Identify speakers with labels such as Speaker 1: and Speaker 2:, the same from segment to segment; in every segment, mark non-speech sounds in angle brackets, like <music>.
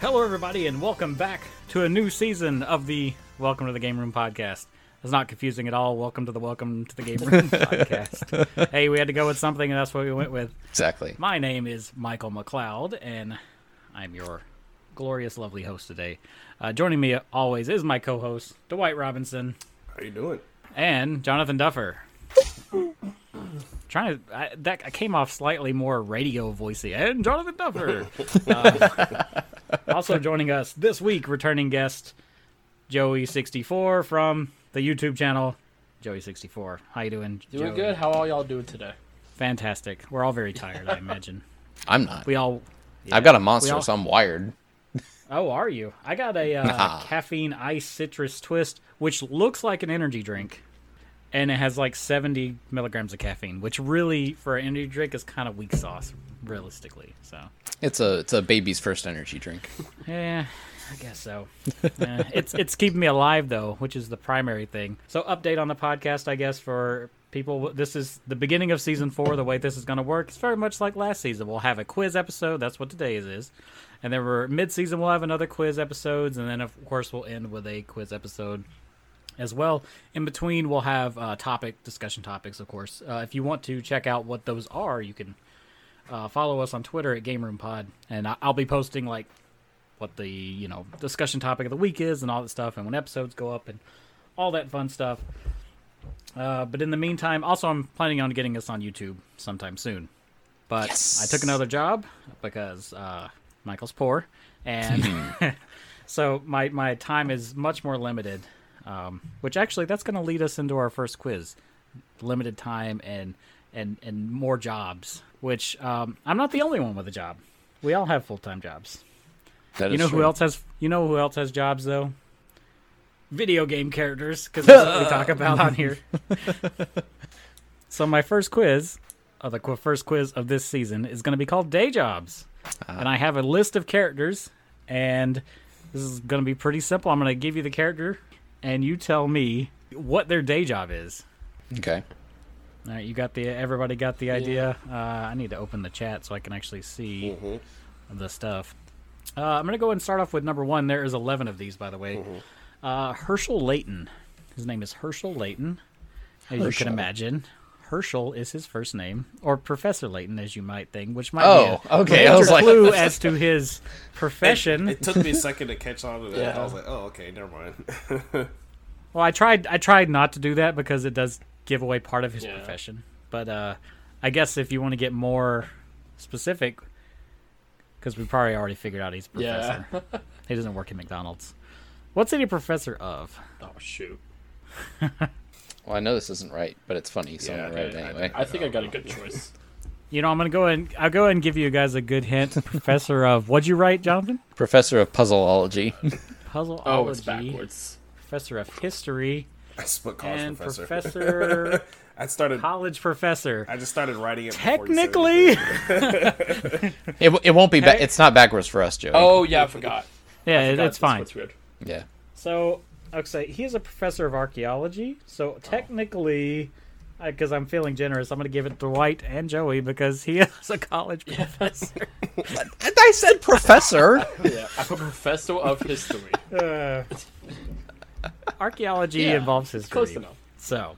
Speaker 1: Hello, everybody, and welcome back to a new season of the Welcome to the Game Room podcast. It's not confusing at all. Welcome to the Welcome to the Game Room podcast. Hey, we had to go with something, and that's what we went with.
Speaker 2: Exactly.
Speaker 1: My name is Michael McLeod, and I'm your glorious, lovely host today. Uh, joining me always is my co-host Dwight Robinson
Speaker 3: How you doing?
Speaker 1: and Jonathan Duffer. Trying to I, that came off slightly more radio voicey, and Jonathan
Speaker 3: <laughs>
Speaker 1: Duffer. Uh, also joining us this week, returning guest Joey sixty four from the YouTube channel Joey sixty four. How you doing?
Speaker 4: Doing
Speaker 1: Joey?
Speaker 4: good. How all y'all doing today?
Speaker 1: Fantastic. We're all very tired, I imagine.
Speaker 2: I'm not.
Speaker 1: We all.
Speaker 2: I've got a monster,
Speaker 1: all-
Speaker 2: so I'm wired.
Speaker 1: Oh, are you? I got a uh,
Speaker 2: Nah.
Speaker 1: caffeine ice citrus twist, which looks like an energy drink, and it has like 70 milligrams of caffeine, which really, for an energy drink, is kind of weak sauce, realistically. So,
Speaker 2: It's a it's a baby's first energy drink.
Speaker 1: yeah, I guess so. Eh, it's it's keeping me alive though, which is the primary thing. So, update on the podcast, I guess, for people. This is the beginning of season four. The way this is going to work, it's very much like last season. We'll have a quiz episode. That's what today's is. And then we're mid-season. We'll have another quiz episodes, and then of course we'll end with a quiz episode as well. In between, we'll have uh, topic discussion topics. Of course, uh, if you want to check out what those are, you can uh, follow us on Twitter at Game Room Pod, and I- I'll be posting like what the you know discussion topic of the week is and all that stuff, and when episodes go up and all that fun stuff. Uh, but in the meantime, also I'm planning on getting us on YouTube sometime soon. But I took another job because uh, Michael's poor, and <laughs> so my my time is much more limited. Um, which actually that's going to lead us into our first quiz: limited time and and and more jobs. Which um, I'm not the only one with a job. We all have full time jobs.
Speaker 2: That
Speaker 1: You
Speaker 2: is
Speaker 1: know
Speaker 2: true.
Speaker 1: who else has? You know who else has jobs though? Video game characters, because that's what we
Speaker 2: <laughs>
Speaker 1: talk about on here. so my first quiz, uh, the qu- first quiz of this season, is going to be called day jobs,
Speaker 2: Ah.
Speaker 1: and I have a list of characters, and this is going to be pretty simple. I'm going to give you the character, and you tell me what their day job is.
Speaker 2: Okay.
Speaker 1: All right, you got the everybody got the idea. Uh, I need to open the chat so I can actually see
Speaker 2: Mm-hmm.
Speaker 1: the stuff. Uh, I'm gonna go and start off with number one. There is 11 of these, by the way.
Speaker 2: Mm-hmm.
Speaker 1: Uh, Herschel Layton. His name is Herschel Layton, as you
Speaker 2: Herschel.
Speaker 1: can imagine. Herschel is his first name, or Professor Layton, as you might think, which might
Speaker 2: Oh,
Speaker 1: be a
Speaker 2: okay. I was
Speaker 1: major
Speaker 2: like,
Speaker 1: clue as to his
Speaker 2: <laughs>
Speaker 1: profession.
Speaker 3: It took me a second to catch on to that.
Speaker 4: Yeah.
Speaker 3: I was like, oh, okay, never mind. <laughs>
Speaker 1: Well, I tried. I tried not to do that because it does give away part of his
Speaker 4: Yeah.
Speaker 1: profession. But uh, I guess if you want to get more specific, because we probably already figured out he's a
Speaker 4: Yeah.
Speaker 1: professor.
Speaker 4: <laughs>
Speaker 1: he doesn't work at McDonald's. What's he a professor of?
Speaker 4: Oh shoot.
Speaker 2: well, I know this isn't right, but it's funny, so
Speaker 3: Yeah,
Speaker 2: I'm gonna write
Speaker 3: I-
Speaker 2: it
Speaker 3: I-
Speaker 2: anyway.
Speaker 4: I think I got a good choice.
Speaker 1: You know, I'm gonna go and I'll go and give you guys a good hint.
Speaker 4: <laughs>
Speaker 1: professor of what'd you write, Jonathan?
Speaker 2: Professor of puzzleology. <laughs>
Speaker 1: Puzzleology.
Speaker 4: Oh, it's backwards.
Speaker 1: Professor of history
Speaker 3: That's what college
Speaker 1: and
Speaker 3: professor.
Speaker 1: professor
Speaker 3: <laughs> I started.
Speaker 1: college professor.
Speaker 3: I just started writing it. before you said
Speaker 1: Technically,
Speaker 3: anything.
Speaker 2: it, w- it won't be. Ba-
Speaker 1: Hey.
Speaker 2: it's not backwards for us, Joey.
Speaker 4: Oh yeah, I <laughs> forgot.
Speaker 1: <laughs> yeah, it-
Speaker 4: God,
Speaker 1: it's fine.
Speaker 4: That's weird. <laughs>
Speaker 2: yeah.
Speaker 1: So, okay, he is a professor of archaeology.
Speaker 4: Oh.
Speaker 1: So technically, because I'm feeling generous, I'm going to give it to Dwight and Joey because he <laughs> is a college professor.
Speaker 2: And I
Speaker 1: <laughs>
Speaker 2: said professor.
Speaker 4: Yeah, I'm a professor of <laughs> history.
Speaker 1: Uh, archaeology
Speaker 4: Yeah,
Speaker 1: involves history.
Speaker 4: Close enough.
Speaker 1: So,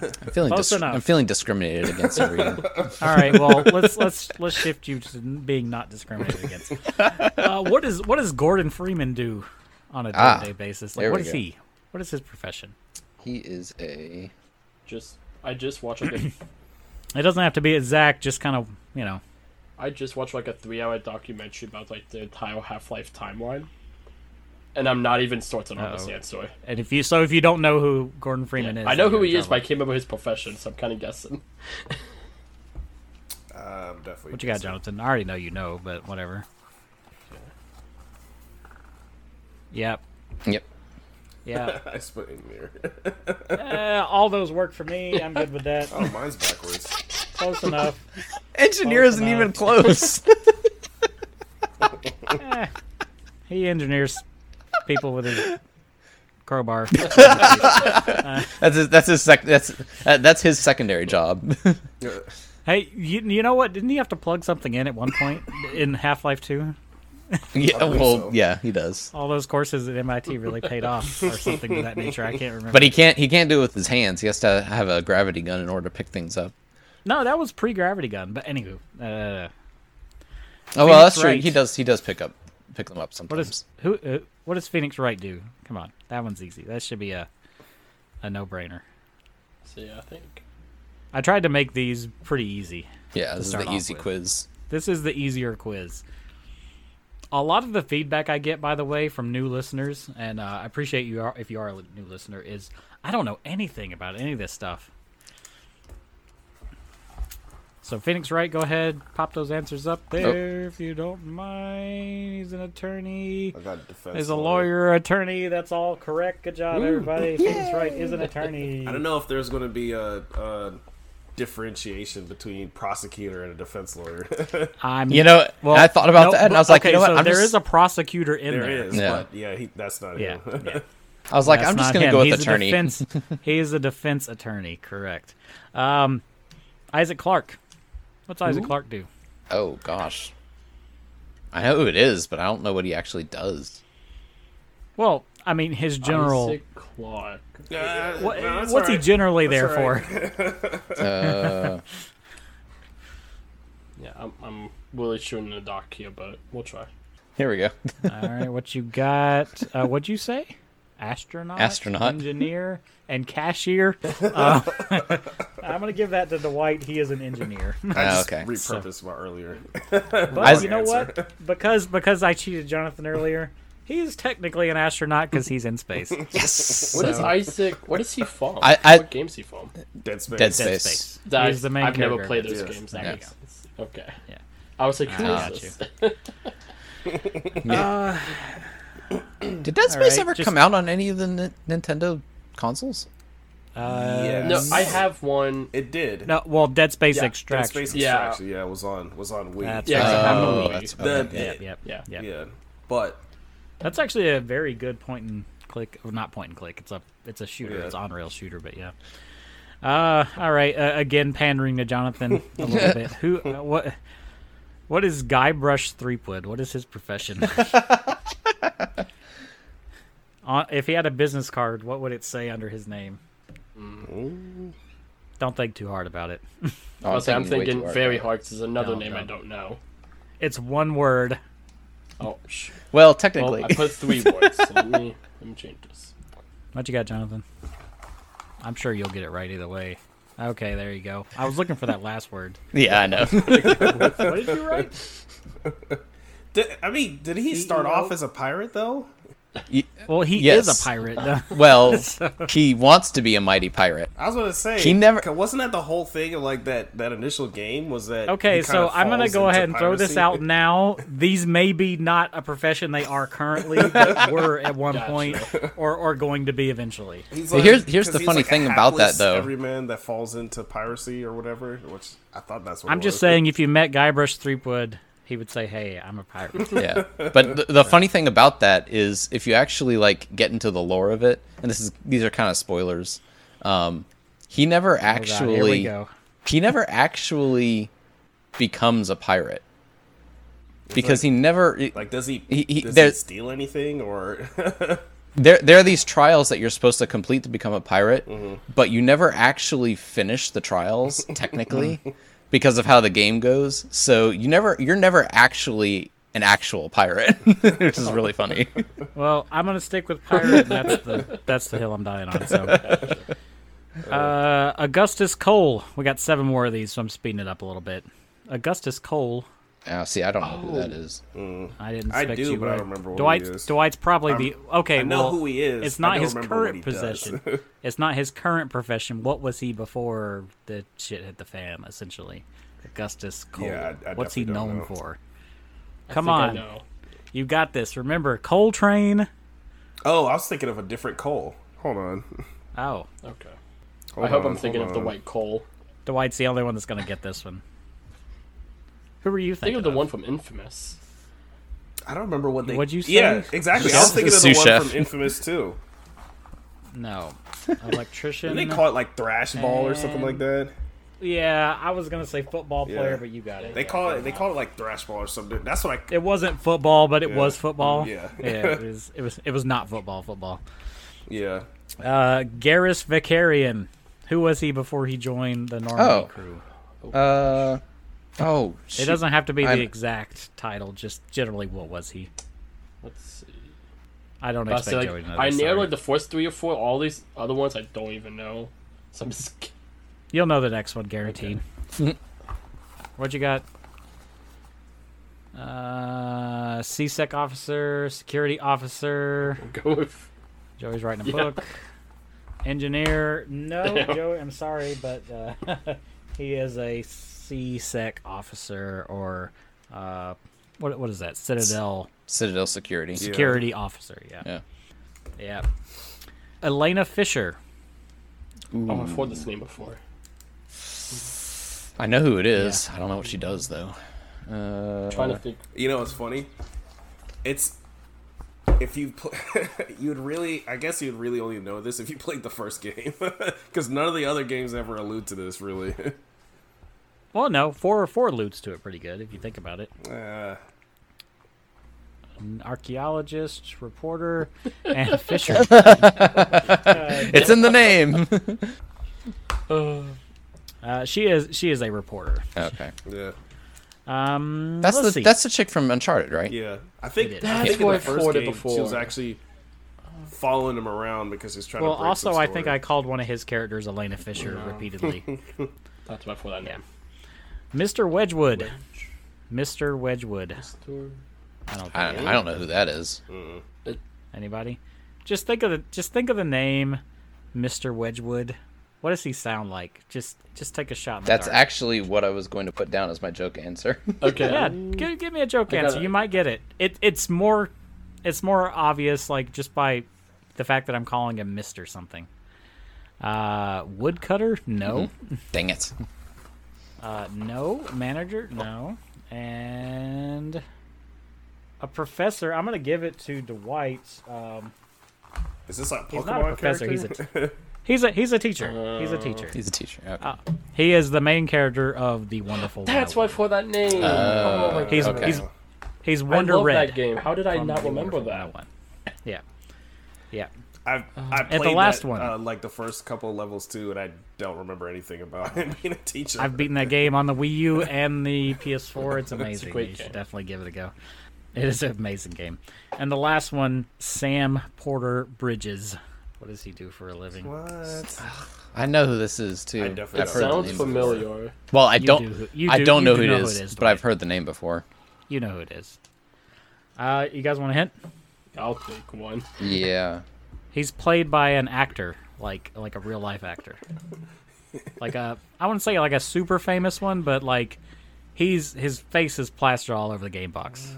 Speaker 2: I'm feeling.
Speaker 1: Close
Speaker 2: Dis-
Speaker 1: enough.
Speaker 2: I'm feeling discriminated against over
Speaker 3: <laughs>
Speaker 2: here.
Speaker 1: all right,
Speaker 4: <laughs>
Speaker 1: well, let's let's let's shift you to being not discriminated
Speaker 4: <laughs>
Speaker 1: against. Uh, what is what does Gordon Freeman do on a day-to-day
Speaker 2: Ah,
Speaker 1: basis?
Speaker 2: there
Speaker 1: Like, what
Speaker 2: we
Speaker 1: is
Speaker 2: go.
Speaker 1: he? What is his profession?
Speaker 2: He is a.
Speaker 4: Just I just watched like <coughs> a
Speaker 1: It doesn't have to be exact. Just kind of you know.
Speaker 4: I just watched like a three hour documentary about like the entire Half Life timeline. And I'm not even sorted on this
Speaker 1: Uh-oh.
Speaker 4: answer.
Speaker 1: And if you so if you don't know who Gordon Freeman is,
Speaker 4: I know
Speaker 1: then
Speaker 4: who
Speaker 1: you're in
Speaker 4: he is,
Speaker 1: trouble.
Speaker 4: but I can't remember his profession, so I'm kind of guessing.
Speaker 3: Um, definitely.
Speaker 1: What you got, Jonathan? I already know you know, but whatever. Yep.
Speaker 2: Yep.
Speaker 1: Yeah.
Speaker 3: <laughs> I split in there.
Speaker 1: uh, all those work for me. I'm good with that.
Speaker 3: Oh, mine's backwards.
Speaker 1: Close enough.
Speaker 2: Engineer
Speaker 1: Close isn't enough. even
Speaker 2: close.
Speaker 1: Eh, he engineers people with his crowbar.
Speaker 2: <laughs> that's his, that's his sec- that's uh, that's his secondary job. <laughs>
Speaker 3: Yeah.
Speaker 1: hey, you, you know what? Didn't he have to plug something in at one point in Half Life 2?
Speaker 2: Yeah,
Speaker 3: believe
Speaker 2: well,
Speaker 3: so.
Speaker 2: yeah, he does.
Speaker 1: All those courses at MIT really paid off, or something of that nature. I can't remember.
Speaker 2: But he can't. He can't do it with his hands. He has to have a gravity gun in order to pick things up.
Speaker 1: no, that was pre gravity gun. But anywho, uh,
Speaker 2: Oh well,
Speaker 1: Phoenix
Speaker 2: that's true.
Speaker 1: Wright.
Speaker 2: He does. He does pick up, pick them up sometimes.
Speaker 1: what is who? Uh, what does Phoenix Wright do? Come on, that one's easy. That should be a a no brainer.
Speaker 4: So yeah, I think.
Speaker 1: I tried to make these pretty easy.
Speaker 2: yeah, this is
Speaker 1: start
Speaker 2: the
Speaker 1: off
Speaker 2: easy
Speaker 1: with.
Speaker 2: quiz.
Speaker 1: This is the easier quiz. A lot of the feedback I get, by the way, from new listeners, and uh, I appreciate you are, if you are a new listener, is I don't know anything about any of this stuff. So Phoenix Wright, go ahead, pop those answers up there if you don't mind. He's an attorney.
Speaker 3: I got defense.
Speaker 1: He's a lawyer, attorney. That's all correct. Good job, everybody. Phoenix Wright is an attorney.
Speaker 3: I don't know if there's going to be a, a differentiation between prosecutor and a defense lawyer. <laughs>
Speaker 1: I'm,
Speaker 2: You know,
Speaker 1: well,
Speaker 2: I thought about
Speaker 1: no,
Speaker 2: that, and I was
Speaker 1: but-
Speaker 2: like,
Speaker 1: okay,
Speaker 2: you know what?
Speaker 1: so
Speaker 2: I'm
Speaker 1: there
Speaker 2: just,
Speaker 1: is a prosecutor in
Speaker 3: there is,
Speaker 2: Yeah.
Speaker 3: but yeah, he, that's
Speaker 1: <laughs>
Speaker 2: <laughs>
Speaker 3: not
Speaker 1: Yeah,
Speaker 3: him. <laughs>
Speaker 1: yeah.
Speaker 2: I was like, I'm
Speaker 1: That's not
Speaker 2: just gonna
Speaker 1: him.
Speaker 2: go with
Speaker 1: He's
Speaker 2: attorney.
Speaker 1: A
Speaker 2: <laughs>
Speaker 1: defense, he is a defense attorney, correct. Um, Isaac Clark. What's Isaac Clark do?
Speaker 2: Oh gosh, I know who it is, but I don't know what he actually does.
Speaker 1: Well, I mean, his general.
Speaker 4: Isaac Clark.
Speaker 3: Uh,
Speaker 1: What-
Speaker 3: no, that's
Speaker 1: what's
Speaker 3: all
Speaker 1: he
Speaker 3: right.
Speaker 1: generally
Speaker 3: That's
Speaker 1: there
Speaker 3: all right.
Speaker 1: for?
Speaker 2: Uh,
Speaker 4: Yeah, I'm, I'm really shooting the dock here, but we'll try.
Speaker 2: here we go.
Speaker 1: All right, what you got? Uh, what'd you say? Astronaut,
Speaker 2: Astronaut.
Speaker 1: engineer, and <laughs> cashier. Uh, I'm gonna give that to Dwight. He is an engineer.
Speaker 3: <laughs> I
Speaker 2: Ah, <laughs>
Speaker 3: just
Speaker 2: okay.
Speaker 3: repurposed my earlier. <laughs>
Speaker 1: But you
Speaker 3: Wrong
Speaker 1: know
Speaker 3: answer.
Speaker 1: what? Because because I cheated Jonathan earlier, he is technically an astronaut because he's in space.
Speaker 2: Yes.
Speaker 4: What is Isaac? What is he from?
Speaker 2: I- I-
Speaker 4: what game's he from?
Speaker 3: Dead Space.
Speaker 2: Dead
Speaker 1: Dead
Speaker 2: Space.
Speaker 1: Space.
Speaker 4: That-
Speaker 1: He's the main
Speaker 4: I've never
Speaker 1: character.
Speaker 4: played those
Speaker 3: Yes.
Speaker 4: games. That
Speaker 2: Yeah.
Speaker 4: makes sense. Okay.
Speaker 1: Yeah.
Speaker 4: I was like, who
Speaker 1: Ah,
Speaker 4: is
Speaker 1: got
Speaker 4: this?
Speaker 1: Uh,
Speaker 2: Did Dead Space
Speaker 1: right,
Speaker 2: ever
Speaker 1: just-
Speaker 2: come out on any of the N- Nintendo consoles?
Speaker 1: uh,
Speaker 4: <laughs>
Speaker 3: Yes.
Speaker 4: no, I have one.
Speaker 3: It did.
Speaker 1: No, well, Dead Space
Speaker 4: Yeah, Dead
Speaker 3: Dead
Speaker 1: Extraction.
Speaker 3: Space
Speaker 4: Yeah.
Speaker 3: Extraction. Yeah, was on was on Wii.
Speaker 1: That's
Speaker 4: Yeah,
Speaker 1: right.
Speaker 4: exactly.
Speaker 2: Oh,
Speaker 4: I'm
Speaker 2: that's-
Speaker 4: the
Speaker 3: The-
Speaker 2: okay.
Speaker 1: Yep, yep,
Speaker 4: Yeah.
Speaker 1: yep.
Speaker 3: Yeah, but
Speaker 1: That's actually a very good point and click, well, not point and click. It's a it's a shooter.
Speaker 3: Yeah.
Speaker 1: It's on rail shooter, but yeah. Uh, all right. Uh, again, pandering to Jonathan a little bit. Who? Uh, what? What is Guybrush Threepwood? What is his profession? on, if he had a business card, what would it say under his name? Don't think too hard about it.
Speaker 2: Oh,
Speaker 4: I was like, I'm
Speaker 2: way
Speaker 4: thinking
Speaker 2: too hard.
Speaker 4: very hard. 'cause There's another
Speaker 1: No,
Speaker 4: name I
Speaker 1: no.
Speaker 4: don't know.
Speaker 1: It's one word.
Speaker 4: Oh, sh-
Speaker 3: <laughs>
Speaker 2: Well,
Speaker 4: well,
Speaker 2: technically,
Speaker 4: I put three words. So let me let me change this.
Speaker 1: What you got, Jonathan? I'm sure you'll get it right either way. Okay, there you go. I was looking for that last word.
Speaker 2: <laughs> yeah, I know.
Speaker 4: <laughs> What did you write?
Speaker 3: Did, I mean, did he start off as a pirate though?
Speaker 2: Y-
Speaker 1: Well, he is
Speaker 2: Yes.
Speaker 1: a pirate.
Speaker 4: <laughs>
Speaker 1: though. <laughs>
Speaker 2: well, he wants to be a mighty pirate.
Speaker 3: I was gonna say
Speaker 2: He never-
Speaker 3: 'cause Wasn't that the whole thing of like that that initial game? Was that
Speaker 1: okay,
Speaker 3: he
Speaker 1: so
Speaker 3: kinda
Speaker 1: I'm gonna
Speaker 3: falls
Speaker 1: go ahead
Speaker 3: into
Speaker 1: and throw this
Speaker 3: piracy?
Speaker 1: out now. These may be not a profession they are currently,
Speaker 4: <laughs>
Speaker 1: but were at one
Speaker 4: Gotcha.
Speaker 1: point, or or going to be eventually.
Speaker 3: He's
Speaker 2: Well, here's- here's
Speaker 3: 'cause
Speaker 2: the
Speaker 3: he's
Speaker 2: funny
Speaker 3: like a
Speaker 2: thing about that,
Speaker 3: hapless
Speaker 2: though.
Speaker 3: Everyman that falls into piracy or whatever, which I thought that's what
Speaker 1: I'm
Speaker 3: it
Speaker 1: just
Speaker 3: was.
Speaker 1: saying, if you met Guybrush Threepwood, he would say, "Hey, I'm a
Speaker 2: <laughs>
Speaker 1: pirate."
Speaker 2: yeah but the, the funny thing about that is if you actually like get into the lore of it and this is these are kind of spoilers um he never
Speaker 1: God,
Speaker 2: actually
Speaker 1: here we go.
Speaker 2: he never actually becomes a pirate because he never
Speaker 3: Like, does he,
Speaker 2: He- he-
Speaker 3: does he
Speaker 2: there's-
Speaker 3: steal anything or <laughs>
Speaker 2: there there are these trials that you're supposed to complete to become a pirate, but you never actually finish the trials technically because of how the game goes. So you never you're never actually an actual pirate, <laughs> which is really funny.
Speaker 1: Well, I'm gonna stick with pirate. And that's
Speaker 4: <laughs>
Speaker 1: the that's the hill I'm dying on. So, uh, Augustus Cole. We got seven more of these, so I'm speeding it up a little bit. Augustus Cole.
Speaker 2: Oh, see, I don't know who that is.
Speaker 1: I didn't.
Speaker 3: I
Speaker 1: Expect
Speaker 3: do,
Speaker 1: you
Speaker 3: but I
Speaker 1: would.
Speaker 3: don't remember what
Speaker 1: Dwight's,
Speaker 3: he is.
Speaker 1: Dwight's probably the okay.
Speaker 3: I know
Speaker 1: well,
Speaker 3: who he is.
Speaker 1: It's
Speaker 3: I
Speaker 1: not
Speaker 3: don't
Speaker 1: his
Speaker 3: remember what
Speaker 1: current
Speaker 3: he does.
Speaker 1: possession.
Speaker 3: <laughs>
Speaker 1: it's not his current profession. What was he before the shit hit the fan? Essentially, Augustus Cole.
Speaker 3: Yeah, I- I
Speaker 1: What's he
Speaker 3: definitely don't
Speaker 1: known
Speaker 3: know.
Speaker 1: for?
Speaker 4: I
Speaker 1: Come
Speaker 4: think I
Speaker 1: on.
Speaker 4: know.
Speaker 1: You got this. Remember, Cole Train.
Speaker 3: Oh, I was thinking of a different Cole. Hold on.
Speaker 1: Oh,
Speaker 4: Okay.
Speaker 3: Hold
Speaker 4: I hope
Speaker 3: on,
Speaker 4: I'm thinking
Speaker 3: hold
Speaker 4: of the
Speaker 3: on.
Speaker 4: white coal.
Speaker 1: Dwight's the only one that's gonna get this one. Who were you
Speaker 4: Think
Speaker 1: thinking
Speaker 4: of the one from Infamous.
Speaker 3: I don't remember what they.
Speaker 1: What'd you say?
Speaker 3: Yeah, exactly. I was
Speaker 2: Sous-
Speaker 3: thinking of the
Speaker 2: sous
Speaker 3: one
Speaker 2: chef.
Speaker 3: from Infamous too.
Speaker 1: No, <laughs>
Speaker 3: Didn't
Speaker 1: electrician.
Speaker 3: they call it like thrash ball or something like
Speaker 1: And-
Speaker 3: that?
Speaker 1: Yeah, I was gonna say football player,
Speaker 3: Yeah.
Speaker 1: but you got it.
Speaker 3: They call it they call it like thrash ball or something. That's what I
Speaker 1: It wasn't football, but it
Speaker 3: Yeah. Mm,
Speaker 1: was football.
Speaker 3: Yeah. <laughs>
Speaker 1: it was. It was. It was not football. Football.
Speaker 3: yeah.
Speaker 1: Uh, Garrus Vicarian. Who was he before he joined the Normandy
Speaker 2: Oh.
Speaker 1: crew?
Speaker 2: Uh, oh,
Speaker 1: It
Speaker 2: shoot.
Speaker 1: doesn't have to be
Speaker 2: I'm-
Speaker 1: the exact title. Just generally, what was he?
Speaker 4: Let's see.
Speaker 1: I don't
Speaker 4: I,
Speaker 1: expect
Speaker 4: say, like,
Speaker 1: Joey to know.
Speaker 4: I
Speaker 1: this,
Speaker 4: nailed
Speaker 1: sorry.
Speaker 4: like the first three or four. All these other ones I don't even know. So I'm just <laughs> ki-
Speaker 1: You'll know the next one, guaranteed. <laughs> what you got? Uh, CSEC officer, security officer.
Speaker 4: go with.
Speaker 1: Joey's writing a
Speaker 4: Yeah.
Speaker 1: book. Engineer. No,
Speaker 4: Yeah.
Speaker 1: Joey, I'm sorry, but uh, <laughs> he is a CSEC officer or uh, what? What is that? Citadel
Speaker 2: Citadel Security.
Speaker 3: Yeah.
Speaker 1: security officer. Yeah.
Speaker 2: Yeah.
Speaker 1: Yeah. Elena Fisher.
Speaker 4: Oh, I've heard this name before.
Speaker 2: I know who it is. I don't know what she does though. Uh,
Speaker 4: trying to think.
Speaker 3: You know what's funny? It's if you pl- <laughs> you'd really I guess you'd really only know this if you played the first game <laughs> because none of the other games ever allude to this really. <laughs>
Speaker 1: Well, no, four four alludes to it pretty good if you think about it.
Speaker 3: uh,
Speaker 1: An archaeologist, <laughs> reporter, and Fisher. <laughs>
Speaker 2: it's in the name. <laughs>
Speaker 1: Uh, she is she is a reporter.
Speaker 2: okay,
Speaker 3: yeah,
Speaker 1: Um,
Speaker 2: that's
Speaker 1: let's
Speaker 2: the
Speaker 1: see.
Speaker 2: that's the chick from Uncharted, right?
Speaker 3: yeah. I think,
Speaker 1: It is.
Speaker 3: I
Speaker 4: That's
Speaker 3: think in
Speaker 4: what
Speaker 3: the
Speaker 4: I've
Speaker 3: first
Speaker 4: heard it
Speaker 3: game she was
Speaker 4: before.
Speaker 3: actually following him around because he's trying
Speaker 1: well.
Speaker 3: to. break some
Speaker 1: Also, I think
Speaker 3: story.
Speaker 1: I called one of his characters Elena Fisher repeatedly.
Speaker 4: That's my for that
Speaker 1: Yeah.
Speaker 4: name.
Speaker 1: Mr. Wedgwood. Mr. Wedgwood.
Speaker 4: Store-
Speaker 1: I don't
Speaker 2: I
Speaker 1: think
Speaker 2: don't, I don't know who that is.
Speaker 1: anybody. Just think of the just think of the name, Mr. Wedgwood. What does he sound like? Just just take a shot. In the
Speaker 2: That's
Speaker 1: dark.
Speaker 2: actually what I was going to put down as my joke answer. <laughs>
Speaker 4: Okay.
Speaker 1: Yeah, give, give me a joke
Speaker 4: Um, I got
Speaker 1: answer.
Speaker 4: it.
Speaker 1: You might get it. It it's more it's more obvious like just by the fact that I'm calling him Mister something. Uh, woodcutter? No.
Speaker 4: Mm-hmm.
Speaker 2: Dang it.
Speaker 1: Uh, no. Manager? No. And a professor. I'm gonna give it to Dwight. Um,
Speaker 3: Is this like Pokemon
Speaker 1: he's not a professor. He's a
Speaker 3: character?
Speaker 1: <laughs> he's a he's a teacher. he's
Speaker 4: Oh.
Speaker 1: a teacher.
Speaker 2: He's a teacher. Okay.
Speaker 1: Uh, he is the main character of the Wonderful.
Speaker 4: That's why
Speaker 1: Why
Speaker 4: I for that name.
Speaker 2: Uh,
Speaker 4: oh my god.
Speaker 1: he's
Speaker 2: Okay.
Speaker 1: he's he's
Speaker 4: I
Speaker 1: Wonder
Speaker 4: love
Speaker 1: Red.
Speaker 4: that game. How did I
Speaker 1: from
Speaker 4: not
Speaker 1: The
Speaker 4: remember
Speaker 1: Wonderful
Speaker 4: that?
Speaker 1: one. Yeah, yeah.
Speaker 3: I've, I played
Speaker 1: uh, last
Speaker 3: that,
Speaker 1: one.
Speaker 3: uh, like the first couple levels too, and I don't remember anything about <laughs> him being a teacher.
Speaker 1: I've beaten that game on the Wii U and the PS4.
Speaker 4: <laughs>
Speaker 1: It's amazing.
Speaker 4: great
Speaker 1: you should
Speaker 4: game.
Speaker 1: definitely give it a go. It is an amazing game. And the last one, Sam Porter Bridges. What does he do for a living?
Speaker 3: What?
Speaker 2: I know who this is too.
Speaker 3: I definitely
Speaker 2: I've
Speaker 3: don't
Speaker 2: heard the
Speaker 3: know.
Speaker 4: Sounds
Speaker 2: name
Speaker 4: familiar.
Speaker 2: before. Well, I
Speaker 1: do who-
Speaker 2: don't.
Speaker 1: you
Speaker 2: I
Speaker 1: do-
Speaker 2: don't
Speaker 1: you
Speaker 2: know
Speaker 1: do
Speaker 2: who
Speaker 1: know
Speaker 2: it
Speaker 1: who
Speaker 2: is,
Speaker 1: it is,
Speaker 2: but I've heard the name before.
Speaker 1: You know who it is. Uh, you guys want a hint?
Speaker 4: I'll take one.
Speaker 2: Yeah.
Speaker 1: He's played by an actor, like like a real life actor, like a I wouldn't say like a super famous one, but like he's his face is plastered all over the game box.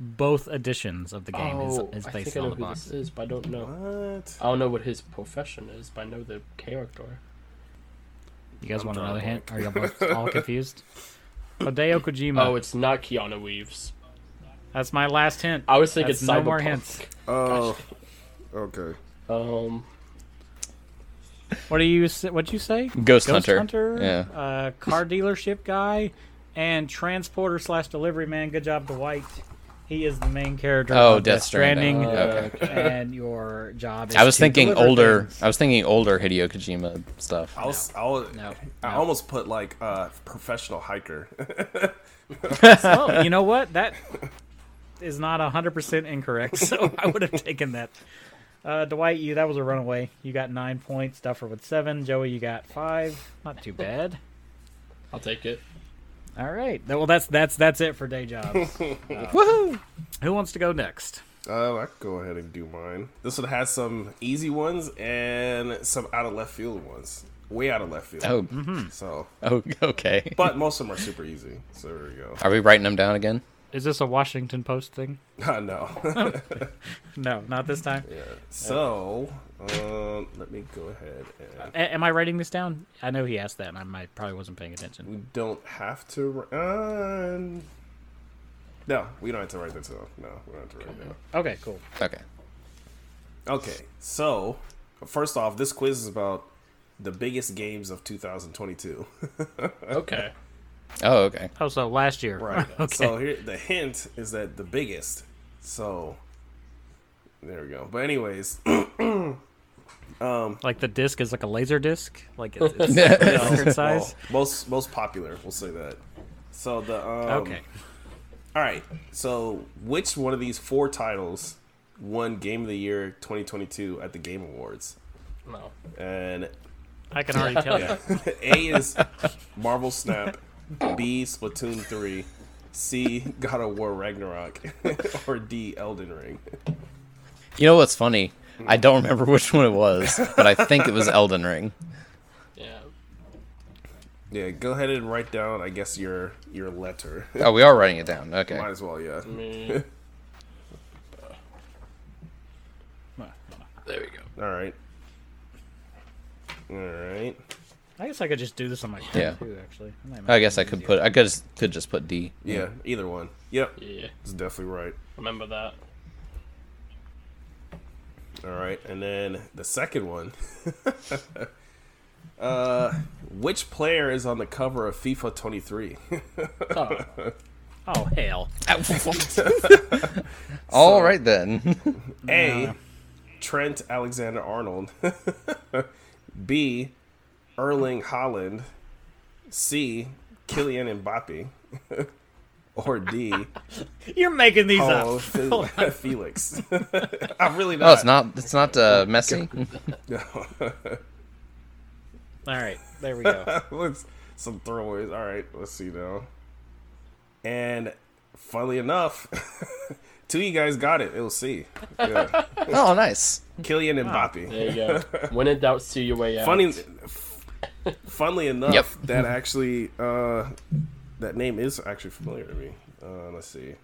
Speaker 1: Both editions of the game
Speaker 4: oh,
Speaker 1: is, is
Speaker 4: I
Speaker 1: based
Speaker 4: think I know
Speaker 1: on the
Speaker 4: who
Speaker 1: box.
Speaker 4: this is, but I don't know.
Speaker 3: What?
Speaker 4: I don't know what his profession is, but I know the character.
Speaker 1: You guys
Speaker 3: I'm
Speaker 1: want
Speaker 3: drawing
Speaker 1: another
Speaker 3: a
Speaker 1: hint? Are you both
Speaker 2: <laughs>
Speaker 1: all confused? Hideo Kojima.
Speaker 4: Oh, it's not Keanu Reeves.
Speaker 1: That's my last hint.
Speaker 4: I was thinking
Speaker 1: That's
Speaker 4: it's
Speaker 1: no more
Speaker 4: Cyberpunk.
Speaker 1: hints.
Speaker 3: Oh, okay.
Speaker 4: Um,
Speaker 1: What do you s- what'd you say?
Speaker 2: Ghost Hunter.
Speaker 1: Hunter,
Speaker 2: Yeah.
Speaker 1: uh, car dealership guy, and transporter slash delivery man. Good job, Dwight. He is the main character.
Speaker 2: Oh,
Speaker 1: of
Speaker 2: Death Stranding. Oh,
Speaker 4: uh,
Speaker 1: And your job. Is
Speaker 2: I was
Speaker 1: to
Speaker 2: thinking
Speaker 1: deliver
Speaker 2: older.
Speaker 1: things.
Speaker 2: I was thinking older Hideo Kojima stuff.
Speaker 1: Oh.
Speaker 3: I was, I, was,
Speaker 1: No,
Speaker 3: I
Speaker 1: no.
Speaker 3: almost put like uh, professional hiker. <laughs>
Speaker 1: Oh, you know what? <laughs> That is not hundred percent incorrect. So I would have taken that. Uh, Dwight, you that was a runaway. You got nine points. Duffer with seven. Joey, you got five. Not too bad.
Speaker 4: I'll take it.
Speaker 1: All right. Well, that's that's that's it for day
Speaker 3: <laughs>
Speaker 1: jobs. Uh,
Speaker 2: Woohoo!
Speaker 1: Who wants to go next?
Speaker 3: Oh, I could go ahead and do mine. This one has some easy ones and some out of left field ones. Way out of left field.
Speaker 2: Oh,
Speaker 1: Mm-hmm.
Speaker 3: So,
Speaker 2: oh, <laughs> okay.
Speaker 3: but most of them are super easy. So there we go. <laughs>
Speaker 2: Are we writing them down again?
Speaker 1: Is this a Washington Post thing?
Speaker 3: I know. <laughs>
Speaker 1: No, not this time.
Speaker 3: so, um, let me go ahead and
Speaker 1: A- am I writing this down? I know he asked that, and I might, probably wasn't paying attention.
Speaker 3: We don't have to run. No, we don't have to write that down. No, we don't have to write it down.
Speaker 1: Okay, cool.
Speaker 2: Okay.
Speaker 3: Okay, so first off, this quiz is about the biggest games of 2022.
Speaker 4: Okay.
Speaker 2: Oh, okay. <laughs>
Speaker 1: Oh, so last year.
Speaker 3: right.
Speaker 1: okay.
Speaker 3: <laughs> So here, the hint is that the biggest. So there we go. But anyways,
Speaker 1: <laughs>
Speaker 3: <clears throat>
Speaker 1: Like the disc is like a laser disc.
Speaker 3: <laughs>
Speaker 1: Like it's, it's a record size.
Speaker 3: well, um, most most popular. We'll say that. So the um,
Speaker 1: Okay.
Speaker 3: All right. So which one of these four titles won Game of the Year 2022 at the Game Awards?
Speaker 4: No.
Speaker 3: And
Speaker 1: I can already tell you.
Speaker 3: A is Marvel Snap, B Splatoon 3, C God of War Ragnarok, <laughs> or D Elden Ring.
Speaker 2: You know what's funny? I don't remember <laughs> which one it was, but I think it was Elden Ring.
Speaker 4: Yeah.
Speaker 3: Yeah, go ahead and write down I guess your your letter. <laughs>
Speaker 2: Oh, we are writing it down. Okay.
Speaker 3: Might as well, yeah.
Speaker 4: Me.
Speaker 2: There we go.
Speaker 3: All right. All right.
Speaker 1: <laughs> I guess I could just do this on my phone
Speaker 2: Yeah.
Speaker 1: too. Actually, I, might make
Speaker 2: I guess
Speaker 1: it
Speaker 2: I could
Speaker 1: easier.
Speaker 2: put. I could just, could just put D.
Speaker 3: Yeah, either one. Yep.
Speaker 4: Yeah.
Speaker 3: It's definitely right.
Speaker 4: Remember that.
Speaker 3: All right, and then the second one. <laughs> uh, which player is on the cover of FIFA <laughs> 23?
Speaker 4: Oh.
Speaker 1: Oh hell!
Speaker 2: All right then. <laughs>
Speaker 3: A. Trent Alexander Arnold. <laughs> B. Erling Holland. C. Kylian Mbappe. <laughs> or D.
Speaker 1: You're making these
Speaker 3: Paul
Speaker 1: up.
Speaker 3: Fe- <laughs> Felix. I'm really not.
Speaker 2: Oh, it's not. It's not uh, Messi.
Speaker 1: <laughs> All right, there we go.
Speaker 3: Let's- some throwaways. All right, let's see now. And funnily enough, <laughs> two of you guys got it. It was C. Yeah.
Speaker 2: Oh, nice.
Speaker 3: Killian Mbappe.
Speaker 4: There you go.
Speaker 1: <laughs>
Speaker 4: When in doubt, see your way out.
Speaker 3: Funny, f- funnily enough,
Speaker 2: Yep.
Speaker 3: that actually uh, that name is actually familiar to me. Uh, let's see.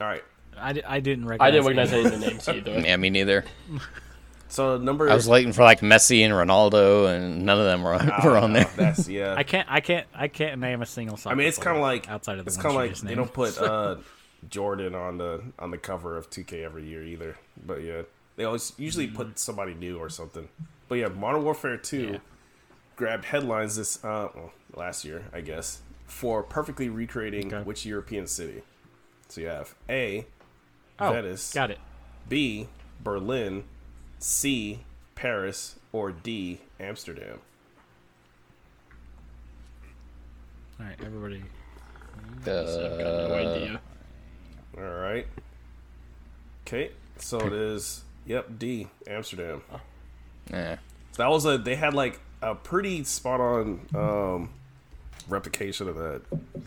Speaker 3: All right,
Speaker 1: I, di- I didn't recognize.
Speaker 4: I didn't
Speaker 1: it.
Speaker 4: recognize any of the names either.
Speaker 2: Yeah, me neither.
Speaker 3: so number
Speaker 2: I was waiting for like Messi and Ronaldo, and none of them were, were on <laughs> there.
Speaker 3: Ah,
Speaker 2: <laughs>
Speaker 3: That's yeah.
Speaker 1: I can't. I can't. I can't name a single song.
Speaker 3: I mean, it's kind of like
Speaker 1: outside of the
Speaker 3: it's
Speaker 1: ones
Speaker 3: kind of
Speaker 1: you
Speaker 3: like
Speaker 1: just
Speaker 3: they
Speaker 1: named.
Speaker 3: don't put uh,
Speaker 1: <laughs>
Speaker 3: Jordan on the on the cover of 2K every year either. But yeah, they always usually
Speaker 1: Mm-hmm.
Speaker 3: put somebody new or something. But yeah, Modern Warfare 2 grabbed headlines this uh, well, last year, I guess, for perfectly recreating
Speaker 1: Okay.
Speaker 3: which European city. So you have A,
Speaker 1: Oh,
Speaker 3: Venice,
Speaker 1: got it.
Speaker 3: B, Berlin, C, Paris, or D, Amsterdam.
Speaker 1: All right, everybody.
Speaker 4: So
Speaker 2: Uh,
Speaker 4: I've got no idea.
Speaker 3: All right. Okay, so it is. Yep, D, Amsterdam.
Speaker 1: Oh.
Speaker 2: Yeah.
Speaker 3: That was a. They had like a pretty spot on um, replication of that.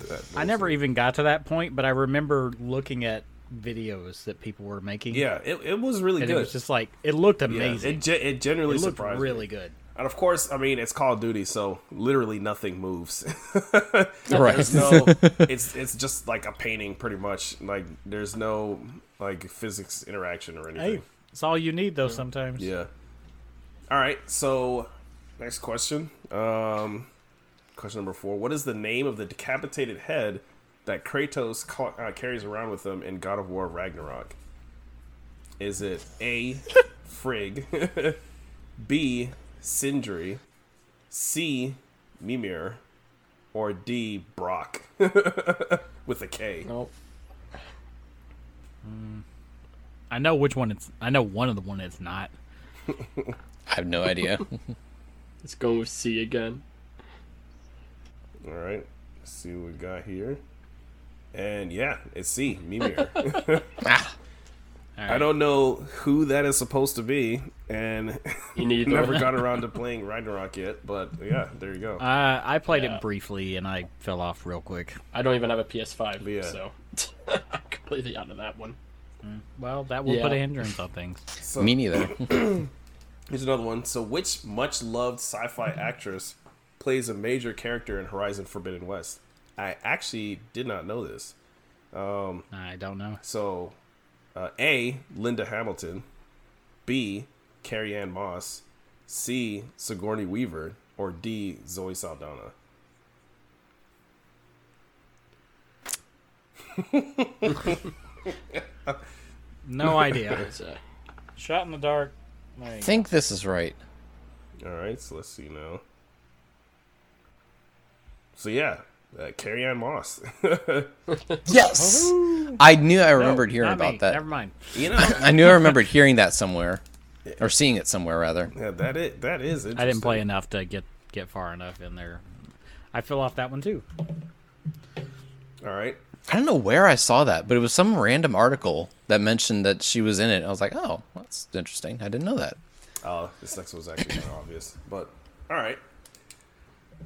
Speaker 3: that
Speaker 1: I never even got to that point, but I remember looking at videos that people were making.
Speaker 3: Yeah, it, it was really
Speaker 1: and
Speaker 3: good.
Speaker 1: it was just like it looked
Speaker 3: Yeah,
Speaker 1: amazing.
Speaker 3: It, ge- it generally
Speaker 1: it looked
Speaker 3: surprised me.
Speaker 1: really good.
Speaker 3: And of course, I mean, it's Call of Duty, so literally nothing
Speaker 1: <laughs>
Speaker 3: moves.
Speaker 2: Right.
Speaker 3: there's no. It's it's just like a painting, pretty much. Like there's no like physics interaction or anything.
Speaker 1: Hey, it's all you need though. Sometimes.
Speaker 3: Yeah. All right. So, next question. Um, question number four. What is the name of the decapitated head that Kratos ca- uh, carries around with him in God of War Ragnarok? Is it A. Frigg, <laughs> B. Sindri, C. Mimir, or D. Brock <laughs> with a K?
Speaker 4: Nope.
Speaker 1: I know which one it's. I know one of the one it's not.
Speaker 2: I have no idea. <laughs>
Speaker 4: It's going with C again.
Speaker 3: All right. Let's see what we got here. And yeah, it's C,
Speaker 1: <laughs>
Speaker 3: <laughs> Mimir.
Speaker 1: All
Speaker 3: I
Speaker 1: right.
Speaker 3: don't know who that is supposed to be, and <laughs>
Speaker 4: You need
Speaker 3: never got around to playing Ragnarok yet. But yeah, there you go.
Speaker 1: Uh, I played
Speaker 4: Yeah.
Speaker 1: it briefly and I fell off real quick.
Speaker 4: I don't even have a PS5,
Speaker 3: Yeah.
Speaker 4: so <laughs> I'm completely out of that one.
Speaker 1: Well, that will
Speaker 4: Yeah.
Speaker 1: put a hindrance on things.
Speaker 3: So
Speaker 2: me neither.
Speaker 3: here's another one. So, which much-loved sci-fi
Speaker 1: <laughs>
Speaker 3: actress plays a major character in Horizon Forbidden West? I actually did not know this.
Speaker 1: I don't know.
Speaker 3: So, uh, A. Linda Hamilton, B. Carrie Ann Moss, C. Sigourney Weaver, or D. Zoe Saldana.
Speaker 1: No idea.
Speaker 4: So,
Speaker 1: <laughs> Shot in the dark. Like,
Speaker 2: think this is right.
Speaker 3: All right, so let's see now. So yeah, uh, Carrie Ann Moss. <laughs>
Speaker 2: Yes, I knew I remembered hearing
Speaker 1: Not
Speaker 2: about
Speaker 1: me.
Speaker 2: that.
Speaker 1: Never mind.
Speaker 3: you know,
Speaker 2: I knew I remembered hearing that somewhere, or seeing it somewhere rather.
Speaker 3: yeah, that it that is. Interesting.
Speaker 1: I didn't play enough to get get far enough in there. I fell off that one too.
Speaker 3: All right,
Speaker 2: I don't know where I saw that, but it was some random article that mentioned that she was in it. I was like, oh, that's interesting. I didn't know that.
Speaker 3: uh, this next one's actually kind of obvious, but all right.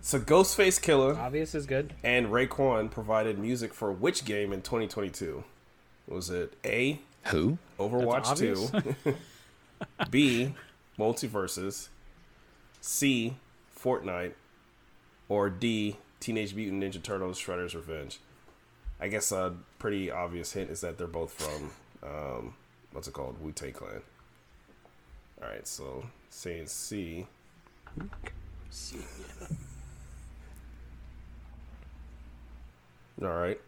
Speaker 3: So Ghostface Killer
Speaker 1: Obvious is good.
Speaker 3: and Raekwon provided music for which game in 2022? Was it A
Speaker 2: Who?
Speaker 3: Overwatch
Speaker 1: That's obvious.
Speaker 3: 2, <laughs> B, Multiverses, C, Fortnite, or D, Teenage Mutant Ninja Turtles Shredder's Revenge. I guess a pretty obvious hint is that they're both from, um, what's it called? Wu Tang Clan. Alright, so saying C. Alright.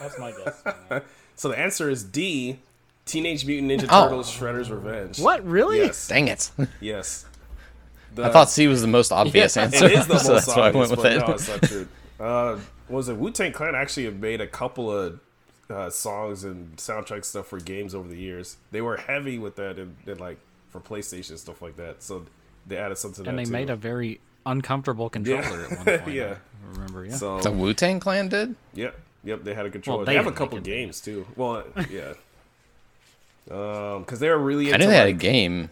Speaker 4: That's my guess.
Speaker 3: So the answer is D, Teenage Mutant Ninja
Speaker 2: Oh.
Speaker 3: Turtles Shredder's Revenge.
Speaker 1: What really?
Speaker 3: Yes.
Speaker 2: Dang it! <laughs>
Speaker 3: Yes.
Speaker 2: I thought C was the most obvious answer,
Speaker 3: <laughs> it is the
Speaker 2: <laughs>
Speaker 3: most
Speaker 2: so that's why I
Speaker 3: obvious,
Speaker 2: went with
Speaker 3: but
Speaker 2: it.
Speaker 3: No, it's not true. Uh, was it Wu Tang Clan actually have made a couple of uh, songs and soundtrack stuff for games over the years? They were heavy with that and, and like for PlayStation stuff like that. So they added something. to
Speaker 1: <laughs> And
Speaker 3: that
Speaker 1: they
Speaker 3: too.
Speaker 1: made a very uncomfortable controller at one point.
Speaker 3: Yeah.
Speaker 1: I remember? Yeah.
Speaker 2: <laughs>
Speaker 3: so
Speaker 2: The Wu Tang Clan did.
Speaker 3: yep, yep. They had a controller.
Speaker 1: Well,
Speaker 3: they,
Speaker 1: they
Speaker 3: have a
Speaker 1: didn't
Speaker 3: couple
Speaker 1: make it.
Speaker 3: games too. Well, yeah. Um, because they were really
Speaker 2: I
Speaker 3: into
Speaker 2: knew they had a
Speaker 3: like,
Speaker 2: game.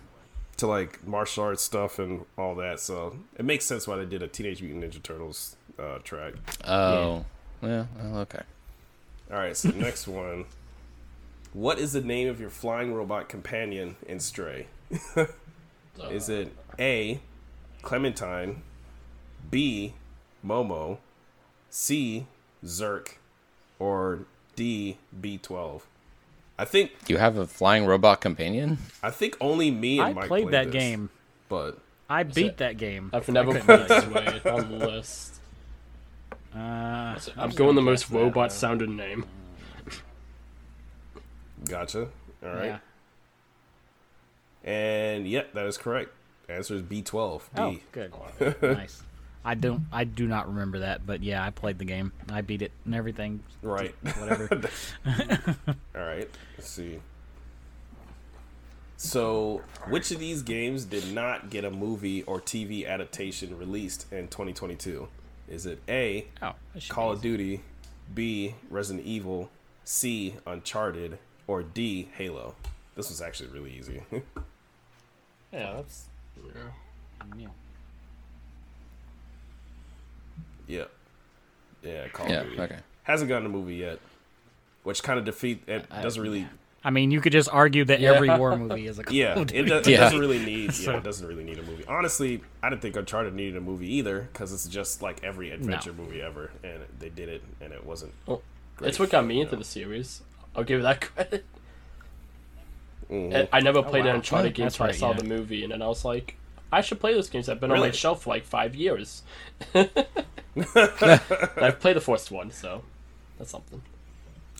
Speaker 3: to like martial arts stuff and all that. So it makes sense why they did a Teenage Mutant Ninja Turtles uh, track.
Speaker 2: Oh, yeah. Well, okay.
Speaker 3: All
Speaker 1: <laughs>
Speaker 3: right, so the next one. What is the name of your flying robot companion in Stray? is it A, Clementine, B, Momo, C, Zerk, or D, B12? I think
Speaker 2: You have a flying robot companion.
Speaker 3: I think only me and
Speaker 1: I
Speaker 3: Mike
Speaker 1: played that
Speaker 3: this,
Speaker 1: game.
Speaker 3: but
Speaker 1: I beat
Speaker 4: it.
Speaker 1: that game.
Speaker 4: I've never played this way on the list.
Speaker 1: Uh,
Speaker 4: I'm going the most
Speaker 1: that,
Speaker 4: robot
Speaker 1: though.
Speaker 4: sounding name.
Speaker 3: gotcha. All right.
Speaker 1: yeah.
Speaker 3: And yep, that is correct. Answer is B12. B.
Speaker 1: Oh, good. nice. I don't. I do not remember that, but yeah, I played the game. I beat it and everything.
Speaker 3: Right.
Speaker 1: <laughs> Whatever.
Speaker 3: <laughs> All right. Let's see. So, which of these games did not get a movie or TV adaptation released in 2022? Is it A,
Speaker 1: Oh, that should
Speaker 3: Call
Speaker 1: be
Speaker 3: of Duty, B, Resident Evil, C, Uncharted, or D, Halo? This was actually really easy. <laughs>
Speaker 4: Yeah, that's. Yeah.
Speaker 1: easy. Yeah.
Speaker 3: yeah. Yeah, Call
Speaker 2: Yeah.
Speaker 3: of Duty.
Speaker 2: Okay.
Speaker 3: Hasn't gotten a movie yet, which kind of defeat it doesn't really
Speaker 1: I mean, you could just argue that every war movie is a Call
Speaker 3: Yeah,
Speaker 1: of
Speaker 3: it,
Speaker 1: Duty.
Speaker 3: do- it
Speaker 2: Yeah.
Speaker 3: doesn't really need.
Speaker 1: <laughs>
Speaker 3: Yeah, it doesn't really need a movie. Honestly, I didn't think Uncharted needed a movie either because it's just like every adventure movie ever, and they did it, and it wasn't.
Speaker 4: Well,
Speaker 3: Great.
Speaker 4: It's what got me into the series. I'll give that <laughs> credit.
Speaker 3: Mhm.
Speaker 4: And I never played
Speaker 1: wow.
Speaker 4: an Uncharted
Speaker 1: Oh,
Speaker 4: game
Speaker 1: that's
Speaker 4: until I
Speaker 1: right,
Speaker 4: saw
Speaker 1: yeah.
Speaker 4: the movie, and then I was like, I should play this game. 'cause I've been on my
Speaker 3: Really?
Speaker 4: shelf for like five
Speaker 3: <laughs>
Speaker 4: years. And I've played the first one, so that's something.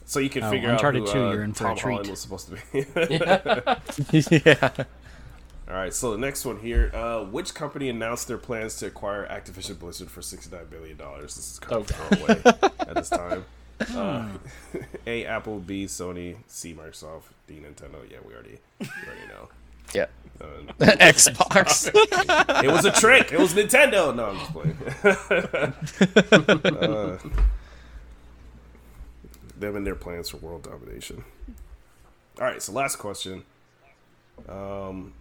Speaker 3: so you can
Speaker 1: Oh,
Speaker 3: figure
Speaker 1: Uncharted
Speaker 3: out who
Speaker 1: 2,
Speaker 3: uh,
Speaker 1: you're in for a
Speaker 3: Tom Holland
Speaker 1: treat.
Speaker 3: was supposed to be.
Speaker 1: <laughs>
Speaker 2: yeah.
Speaker 3: <laughs> All right, so the next one here. Uh, which company announced their plans to acquire Activision Blizzard for $69 billion? This is kind of
Speaker 4: Oh,
Speaker 3: far away at
Speaker 1: <laughs>
Speaker 3: this time. Uh,
Speaker 1: Hmm.
Speaker 3: <laughs> A, Apple, B, Sony, C, Microsoft, D, Nintendo. Yeah, we already, we already know.
Speaker 2: Yeah. <laughs>
Speaker 3: Uh,
Speaker 2: Xbox.
Speaker 3: It was a trick. It was Nintendo. No, I'm just playing. Uh, them and their plans for world domination. All right, so last question. Um,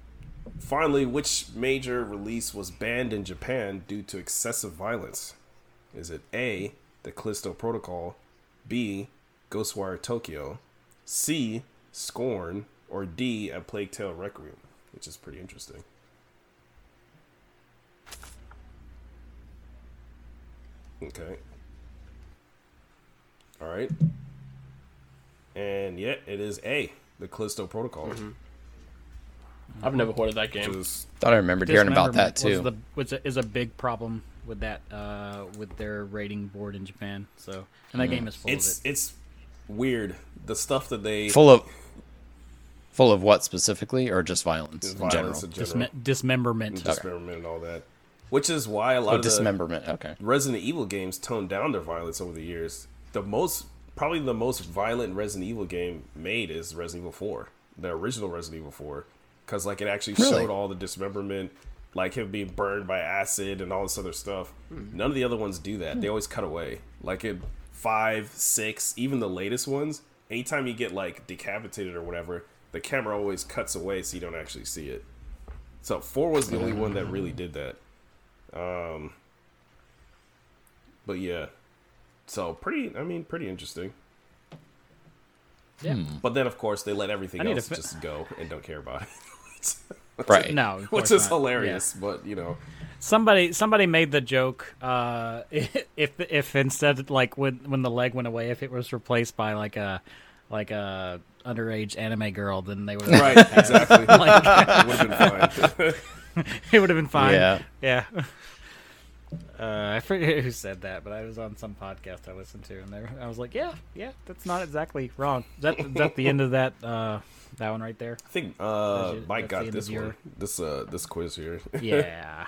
Speaker 3: finally, which major release was banned in Japan due to excessive violence? Is it A, the Callisto Protocol, B, Ghostwire Tokyo, C, Scorn, or D, A Plague Tale Requiem? Which is pretty interesting. Okay. All right. And yeah, it is A, the Callisto Protocol.
Speaker 4: I've never heard of that
Speaker 3: Which
Speaker 4: game.
Speaker 3: is,
Speaker 2: Thought I remembered hearing about that
Speaker 1: Dismemberment
Speaker 2: too.
Speaker 1: Was the, was a, is a big problem with that uh, with their rating board in Japan. So,
Speaker 2: Mm.
Speaker 1: and that game is full
Speaker 3: it's
Speaker 1: of it.
Speaker 3: it's weird the stuff that they
Speaker 2: Full of Full of what specifically, or just violence in general?
Speaker 3: violence in general,
Speaker 1: Disme- dismemberment.
Speaker 3: dismemberment, and all that. Which is why a lot
Speaker 2: Oh,
Speaker 3: of the
Speaker 2: dismemberment. Okay.
Speaker 3: Resident Evil games toned down their violence over the years. The most, probably the most violent Resident Evil game made is Resident Evil Four, the original Resident Evil Four, because like it actually
Speaker 2: Really?
Speaker 3: showed all the dismemberment, like him being burned by acid and all this other stuff. None of the other ones do that. They always cut away. Like in five, six, even the latest ones. Anytime you get like decapitated or whatever, the camera always cuts away so you don't actually see it. So four was the only one that really did that. But yeah. So pretty I mean pretty interesting.
Speaker 1: Yeah.
Speaker 3: But then of course they let everything
Speaker 1: I need
Speaker 3: else
Speaker 1: to fi-
Speaker 3: just go and don't care about it.
Speaker 2: Right.
Speaker 1: No, <laughs> of
Speaker 3: Which
Speaker 1: course
Speaker 3: is
Speaker 1: not.
Speaker 3: hilarious, but
Speaker 1: <laughs>
Speaker 3: you know.
Speaker 1: Yeah. Somebody somebody made the joke. Uh, <laughs> if if instead like when when the leg went away, if it was replaced by like a like a underage anime girl, then they would
Speaker 3: Right, exactly. <laughs> It
Speaker 1: like
Speaker 3: would have been fine.
Speaker 1: <laughs>
Speaker 3: <laughs>
Speaker 1: it would have been fine.
Speaker 2: Yeah.
Speaker 1: yeah. Uh, I forget who said that, but I was on some podcast I listened to, and there I was like, "Yeah, yeah, that's not exactly wrong." Is that is that the end of that uh, that one right there?
Speaker 3: I think uh
Speaker 1: That's your- that's the
Speaker 3: Mike got
Speaker 1: end
Speaker 3: this
Speaker 1: of your-
Speaker 3: one. This uh this
Speaker 1: <laughs>
Speaker 3: quiz here.
Speaker 1: Yeah.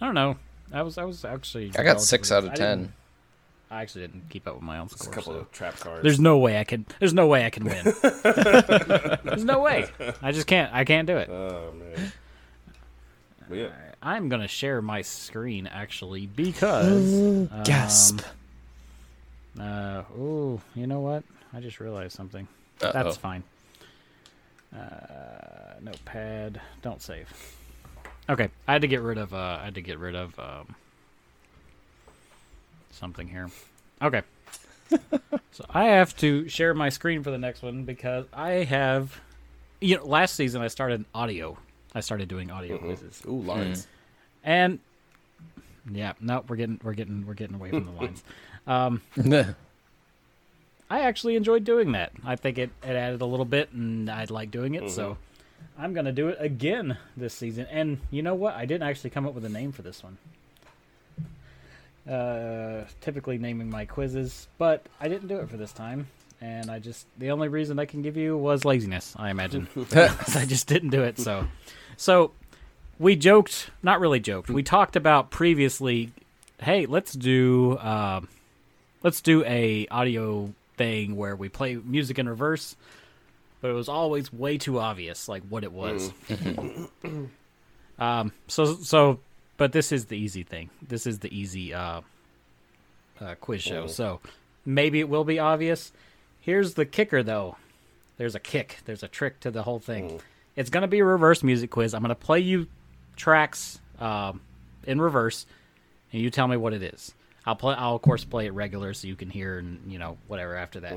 Speaker 1: I don't know. I was I was actually
Speaker 2: I got six out of
Speaker 1: I didn't- um,
Speaker 2: ten.
Speaker 1: I actually didn't keep up with my own
Speaker 3: Just a
Speaker 1: score.
Speaker 3: couple
Speaker 1: so-
Speaker 3: of trap cards.
Speaker 1: There's no way I can. There's no way I can
Speaker 2: <laughs>
Speaker 1: win. there's no way. I just can't. I can't do
Speaker 2: Uh.
Speaker 1: it.
Speaker 3: oh man. But yeah.
Speaker 1: I'm gonna share my screen actually because
Speaker 2: <gasps> Gasp.
Speaker 1: uh oh you know what I just realized something.
Speaker 2: Uh-oh.
Speaker 1: That's fine. Uh, notepad. Don't save. Okay, I had to get rid of. Uh, I had to get rid of um, something here. Okay. so I have to share my screen for the next one because I have. You know, last season I started audio. I started doing audio quizzes,
Speaker 3: Ooh, lines.
Speaker 1: and yeah, no, we're getting we're getting we're getting away from the lines. I actually enjoyed doing that. I think it, it added a little bit, and I'd like doing it. So I'm going to do it again this season. And you know what? I didn't actually come up with a name for this one. Uh, typically naming my quizzes, but I didn't do it for this time. And I just the only reason I can give you was laziness. I imagine <laughs> I just didn't do it. So, so we joked, not really joked. We talked about previously. Hey, let's do. Um, let's do a audio thing where we play music in reverse but it was always way too obvious like what it was <laughs> um so so but this is the easy thing this is the easy uh, uh quiz show so maybe it will be obvious here's the kicker though there's a kick there's a trick to the whole thing it's gonna be a reverse music quiz i'm gonna play you tracks um in reverse and you tell me what it is. I'll play. I'll of course play it regular so you can hear and you know whatever after that.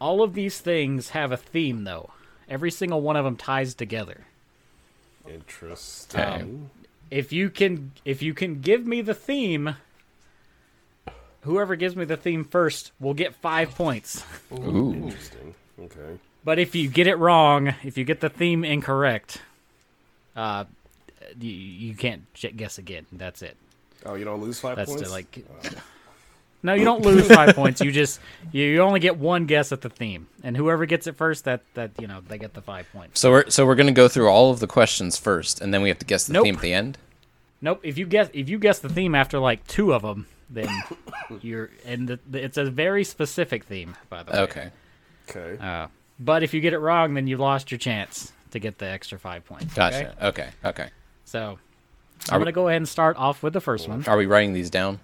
Speaker 1: All of these things have a theme though. Every single one of them ties together.
Speaker 3: Interesting.
Speaker 1: If you can, if you can give me the theme, whoever gives me the theme first will get five points.
Speaker 2: <laughs> Ooh.
Speaker 3: Interesting. Okay.
Speaker 1: But if you get it wrong, if you get the theme incorrect, uh, you, you can't j- guess again. That's it.
Speaker 3: Oh, you don't lose five
Speaker 1: That's
Speaker 3: points?
Speaker 1: to like. No, you don't lose five points. You just you, you only get one guess at the theme, and whoever gets it first, that that you know they get the five points.
Speaker 2: So we're so we're gonna go through all of the questions first, and then we have to guess the
Speaker 1: Nope.
Speaker 2: theme at the end.
Speaker 1: Nope. If you guess if you guess the theme after like two of them, then you're and the, the, it's a very specific theme by the way.
Speaker 2: Okay.
Speaker 3: Okay.
Speaker 1: Uh, but if you get it wrong, then you lost your chance to get the extra five points.
Speaker 2: Gotcha.
Speaker 1: Okay?
Speaker 2: Okay. Okay.
Speaker 1: So
Speaker 2: Are
Speaker 1: I'm
Speaker 2: we-
Speaker 1: gonna go ahead and start off with the first one.
Speaker 2: Are we writing these down?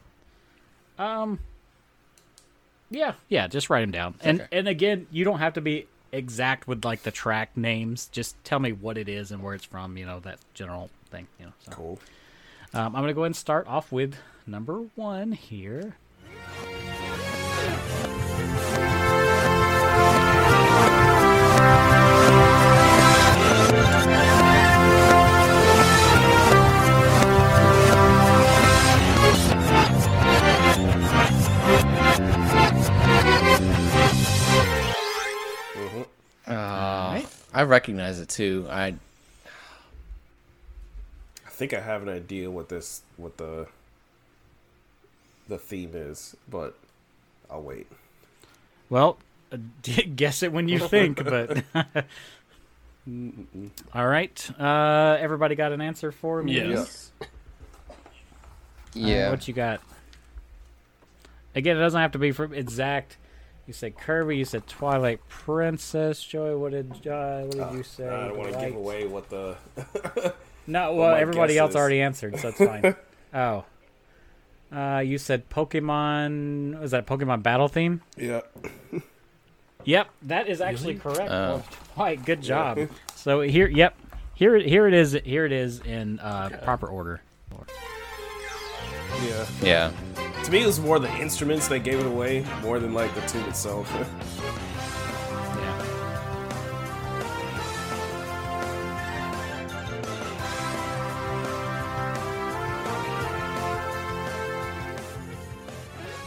Speaker 1: Yeah, yeah, just write them down. And
Speaker 2: Okay.
Speaker 1: and again, you don't have to be exact with like the track names. Just tell me what it is and where it's from. You know that general thing. You know. So.
Speaker 3: cool.
Speaker 1: Um, I'm gonna go ahead and start off with number one here.
Speaker 2: I recognize it too. I
Speaker 3: I think I have an idea what this what the the theme is, but I'll wait.
Speaker 1: Well, uh, <laughs> guess it when you think, but. <laughs> All right. Uh, everybody got an answer for me?
Speaker 4: Yes.
Speaker 1: Uh,
Speaker 2: Yeah.
Speaker 1: what you got? Again, it doesn't have to be for exact. You said Kirby. You said Twilight Princess. Joy. What did uh, What did you say?
Speaker 3: I don't want to
Speaker 1: Light-
Speaker 3: give away what the.
Speaker 1: No. Well,
Speaker 3: my
Speaker 1: everybody else
Speaker 3: guesses.
Speaker 1: already answered, so it's
Speaker 3: <laughs>
Speaker 1: fine. oh. Uh, you said Pokemon. Was that Pokemon battle theme?
Speaker 3: <laughs> yeah.
Speaker 1: Yep, that is actually correct.
Speaker 2: Oh.
Speaker 1: Quite good job. so here, yep, here, here it is. Here it is in uh, proper order.
Speaker 3: Yeah.
Speaker 2: Yeah.
Speaker 3: To me, it was more the instruments that gave it away more than like the tune itself. <laughs> Uh,
Speaker 1: Yeah.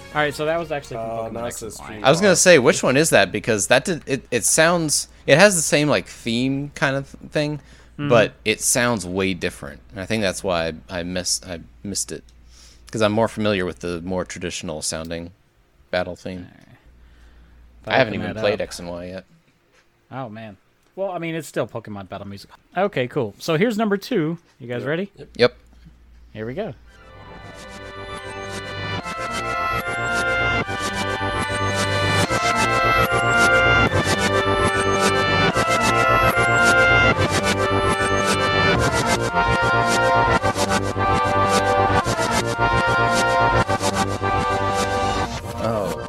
Speaker 1: All right, so that was actually from
Speaker 3: Oh,
Speaker 1: Pokemon
Speaker 3: now it
Speaker 1: X and
Speaker 3: says
Speaker 1: Y.
Speaker 3: Street
Speaker 2: I was gonna say which one is that because that did it. It sounds it has the same like theme kind of thing,
Speaker 1: Hmm.
Speaker 2: but it sounds way different. And I think that's why I, I miss I missed it because I'm more familiar with the more traditional sounding battle theme. I haven't
Speaker 1: Open
Speaker 2: even
Speaker 1: that
Speaker 2: played
Speaker 1: up.
Speaker 2: X and Y yet.
Speaker 1: Oh man. Well, I mean, it's still Pokemon battle music. Okay, cool. So here's number two. You guys ready?
Speaker 2: Yep.
Speaker 1: Here we go.
Speaker 2: Oh,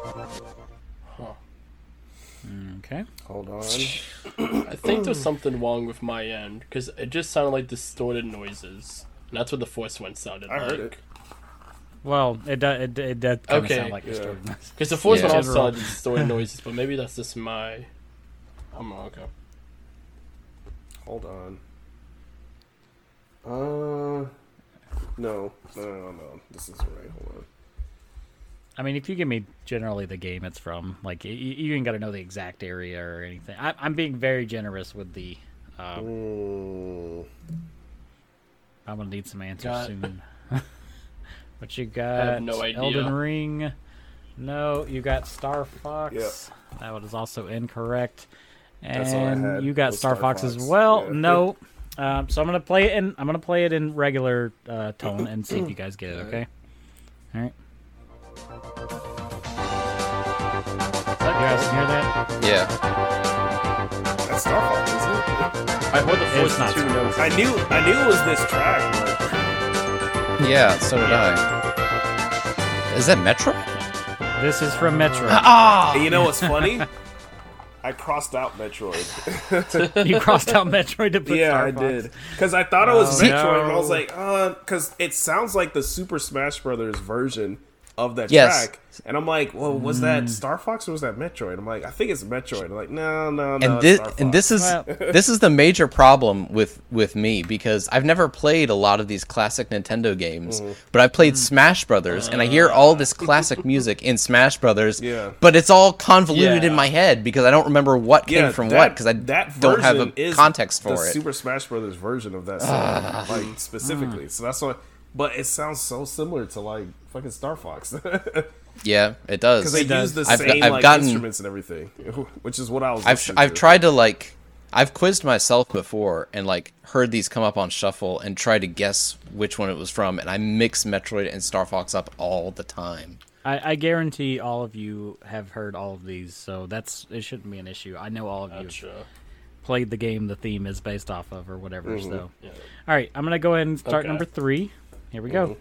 Speaker 1: Okay.
Speaker 3: Hold on.
Speaker 4: I think
Speaker 3: <clears throat>
Speaker 4: there's something wrong with my end because it just sounded like distorted noises. And that's what the first one sounded
Speaker 3: I
Speaker 4: like.
Speaker 3: heard it.
Speaker 1: Well, it does. It, it does kind of
Speaker 4: Okay.
Speaker 1: sound like
Speaker 3: Yeah.
Speaker 1: distorted. <laughs> noise.
Speaker 4: Because the first
Speaker 2: Yeah.
Speaker 4: one also
Speaker 1: General. <laughs>
Speaker 4: sounded distorted noises, but maybe that's just my. I'm not okay.
Speaker 3: Hold on. Uh. No. No, no, no. This is right. Hold on.
Speaker 1: I mean, if you give me generally the game it's from, like you, you ain't got to know the exact area or anything. I, I'm being very generous with the. Um,
Speaker 3: Mm.
Speaker 1: I'm gonna need some answers
Speaker 4: Got- <laughs>
Speaker 1: soon. <laughs> what you got?
Speaker 4: have no idea.
Speaker 1: Elden Ring. No, you got Star Fox. That one is also incorrect.
Speaker 3: That's all I
Speaker 1: And
Speaker 3: had
Speaker 1: you got
Speaker 3: was
Speaker 1: Star,
Speaker 3: Star
Speaker 1: Fox, as
Speaker 3: Fox.
Speaker 1: well.
Speaker 3: Yeah.
Speaker 1: No. Um, so I'm gonna play it in. I'm gonna play it in regular uh, tone and see if you guys get it. Okay. All right.
Speaker 4: Is that
Speaker 1: You guys can hear that?
Speaker 2: yeah.
Speaker 3: That's Star Fox, isn't it?
Speaker 4: I heard the
Speaker 1: It's
Speaker 4: first
Speaker 1: not
Speaker 4: two notes.
Speaker 3: I knew. I knew it was this track. But
Speaker 2: Yeah. So did I. Is that Metro?
Speaker 1: This is from Metro.
Speaker 3: <laughs> And you know
Speaker 2: <laughs>
Speaker 3: what's funny? I crossed out Metroid.
Speaker 1: you crossed out Metroid to put
Speaker 3: yeah,
Speaker 1: Star
Speaker 3: I
Speaker 1: Fox.
Speaker 3: did. Because I thought it was
Speaker 1: Oh,
Speaker 3: Metroid, and I was
Speaker 1: no.
Speaker 3: like, uh, because it sounds like the Super Smash Brothers version of that
Speaker 2: Yes. Mm.
Speaker 3: track. And I'm like, well, was that Star Fox or was that Metroid? I'm like, I think it's Metroid. I'm like, no, no, no.
Speaker 2: and
Speaker 3: it's
Speaker 2: this
Speaker 3: Star Fox.
Speaker 2: and this is
Speaker 1: Well-
Speaker 2: this is the major problem with with me because I've never played a lot of these classic Nintendo games,
Speaker 3: Mm-hmm.
Speaker 2: but I played Smash Brothers and I hear all this
Speaker 3: <laughs>
Speaker 2: classic music in Smash Brothers,
Speaker 3: Ah. Yeah.
Speaker 2: but it's all convoluted
Speaker 4: Yeah.
Speaker 2: in my head because I don't remember what came
Speaker 3: Yeah,
Speaker 2: from
Speaker 3: that-
Speaker 2: what because I
Speaker 3: that
Speaker 2: don't have
Speaker 3: version
Speaker 2: a
Speaker 3: is
Speaker 2: context for
Speaker 3: the
Speaker 2: it.
Speaker 3: Super Smash Brothers version of that, song, like specifically.
Speaker 2: Hmm.
Speaker 3: So that's why. But it sounds so similar to like fucking Star Fox. <laughs>
Speaker 2: yeah, it does.
Speaker 3: Because they use the
Speaker 2: I've,
Speaker 3: same
Speaker 2: I've
Speaker 3: like
Speaker 2: gotten
Speaker 3: instruments and everything, <laughs> which is what I was.
Speaker 2: I've
Speaker 3: listening
Speaker 2: I've
Speaker 3: to.
Speaker 2: tried to like I've quizzed myself before and like heard these come up on shuffle and tried to guess which one it was from and I mix Metroid and Star Fox up all the time.
Speaker 1: I, I guarantee all of you have heard all of these, so that's it shouldn't be an issue. I know all of you have
Speaker 4: Gotcha.
Speaker 1: played the game the theme is based off of or whatever.
Speaker 3: Mm-hmm.
Speaker 1: So, all right, I'm gonna go ahead and start
Speaker 4: Okay.
Speaker 1: number three. Here we go.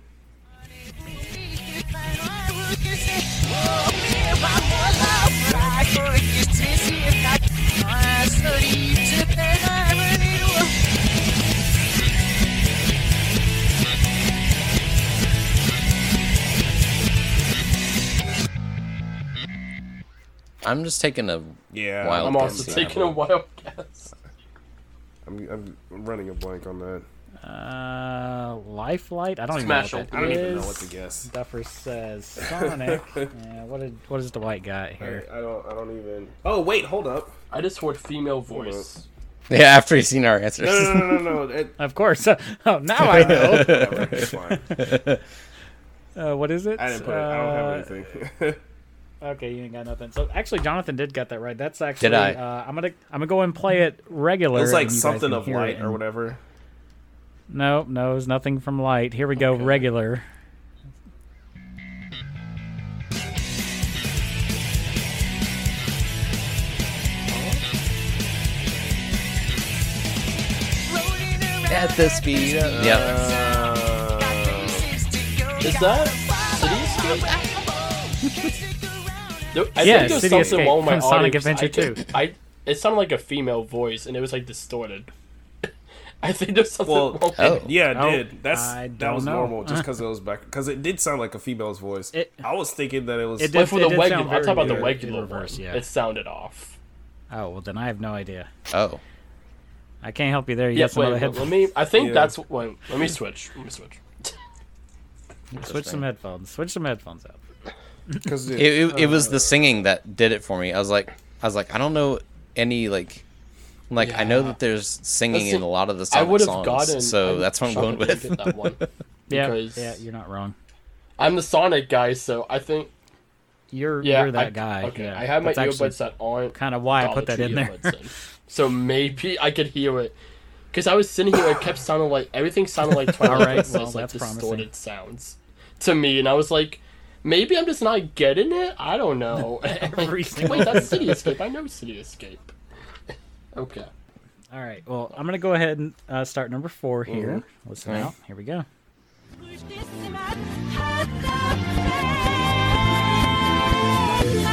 Speaker 2: I'm just taking a
Speaker 3: Yeah,
Speaker 2: Wild
Speaker 4: I'm
Speaker 2: Okay,
Speaker 4: also
Speaker 2: see,
Speaker 4: taking a
Speaker 2: I
Speaker 4: wild guess.
Speaker 3: I'm, I'm, I'm running a blank on that.
Speaker 1: Uh, Lifelight. I don't
Speaker 4: Smash
Speaker 1: even know what that
Speaker 4: it.
Speaker 3: Mm-hmm. I don't even know
Speaker 1: is.
Speaker 3: what to guess.
Speaker 1: Duffer says
Speaker 3: <laughs>
Speaker 1: Sonic. yeah, what did what is the white guy here?
Speaker 3: I don't. I don't even. Oh wait, hold up. <laughs>
Speaker 4: I just heard female voice.
Speaker 2: <laughs> yeah. After you've seen our answers,
Speaker 3: No, no, no, no, no. no. It,
Speaker 1: Of course. <laughs> oh, now I know.
Speaker 3: <laughs>
Speaker 1: <laughs>
Speaker 3: whatever, it's fine.
Speaker 1: Uh, what is it? Uh,
Speaker 3: I didn't put it. I don't have anything. <laughs>
Speaker 1: Okay, you ain't got nothing. So actually, Jonathan did get that right. That's actually.
Speaker 2: Did I?
Speaker 1: Uh, I'm gonna I'm gonna go and play it regular.
Speaker 3: It was like
Speaker 1: and you guys
Speaker 3: something
Speaker 1: can
Speaker 3: of
Speaker 1: hear it
Speaker 3: light or
Speaker 1: and- <laughs>
Speaker 3: whatever.
Speaker 1: No, no, it's nothing from light. Here we go, regular.
Speaker 2: <laughs> At the speed of. Yep.
Speaker 3: Uh,
Speaker 4: Is that City Escape?
Speaker 2: <laughs>
Speaker 4: <laughs> There- I
Speaker 1: Yeah,
Speaker 4: think there's
Speaker 1: City
Speaker 4: something
Speaker 1: Escape
Speaker 4: wrong with my
Speaker 1: from Sonic
Speaker 4: audio, 'cause
Speaker 1: Adventure
Speaker 4: I just-
Speaker 1: 2.
Speaker 4: I it sounded like a female voice, and it was like distorted. <laughs> I think there's something
Speaker 3: Well,
Speaker 4: wrong. with
Speaker 2: Oh.
Speaker 4: it.
Speaker 3: yeah, it
Speaker 1: Oh,
Speaker 3: did. That's
Speaker 1: I
Speaker 3: that
Speaker 1: don't
Speaker 3: was
Speaker 1: know. <laughs>
Speaker 3: normal just because it was back because it did sound like a female's voice.
Speaker 1: It-
Speaker 3: I was thinking that it was.
Speaker 1: It
Speaker 3: <laughs>
Speaker 4: But
Speaker 1: did-
Speaker 4: for the
Speaker 1: sound
Speaker 4: regular, I'm
Speaker 1: very
Speaker 4: talking about the
Speaker 1: weird
Speaker 4: regular
Speaker 1: in reverse,
Speaker 4: one.
Speaker 1: yeah.
Speaker 4: It sounded off.
Speaker 1: Oh well, then I have no idea.
Speaker 2: Oh.
Speaker 1: I can't help you there. You
Speaker 4: Yeah,
Speaker 1: got some
Speaker 4: wait,
Speaker 1: other
Speaker 4: wait,
Speaker 1: headphones.
Speaker 4: let me. I think
Speaker 3: Yeah.
Speaker 4: that's. Wait, let me switch. Let me switch.
Speaker 1: <laughs> Switch some headphones. Switch some headphones out.
Speaker 3: Because
Speaker 2: It, it, it was the singing that did it for me. I was like, I was like, I don't know any like, I'm like I know
Speaker 4: Yeah.
Speaker 2: that there's singing
Speaker 4: That's
Speaker 2: in
Speaker 4: the-
Speaker 2: a lot of the
Speaker 4: I
Speaker 2: Sonic
Speaker 4: would have
Speaker 2: songs,
Speaker 4: gotten.
Speaker 2: so
Speaker 4: I'm
Speaker 2: that's what I'm
Speaker 4: shocked
Speaker 2: going
Speaker 4: I didn't
Speaker 2: with.
Speaker 4: get that one.
Speaker 1: Yeah,
Speaker 4: Because-
Speaker 1: yeah, you're not wrong.
Speaker 4: I'm the Sonic guy, so I think.
Speaker 1: You're
Speaker 4: Yeah,
Speaker 1: you're that
Speaker 4: I,
Speaker 1: guy.
Speaker 4: Okay,
Speaker 1: yeah.
Speaker 4: I have my
Speaker 1: That's actually
Speaker 4: earbuds that aren't.
Speaker 1: Kind of why I
Speaker 4: Dollar
Speaker 1: put that
Speaker 4: Tree
Speaker 1: in there.
Speaker 4: earbuds in. so maybe I could hear it. Because I was sitting here, it kept sounding like everything sounded
Speaker 1: <laughs>
Speaker 4: like Twilight
Speaker 1: Alright,
Speaker 4: was
Speaker 1: well,
Speaker 4: like
Speaker 1: that's promising.
Speaker 4: distorted sounds to me, and I was like, maybe I'm just not getting it. I
Speaker 1: <laughs>
Speaker 4: don't know. <laughs> like,
Speaker 1: <laughs> Every
Speaker 4: Wait, that's City Escape. I know City Escape. <laughs> okay.
Speaker 1: All right. Well, I'm gonna go ahead and uh, start number four here.
Speaker 4: Mm-hmm.
Speaker 1: Listen out. Here we go.
Speaker 5: Oh,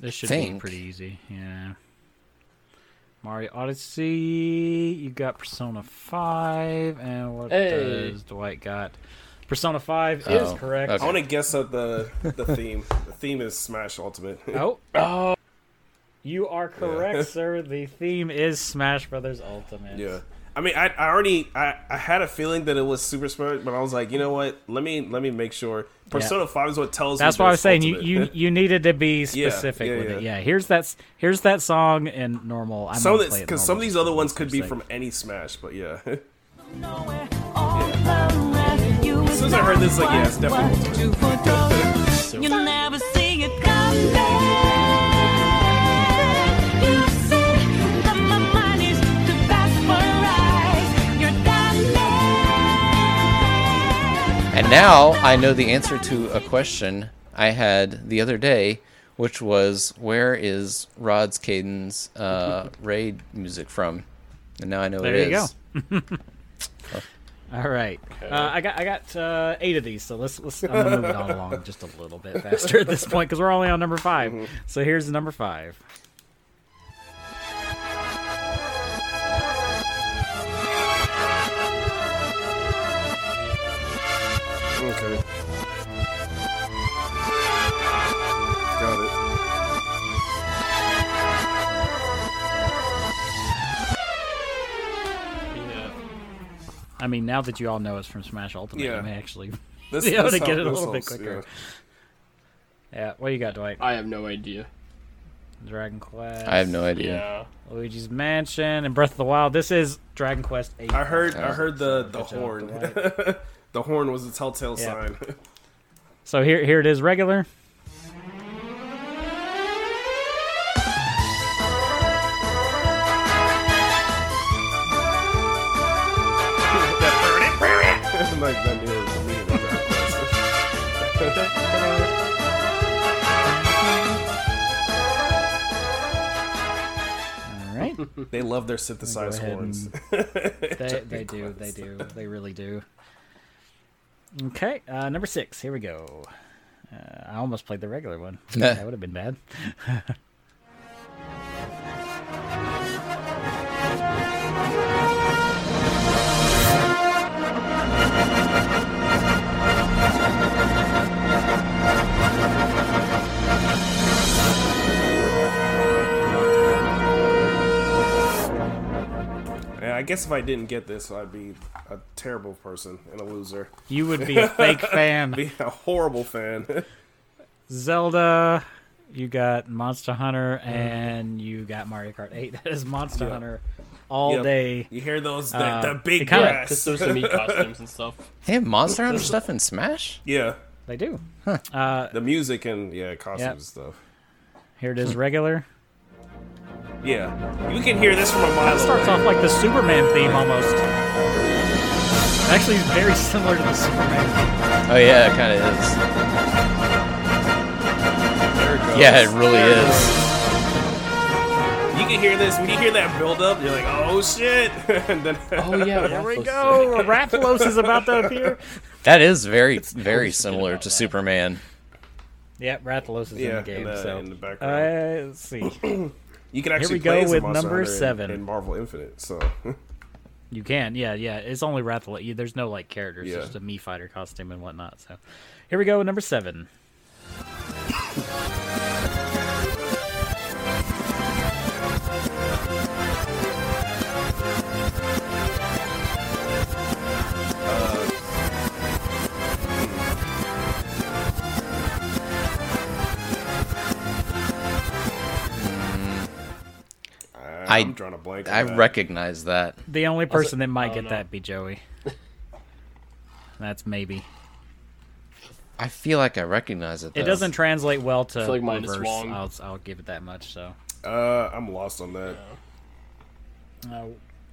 Speaker 1: This should be
Speaker 2: Think.
Speaker 1: pretty easy. Yeah. Mario Odyssey. You got Persona Five, and what
Speaker 4: Hey.
Speaker 1: does Dwight got? Persona Five is
Speaker 2: Oh,
Speaker 1: correct.
Speaker 2: okay.
Speaker 3: I want to guess at the the theme. the theme is Smash Ultimate. <laughs>
Speaker 1: Oh,
Speaker 4: Oh,
Speaker 1: you are correct, sir. The theme is Smash Brothers Ultimate.
Speaker 3: Yeah. I mean, I, I already I, I had a feeling that it was Super Smash, but I was like, you know what? Let me let me make sure. Persona Five is what tells.
Speaker 1: That's
Speaker 3: me
Speaker 1: why I
Speaker 3: that
Speaker 1: was
Speaker 3: it's
Speaker 1: saying you,
Speaker 3: Ultimate. <laughs>
Speaker 1: you you needed to be specific
Speaker 3: yeah,
Speaker 1: with
Speaker 3: yeah.
Speaker 1: it. Yeah, here's that s- here's that song in normal. I'm
Speaker 3: some
Speaker 1: gonna
Speaker 3: of
Speaker 1: play it
Speaker 3: because
Speaker 1: normal
Speaker 3: some of these
Speaker 1: just
Speaker 3: other
Speaker 1: for
Speaker 3: ones could be
Speaker 1: sake.
Speaker 3: from any Smash, but yeah. <laughs>
Speaker 5: As soon as I heard this, like, yeah, it's definitely. You never see it coming. You see that my mind is the best for eyes. You're diamond.
Speaker 2: And now I know the answer to a question I had the other day, which was where is Rod's Caden's uh, raid music from? And now I know
Speaker 1: There
Speaker 2: it
Speaker 1: you
Speaker 2: is.
Speaker 1: All right, uh, I got I got uh, eight of these, so let's let's I'm gonna move it on along just a little bit faster at this point because we're only on number 5 So here's number five.
Speaker 3: okay. Got it.
Speaker 4: yeah.
Speaker 1: I mean, now that you all know it's from Smash Ultimate,
Speaker 3: Yeah.
Speaker 1: you may actually <laughs>
Speaker 3: This,
Speaker 1: be able to
Speaker 3: this
Speaker 1: get it a
Speaker 3: helps-
Speaker 1: little bit
Speaker 3: this helps,
Speaker 1: quicker.
Speaker 3: yeah.
Speaker 1: Yeah. what you got, Dwight?
Speaker 4: I have no idea.
Speaker 1: Dragon Quest.
Speaker 2: I have no idea.
Speaker 4: Yeah.
Speaker 1: Luigi's Mansion and Breath of the Wild. This is Dragon Quest Eight.
Speaker 3: I heard I heard the the
Speaker 1: Good job,
Speaker 3: horn.
Speaker 1: Dwight.
Speaker 3: <laughs> the horn was a telltale
Speaker 1: Yeah.
Speaker 3: sign. <laughs>
Speaker 1: So here here it is, regular.
Speaker 3: like that knew it was me in the
Speaker 1: <laughs>
Speaker 3: background.
Speaker 1: All right.
Speaker 3: They love their synthesized
Speaker 1: ahead
Speaker 3: horns.
Speaker 1: <laughs> They, they do. They do. They really do. Okay, uh, number six. Here we go. Uh, I almost played the regular
Speaker 2: <laughs>
Speaker 1: one. that would have been bad.
Speaker 3: And I guess if I didn't get this, I'd be a terrible person and a loser.
Speaker 1: <laughs> You would be a fake fan.
Speaker 3: Be a horrible fan. <laughs>
Speaker 1: Zelda, you got Monster Hunter, and you got Mario Kart 8. <laughs> That is Monster Hunter all
Speaker 3: Yep.
Speaker 1: day.
Speaker 3: You hear those the,
Speaker 1: Uh,
Speaker 3: the
Speaker 1: it
Speaker 3: big
Speaker 1: kinda-
Speaker 3: brass.
Speaker 4: Just those some neat costumes and stuff.
Speaker 2: They have Monster Hunter stuff in Smash.
Speaker 3: yeah,
Speaker 1: They do.
Speaker 3: the music and yeah, costumes and stuff.
Speaker 1: Here it is, regular.
Speaker 3: Yeah, you can hear this from a mile
Speaker 1: Starts
Speaker 3: away.
Speaker 1: off like the Superman theme almost. Actually, very similar to the Superman.
Speaker 2: Oh yeah, it kind of is.
Speaker 3: There it goes.
Speaker 2: Yeah, it really is.
Speaker 3: You can hear this when you hear that build up. You're like, oh shit, <laughs> and then
Speaker 4: <laughs> Oh yeah,
Speaker 1: Here we go.
Speaker 3: <laughs>
Speaker 1: Rathalos is about to appear.
Speaker 2: That is very, very similar
Speaker 4: about
Speaker 2: to
Speaker 4: that.
Speaker 2: Superman.
Speaker 1: Yep, Rathalos is in
Speaker 3: yeah,
Speaker 1: the game.
Speaker 3: in, the,
Speaker 1: so
Speaker 3: in the background,
Speaker 1: Uh, let's see.
Speaker 3: you can actually
Speaker 1: we go
Speaker 3: play as a
Speaker 1: with
Speaker 3: Monster
Speaker 1: number
Speaker 3: Hunter in-
Speaker 1: seven.
Speaker 3: in, Marvel Infinite. So <laughs>
Speaker 1: You can, yeah, yeah. It's only Rathalos. You- There's no like characters.
Speaker 3: Yeah.
Speaker 1: It's just a Mii Fighter costume and whatnot. So here we go. Number seven.
Speaker 3: I,
Speaker 2: I-
Speaker 3: am drawing a blank. on
Speaker 2: I
Speaker 3: that.
Speaker 2: recognize that.
Speaker 1: The only person that might
Speaker 4: oh,
Speaker 1: get
Speaker 4: no.
Speaker 1: that be Joey. That's maybe.
Speaker 2: I feel like I recognize it.
Speaker 1: It
Speaker 2: though.
Speaker 1: doesn't translate well to
Speaker 4: feel like mine is
Speaker 1: reverse.
Speaker 4: wrong.
Speaker 1: I'll, I'll give it that much. So,
Speaker 3: Uh, I'm lost on that.
Speaker 1: uh,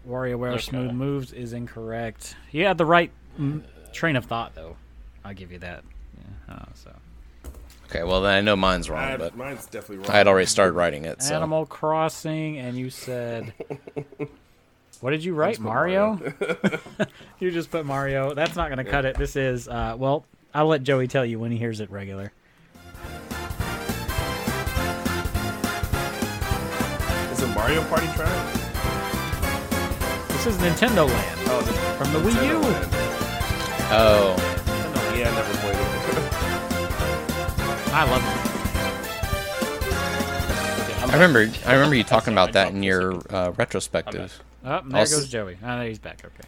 Speaker 1: WarioWare
Speaker 4: Okay.
Speaker 1: Smooth Moves is incorrect. You had the right mm, train of thought, though. I'll give you that. Yeah, uh, so,
Speaker 2: Okay, well then I know mine's wrong,
Speaker 3: I,
Speaker 2: but
Speaker 3: mine's definitely wrong.
Speaker 2: I had already started writing it. So
Speaker 1: Animal Crossing, and you
Speaker 4: <laughs>
Speaker 1: said, what did you write? Mario.
Speaker 4: <laughs>
Speaker 1: <laughs> you just put Mario. That's not going to cut it. This is uh, well. I'll let Joey tell you when he hears it regular.
Speaker 3: Is it Mario Party track?
Speaker 1: This is Nintendo Land
Speaker 3: Oh, the,
Speaker 1: from the Wii U.
Speaker 2: oh,
Speaker 3: Yeah, I never played it.
Speaker 1: I love it.
Speaker 2: I remember. I remember you talking about that in your uh, retrospective.
Speaker 1: Oh, there
Speaker 2: Also-
Speaker 1: goes Joey. Oh, there he's back. Okay.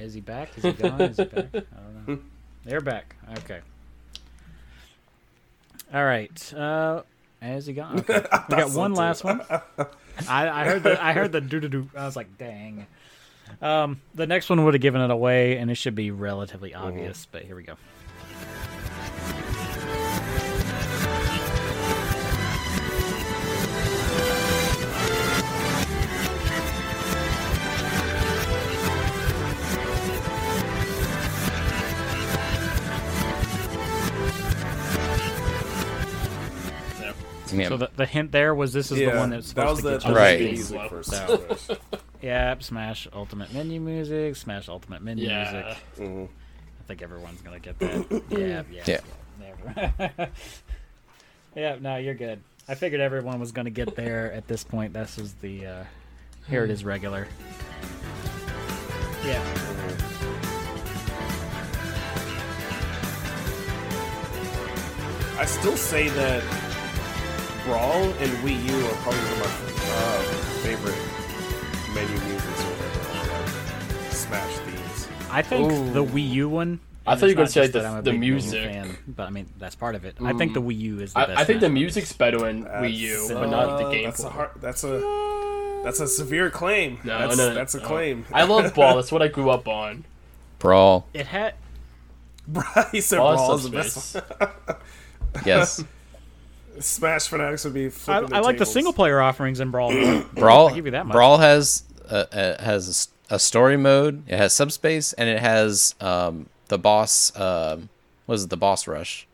Speaker 1: Is he back? Is he gone? Is he back? I don't know. They're back. Okay. All right. Uh, is he gone? Okay. We got one last one. I, I heard the I heard the doo doo doo. I was like, dang. Um, the next one would have given it away, and it should be relatively obvious. But here we go.
Speaker 2: Yeah.
Speaker 1: So the, the hint there was this is
Speaker 3: yeah,
Speaker 1: the one that's
Speaker 3: that was
Speaker 1: supposed
Speaker 3: the
Speaker 1: to get you.
Speaker 2: Right.
Speaker 3: music
Speaker 4: Right.
Speaker 3: first.
Speaker 1: So- Yep, Smash Ultimate Menu Music, Smash Ultimate Menu Music.
Speaker 4: Yeah.
Speaker 1: I think everyone's gonna get that. yeah, yeah,
Speaker 2: Yeah.
Speaker 1: yeah. Never. <laughs> yeah, no, you're good. I figured everyone was gonna get there at this point. This is the uh, here it is regular. Yeah.
Speaker 3: I still say that Brawl and Wii U are probably one of my uh, favorite menu musics or whatever. like, Smash themes.
Speaker 1: I think the Wii U one.
Speaker 4: I
Speaker 1: and
Speaker 4: thought
Speaker 1: it's not
Speaker 4: you were gonna say
Speaker 1: just
Speaker 4: the-
Speaker 1: that I'm a
Speaker 4: the
Speaker 1: big Wii U
Speaker 4: music. Mm.
Speaker 1: but I mean that's part of it. I think the Wii U is the best.
Speaker 4: I, I think the
Speaker 1: Smash.
Speaker 4: music better in Wii U,
Speaker 3: That's,
Speaker 4: but not the
Speaker 3: uh,
Speaker 4: game.
Speaker 3: That's a
Speaker 4: Boy.
Speaker 3: hard, that's a that's a severe claim.
Speaker 4: No,
Speaker 3: that's,
Speaker 4: no,
Speaker 3: that's a
Speaker 4: no.
Speaker 3: claim.
Speaker 1: <laughs>
Speaker 4: I love ball. That's what I grew up on.
Speaker 2: Brawl.
Speaker 1: it had
Speaker 3: <laughs> he said
Speaker 4: Ball
Speaker 3: Brawl
Speaker 4: is
Speaker 3: is the best.
Speaker 4: subspace.
Speaker 3: <laughs>
Speaker 1: <laughs>
Speaker 2: Yes.
Speaker 3: Smash fanatics would be
Speaker 1: I,
Speaker 3: flipping
Speaker 1: I
Speaker 3: their
Speaker 1: like the
Speaker 3: tables.
Speaker 1: single player offerings in Brawl.
Speaker 4: <clears throat>
Speaker 1: more.
Speaker 2: Brawl.
Speaker 1: give you that much.
Speaker 2: Brawl has a, a, has a s- a story mode. It has subspace, and it has um, the boss. Um, what is it? The boss rush.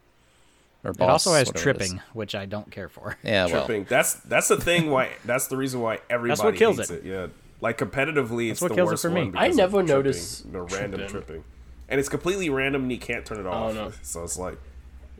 Speaker 2: Or
Speaker 1: It also has
Speaker 2: whatever it is.
Speaker 1: tripping, which I don't care for.
Speaker 2: Yeah. Well.
Speaker 3: tripping. That's that's the
Speaker 1: <laughs>
Speaker 3: thing. Why that's the reason why everybody
Speaker 1: what kills
Speaker 3: hates
Speaker 1: it.
Speaker 3: it. Yeah, like competitively, it's
Speaker 1: what
Speaker 3: the
Speaker 1: kills it
Speaker 3: worst
Speaker 1: for me.
Speaker 3: one
Speaker 4: I
Speaker 3: because of
Speaker 4: never
Speaker 3: tripping,
Speaker 4: notice
Speaker 3: the random
Speaker 4: tripping.
Speaker 3: tripping, and it's completely random and you can't turn it off.
Speaker 4: no.
Speaker 3: So it's like,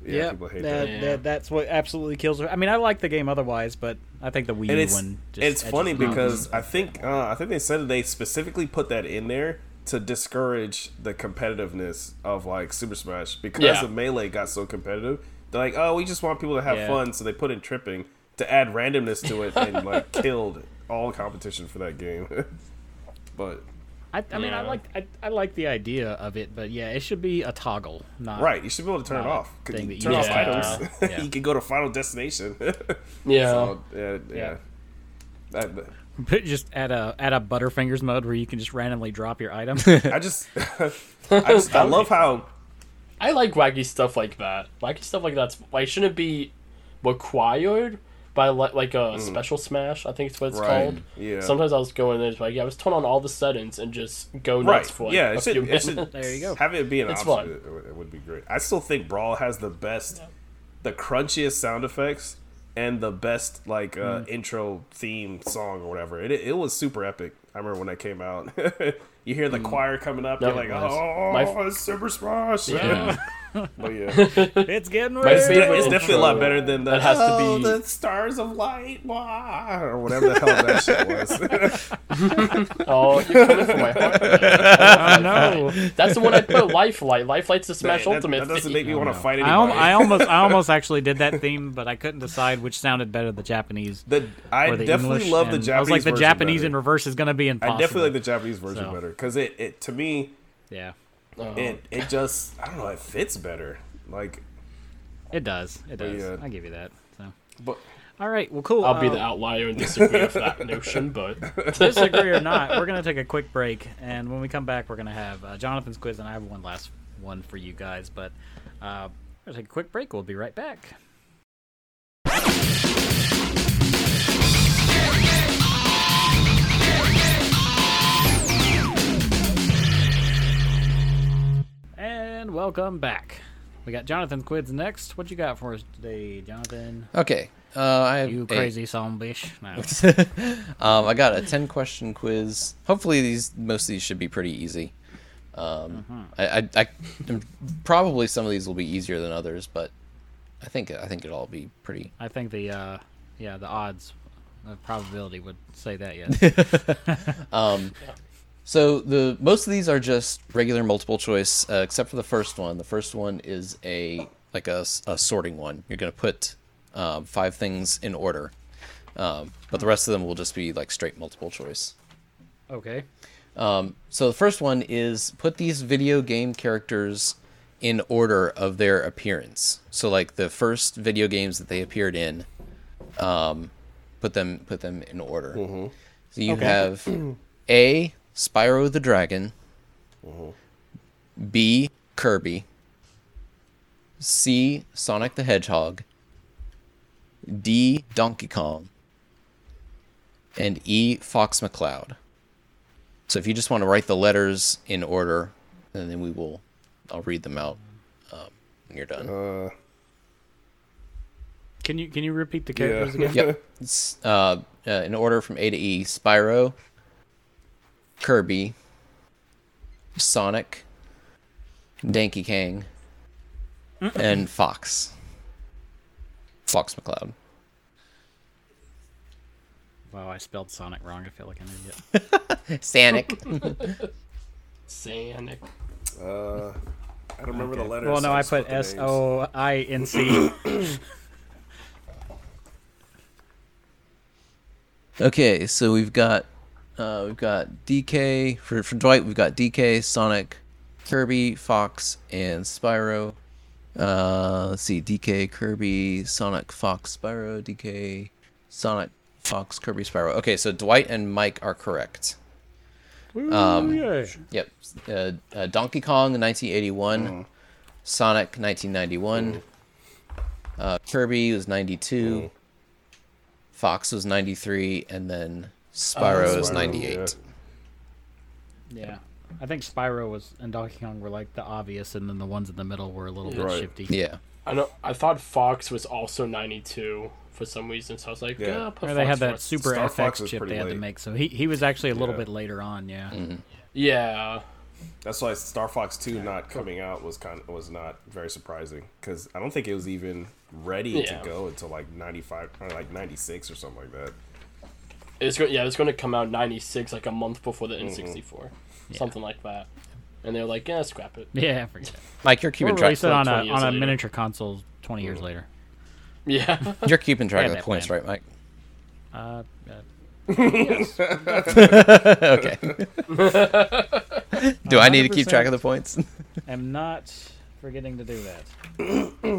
Speaker 3: yeah,
Speaker 1: Yeah,
Speaker 3: people hate
Speaker 1: that,
Speaker 3: that.
Speaker 4: Yeah.
Speaker 1: that- that's what absolutely kills her. I mean, I like the game otherwise, but I think the Wii
Speaker 3: And
Speaker 1: U
Speaker 3: it's
Speaker 1: one. Just
Speaker 3: it's
Speaker 1: edges
Speaker 3: funny
Speaker 1: it out.
Speaker 3: because I think uh, I think they said they specifically put that in there to discourage the competitiveness of like Super Smash because
Speaker 4: Yeah.
Speaker 3: the melee got so competitive. They're like, oh, we just want people to have
Speaker 1: Yeah.
Speaker 3: fun, so they put in tripping to add
Speaker 1: <laughs>
Speaker 3: randomness to it and like killed all competition for that game. <laughs> but
Speaker 1: I, I mean, I
Speaker 4: Yeah.
Speaker 1: like I, I like the idea of it, but yeah, it should be a toggle, not
Speaker 3: Right, you should be able to turn it
Speaker 1: Uh,
Speaker 3: off. Could
Speaker 1: thing
Speaker 3: you
Speaker 1: that
Speaker 3: turn
Speaker 1: you
Speaker 3: off
Speaker 4: just
Speaker 1: have.
Speaker 3: items. <laughs>
Speaker 1: Yeah.
Speaker 3: you can go to Final Destination.
Speaker 4: <laughs>
Speaker 3: <laughs>
Speaker 4: Yeah.
Speaker 3: so, yeah, yeah. That- that-
Speaker 1: Put <laughs> just add a add a Butterfingers mode where you can just randomly drop your
Speaker 3: <laughs>
Speaker 1: item.
Speaker 3: I just,
Speaker 1: <laughs>
Speaker 3: I just, I love how
Speaker 4: I like wacky stuff like that. Wacky stuff like that's like shouldn't it be required by li- like a special smash. I think it's what it's
Speaker 3: Hmm. Right,
Speaker 4: called.
Speaker 3: yeah.
Speaker 4: Sometimes I was going there, it's like yeah, I was turn on all the settings and just go
Speaker 3: right.
Speaker 4: nuts for like
Speaker 3: yeah,
Speaker 4: a
Speaker 3: it
Speaker 4: few
Speaker 3: should, it
Speaker 4: minutes. <laughs>
Speaker 3: should
Speaker 1: There you go.
Speaker 3: Have it be an
Speaker 4: It's
Speaker 3: option.
Speaker 4: fun.
Speaker 3: It would- It would be great. I still think Brawl has the best, the crunchiest sound effects and the best like uh,
Speaker 1: Mm.
Speaker 3: intro theme song or whatever. It it was super epic. I remember when that came out. <laughs> you hear the choir coming up,
Speaker 4: it
Speaker 3: you're like,
Speaker 4: was.
Speaker 3: oh,
Speaker 4: My f-
Speaker 3: it's Super Smash.
Speaker 4: Yeah.
Speaker 3: <laughs> but
Speaker 4: <laughs>
Speaker 3: yeah.
Speaker 1: it's getting weird.
Speaker 4: favorite
Speaker 3: it's definitely a lot
Speaker 4: intro
Speaker 3: better than the,
Speaker 4: that has to
Speaker 3: "Oh,
Speaker 4: be-
Speaker 3: the stars of light wah," or whatever the hell <laughs> that shit was.
Speaker 4: Oh, you're coming for my heart.
Speaker 1: I
Speaker 3: <laughs>
Speaker 1: know.
Speaker 4: That's the one I put. Lifelight. Lifelight's the Smash
Speaker 3: That- that,
Speaker 4: Ultimate.
Speaker 3: that doesn't make me want to fight
Speaker 1: I, al-
Speaker 3: anybody.
Speaker 1: I almost I almost actually did that theme, but I couldn't decide which sounded better, the Japanese
Speaker 3: the, I
Speaker 1: or the
Speaker 3: definitely
Speaker 1: English.
Speaker 3: love the
Speaker 1: and
Speaker 3: Japanese.
Speaker 1: I was like, the
Speaker 3: version
Speaker 1: Japanese
Speaker 3: better.
Speaker 1: in reverse is going to be impossible.
Speaker 3: I definitely like the Japanese version
Speaker 1: So. Oh.
Speaker 3: better because it, it to me
Speaker 1: yeah,
Speaker 3: it it just I don't know it fits better like
Speaker 1: it does. It does.
Speaker 3: yeah.
Speaker 1: I give you that. So.
Speaker 3: but
Speaker 1: All right. Well, cool.
Speaker 4: I'll be
Speaker 1: Uh,
Speaker 4: the outlier and disagree with
Speaker 3: <laughs>
Speaker 4: that notion, but
Speaker 1: disagree or not, we're going to take a quick break. And when we come back, we're going to have uh, Jonathan's quiz, and I have one last one for you guys. But uh, we're going to take a quick break. We'll be right back. And welcome back. We got Jonathan's quiz next. What you got for us today, Jonathan?
Speaker 2: Okay. Uh, I have
Speaker 1: You
Speaker 2: a-
Speaker 1: crazy son of a bitch. No.
Speaker 2: <laughs> um, I got a ten question quiz. Hopefully, these most of these should be pretty easy. Um,
Speaker 1: Mm-hmm.
Speaker 2: I, I, I probably some of these will be easier than others, but I think I think it'll all be pretty
Speaker 1: I think the uh, yeah the odds, the probability would say that yes.
Speaker 2: So the most of these are just regular multiple choice, uh, except for the first one. The first one is a like a, s- a sorting one. You're going to put um, five things in order, um, but the rest of them will just be like straight multiple choice.
Speaker 1: okay.
Speaker 2: So the first one is put these video game characters in order of their appearance. So like the first video games that they appeared in, um, put them put them in order. So you have A. Spyro the Dragon, B. Kirby, C. Sonic the Hedgehog, D. Donkey Kong, and E. Fox McCloud. So if you just want to write the letters in order, and then we will, I'll read them out. Um, when you're done.
Speaker 1: Can you can you repeat the characters again?
Speaker 2: yep. It's, uh, uh, in order from A to E: Spyro, Kirby, Sonic, Danky Kang, and Fox. Fox McCloud.
Speaker 1: <laughs> Wow, I spelled Sonic wrong. I feel like an idiot.
Speaker 2: Sonic.
Speaker 4: Sanic.
Speaker 3: uh I don't remember the letters.
Speaker 1: well, no,
Speaker 3: so
Speaker 1: I
Speaker 3: just
Speaker 1: put
Speaker 3: the names.
Speaker 1: S O I N C.
Speaker 2: <laughs> Okay, so we've got uh, we've got DK for for Dwight. We've got DK, Sonic, Kirby, Fox, and Spyro. Uh, let's see, DK, Kirby, Sonic, Fox, Spyro, DK, Sonic, Fox, Kirby, Spyro. Okay, so Dwight and Mike are correct. Um, Yep. Uh, uh, Donkey Kong, 1981. Sonic, 1991. Uh, Kirby was 92. Fox was 93. And then Spyro was
Speaker 3: Spyro,
Speaker 2: 98.
Speaker 3: yeah.
Speaker 1: Yeah, I think Spyro was and Donkey Kong were like the obvious, and then the ones in the middle were a little bit
Speaker 3: Right.
Speaker 1: shifty.
Speaker 2: Yeah.
Speaker 4: I know. I thought Fox was also 92 for some reason, so I was like, yeah,
Speaker 3: Yeah.
Speaker 4: I'll put
Speaker 1: Or they had
Speaker 4: Fox
Speaker 1: that
Speaker 4: first.
Speaker 1: super
Speaker 3: Star
Speaker 1: FX
Speaker 3: Fox was
Speaker 1: chip
Speaker 3: pretty
Speaker 1: they had to
Speaker 3: late.
Speaker 1: make, so he he was actually a little
Speaker 3: Yeah.
Speaker 1: bit later on. Yeah.
Speaker 4: Yeah.
Speaker 3: That's why Star Fox Two not coming out was kind of, was not very surprising because I don't think it was even ready
Speaker 4: Yeah.
Speaker 3: to go until like ninety five or like ninety six or something like that.
Speaker 4: It's going yeah, it's going to come out 96 like a month before
Speaker 2: Mm-hmm.
Speaker 4: the N64. Something like that. And they're like, "Yeah, scrap it."
Speaker 1: <laughs> Yeah, I forget.
Speaker 2: Mike, you're
Speaker 1: Or
Speaker 2: keeping track.
Speaker 1: released it on a
Speaker 4: 20 years
Speaker 1: on a
Speaker 4: later.
Speaker 1: miniature console twenty years later.
Speaker 4: <laughs> Yeah.
Speaker 1: <laughs>
Speaker 2: You're keeping track
Speaker 1: Yeah,
Speaker 2: of the
Speaker 1: that
Speaker 2: points,
Speaker 1: plan.
Speaker 2: right, Mike?
Speaker 1: Uh, uh,
Speaker 2: <laughs> okay. Do I need to keep
Speaker 1: 100%.
Speaker 2: track of the points?
Speaker 1: am not forgetting to do that.
Speaker 4: <coughs>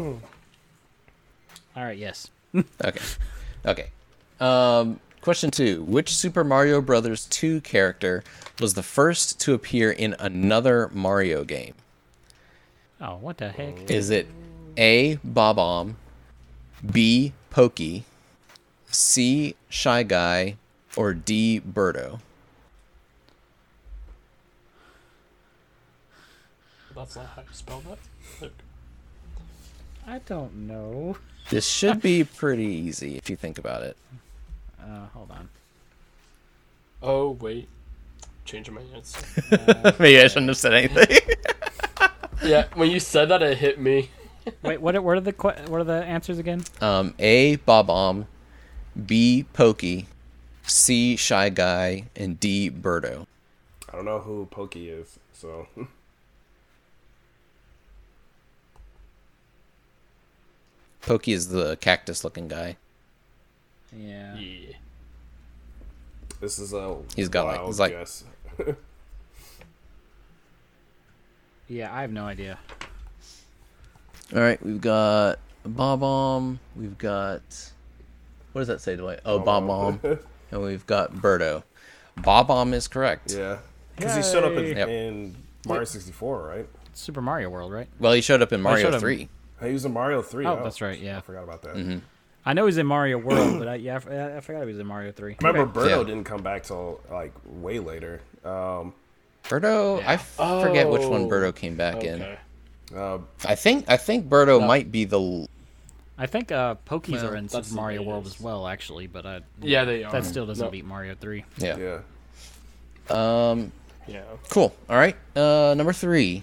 Speaker 1: All right, yes.
Speaker 2: Okay. <laughs> Okay. Um, question two: Which Super Mario Brothers two character was the first to appear in another Mario game?
Speaker 1: Oh, what the heck?
Speaker 2: Is it A. Bob Om, B. Pokey, C. Shy Guy, or D. Birdo?
Speaker 4: That's not how you spell that. Look.
Speaker 1: I don't know.
Speaker 2: This should be pretty easy if you think about it.
Speaker 1: Uh, hold on.
Speaker 4: Oh wait, changing my answer.
Speaker 2: <laughs> Maybe I shouldn't have said anything.
Speaker 4: yeah, when you said that, it hit me.
Speaker 1: Wait, what? Are, what are the que- what are the answers again?
Speaker 2: um, A. Bob Om, B. Pokey, C. Shy Guy, and D. Birdo.
Speaker 3: I don't know who Pokey is, so <laughs>
Speaker 2: Pokey is the cactus-looking guy.
Speaker 1: Yeah.
Speaker 4: Yeah.
Speaker 3: this is a
Speaker 2: He's got, like-
Speaker 3: wild
Speaker 2: he's like-
Speaker 3: guess.
Speaker 1: Yeah, I have no idea.
Speaker 2: All right, we've got Bob Om. We've got what does that say, Dwight? Oh, Bob Om, and we've got Birdo. Bob Om is correct.
Speaker 3: yeah, because he showed up in,
Speaker 2: Yay.
Speaker 3: in Mario sixty four, right?
Speaker 1: Super Mario World, right?
Speaker 2: Well, Oh, he showed up in
Speaker 1: showed
Speaker 2: Mario
Speaker 1: him.
Speaker 2: Three.
Speaker 3: He was in Mario three.
Speaker 1: Oh, that's right. Yeah,
Speaker 3: I forgot about that.
Speaker 2: Mm-hmm.
Speaker 1: I know he's in
Speaker 4: <coughs>
Speaker 1: Mario World, but I, yeah, I f- I, I forgot he was in Mario Three.
Speaker 3: Remember,
Speaker 1: Okay.
Speaker 3: Birdo
Speaker 2: Yeah.
Speaker 3: didn't come back till like way later. Um,
Speaker 2: Birdo, I f- forget which one
Speaker 4: Oh,
Speaker 2: Birdo came back in.
Speaker 4: Okay.
Speaker 3: uh,
Speaker 2: I think I think Birdo might be the l-
Speaker 1: I think uh, Pokies
Speaker 2: Well,
Speaker 1: are in
Speaker 4: that's
Speaker 1: Super Mario
Speaker 4: the
Speaker 1: World
Speaker 4: latest.
Speaker 1: as well, actually, but I,
Speaker 4: Yeah, they are.
Speaker 1: that still doesn't
Speaker 4: No.
Speaker 1: beat Mario Three.
Speaker 2: yeah.
Speaker 3: yeah.
Speaker 4: Yeah.
Speaker 2: Cool. All right. Uh, number three.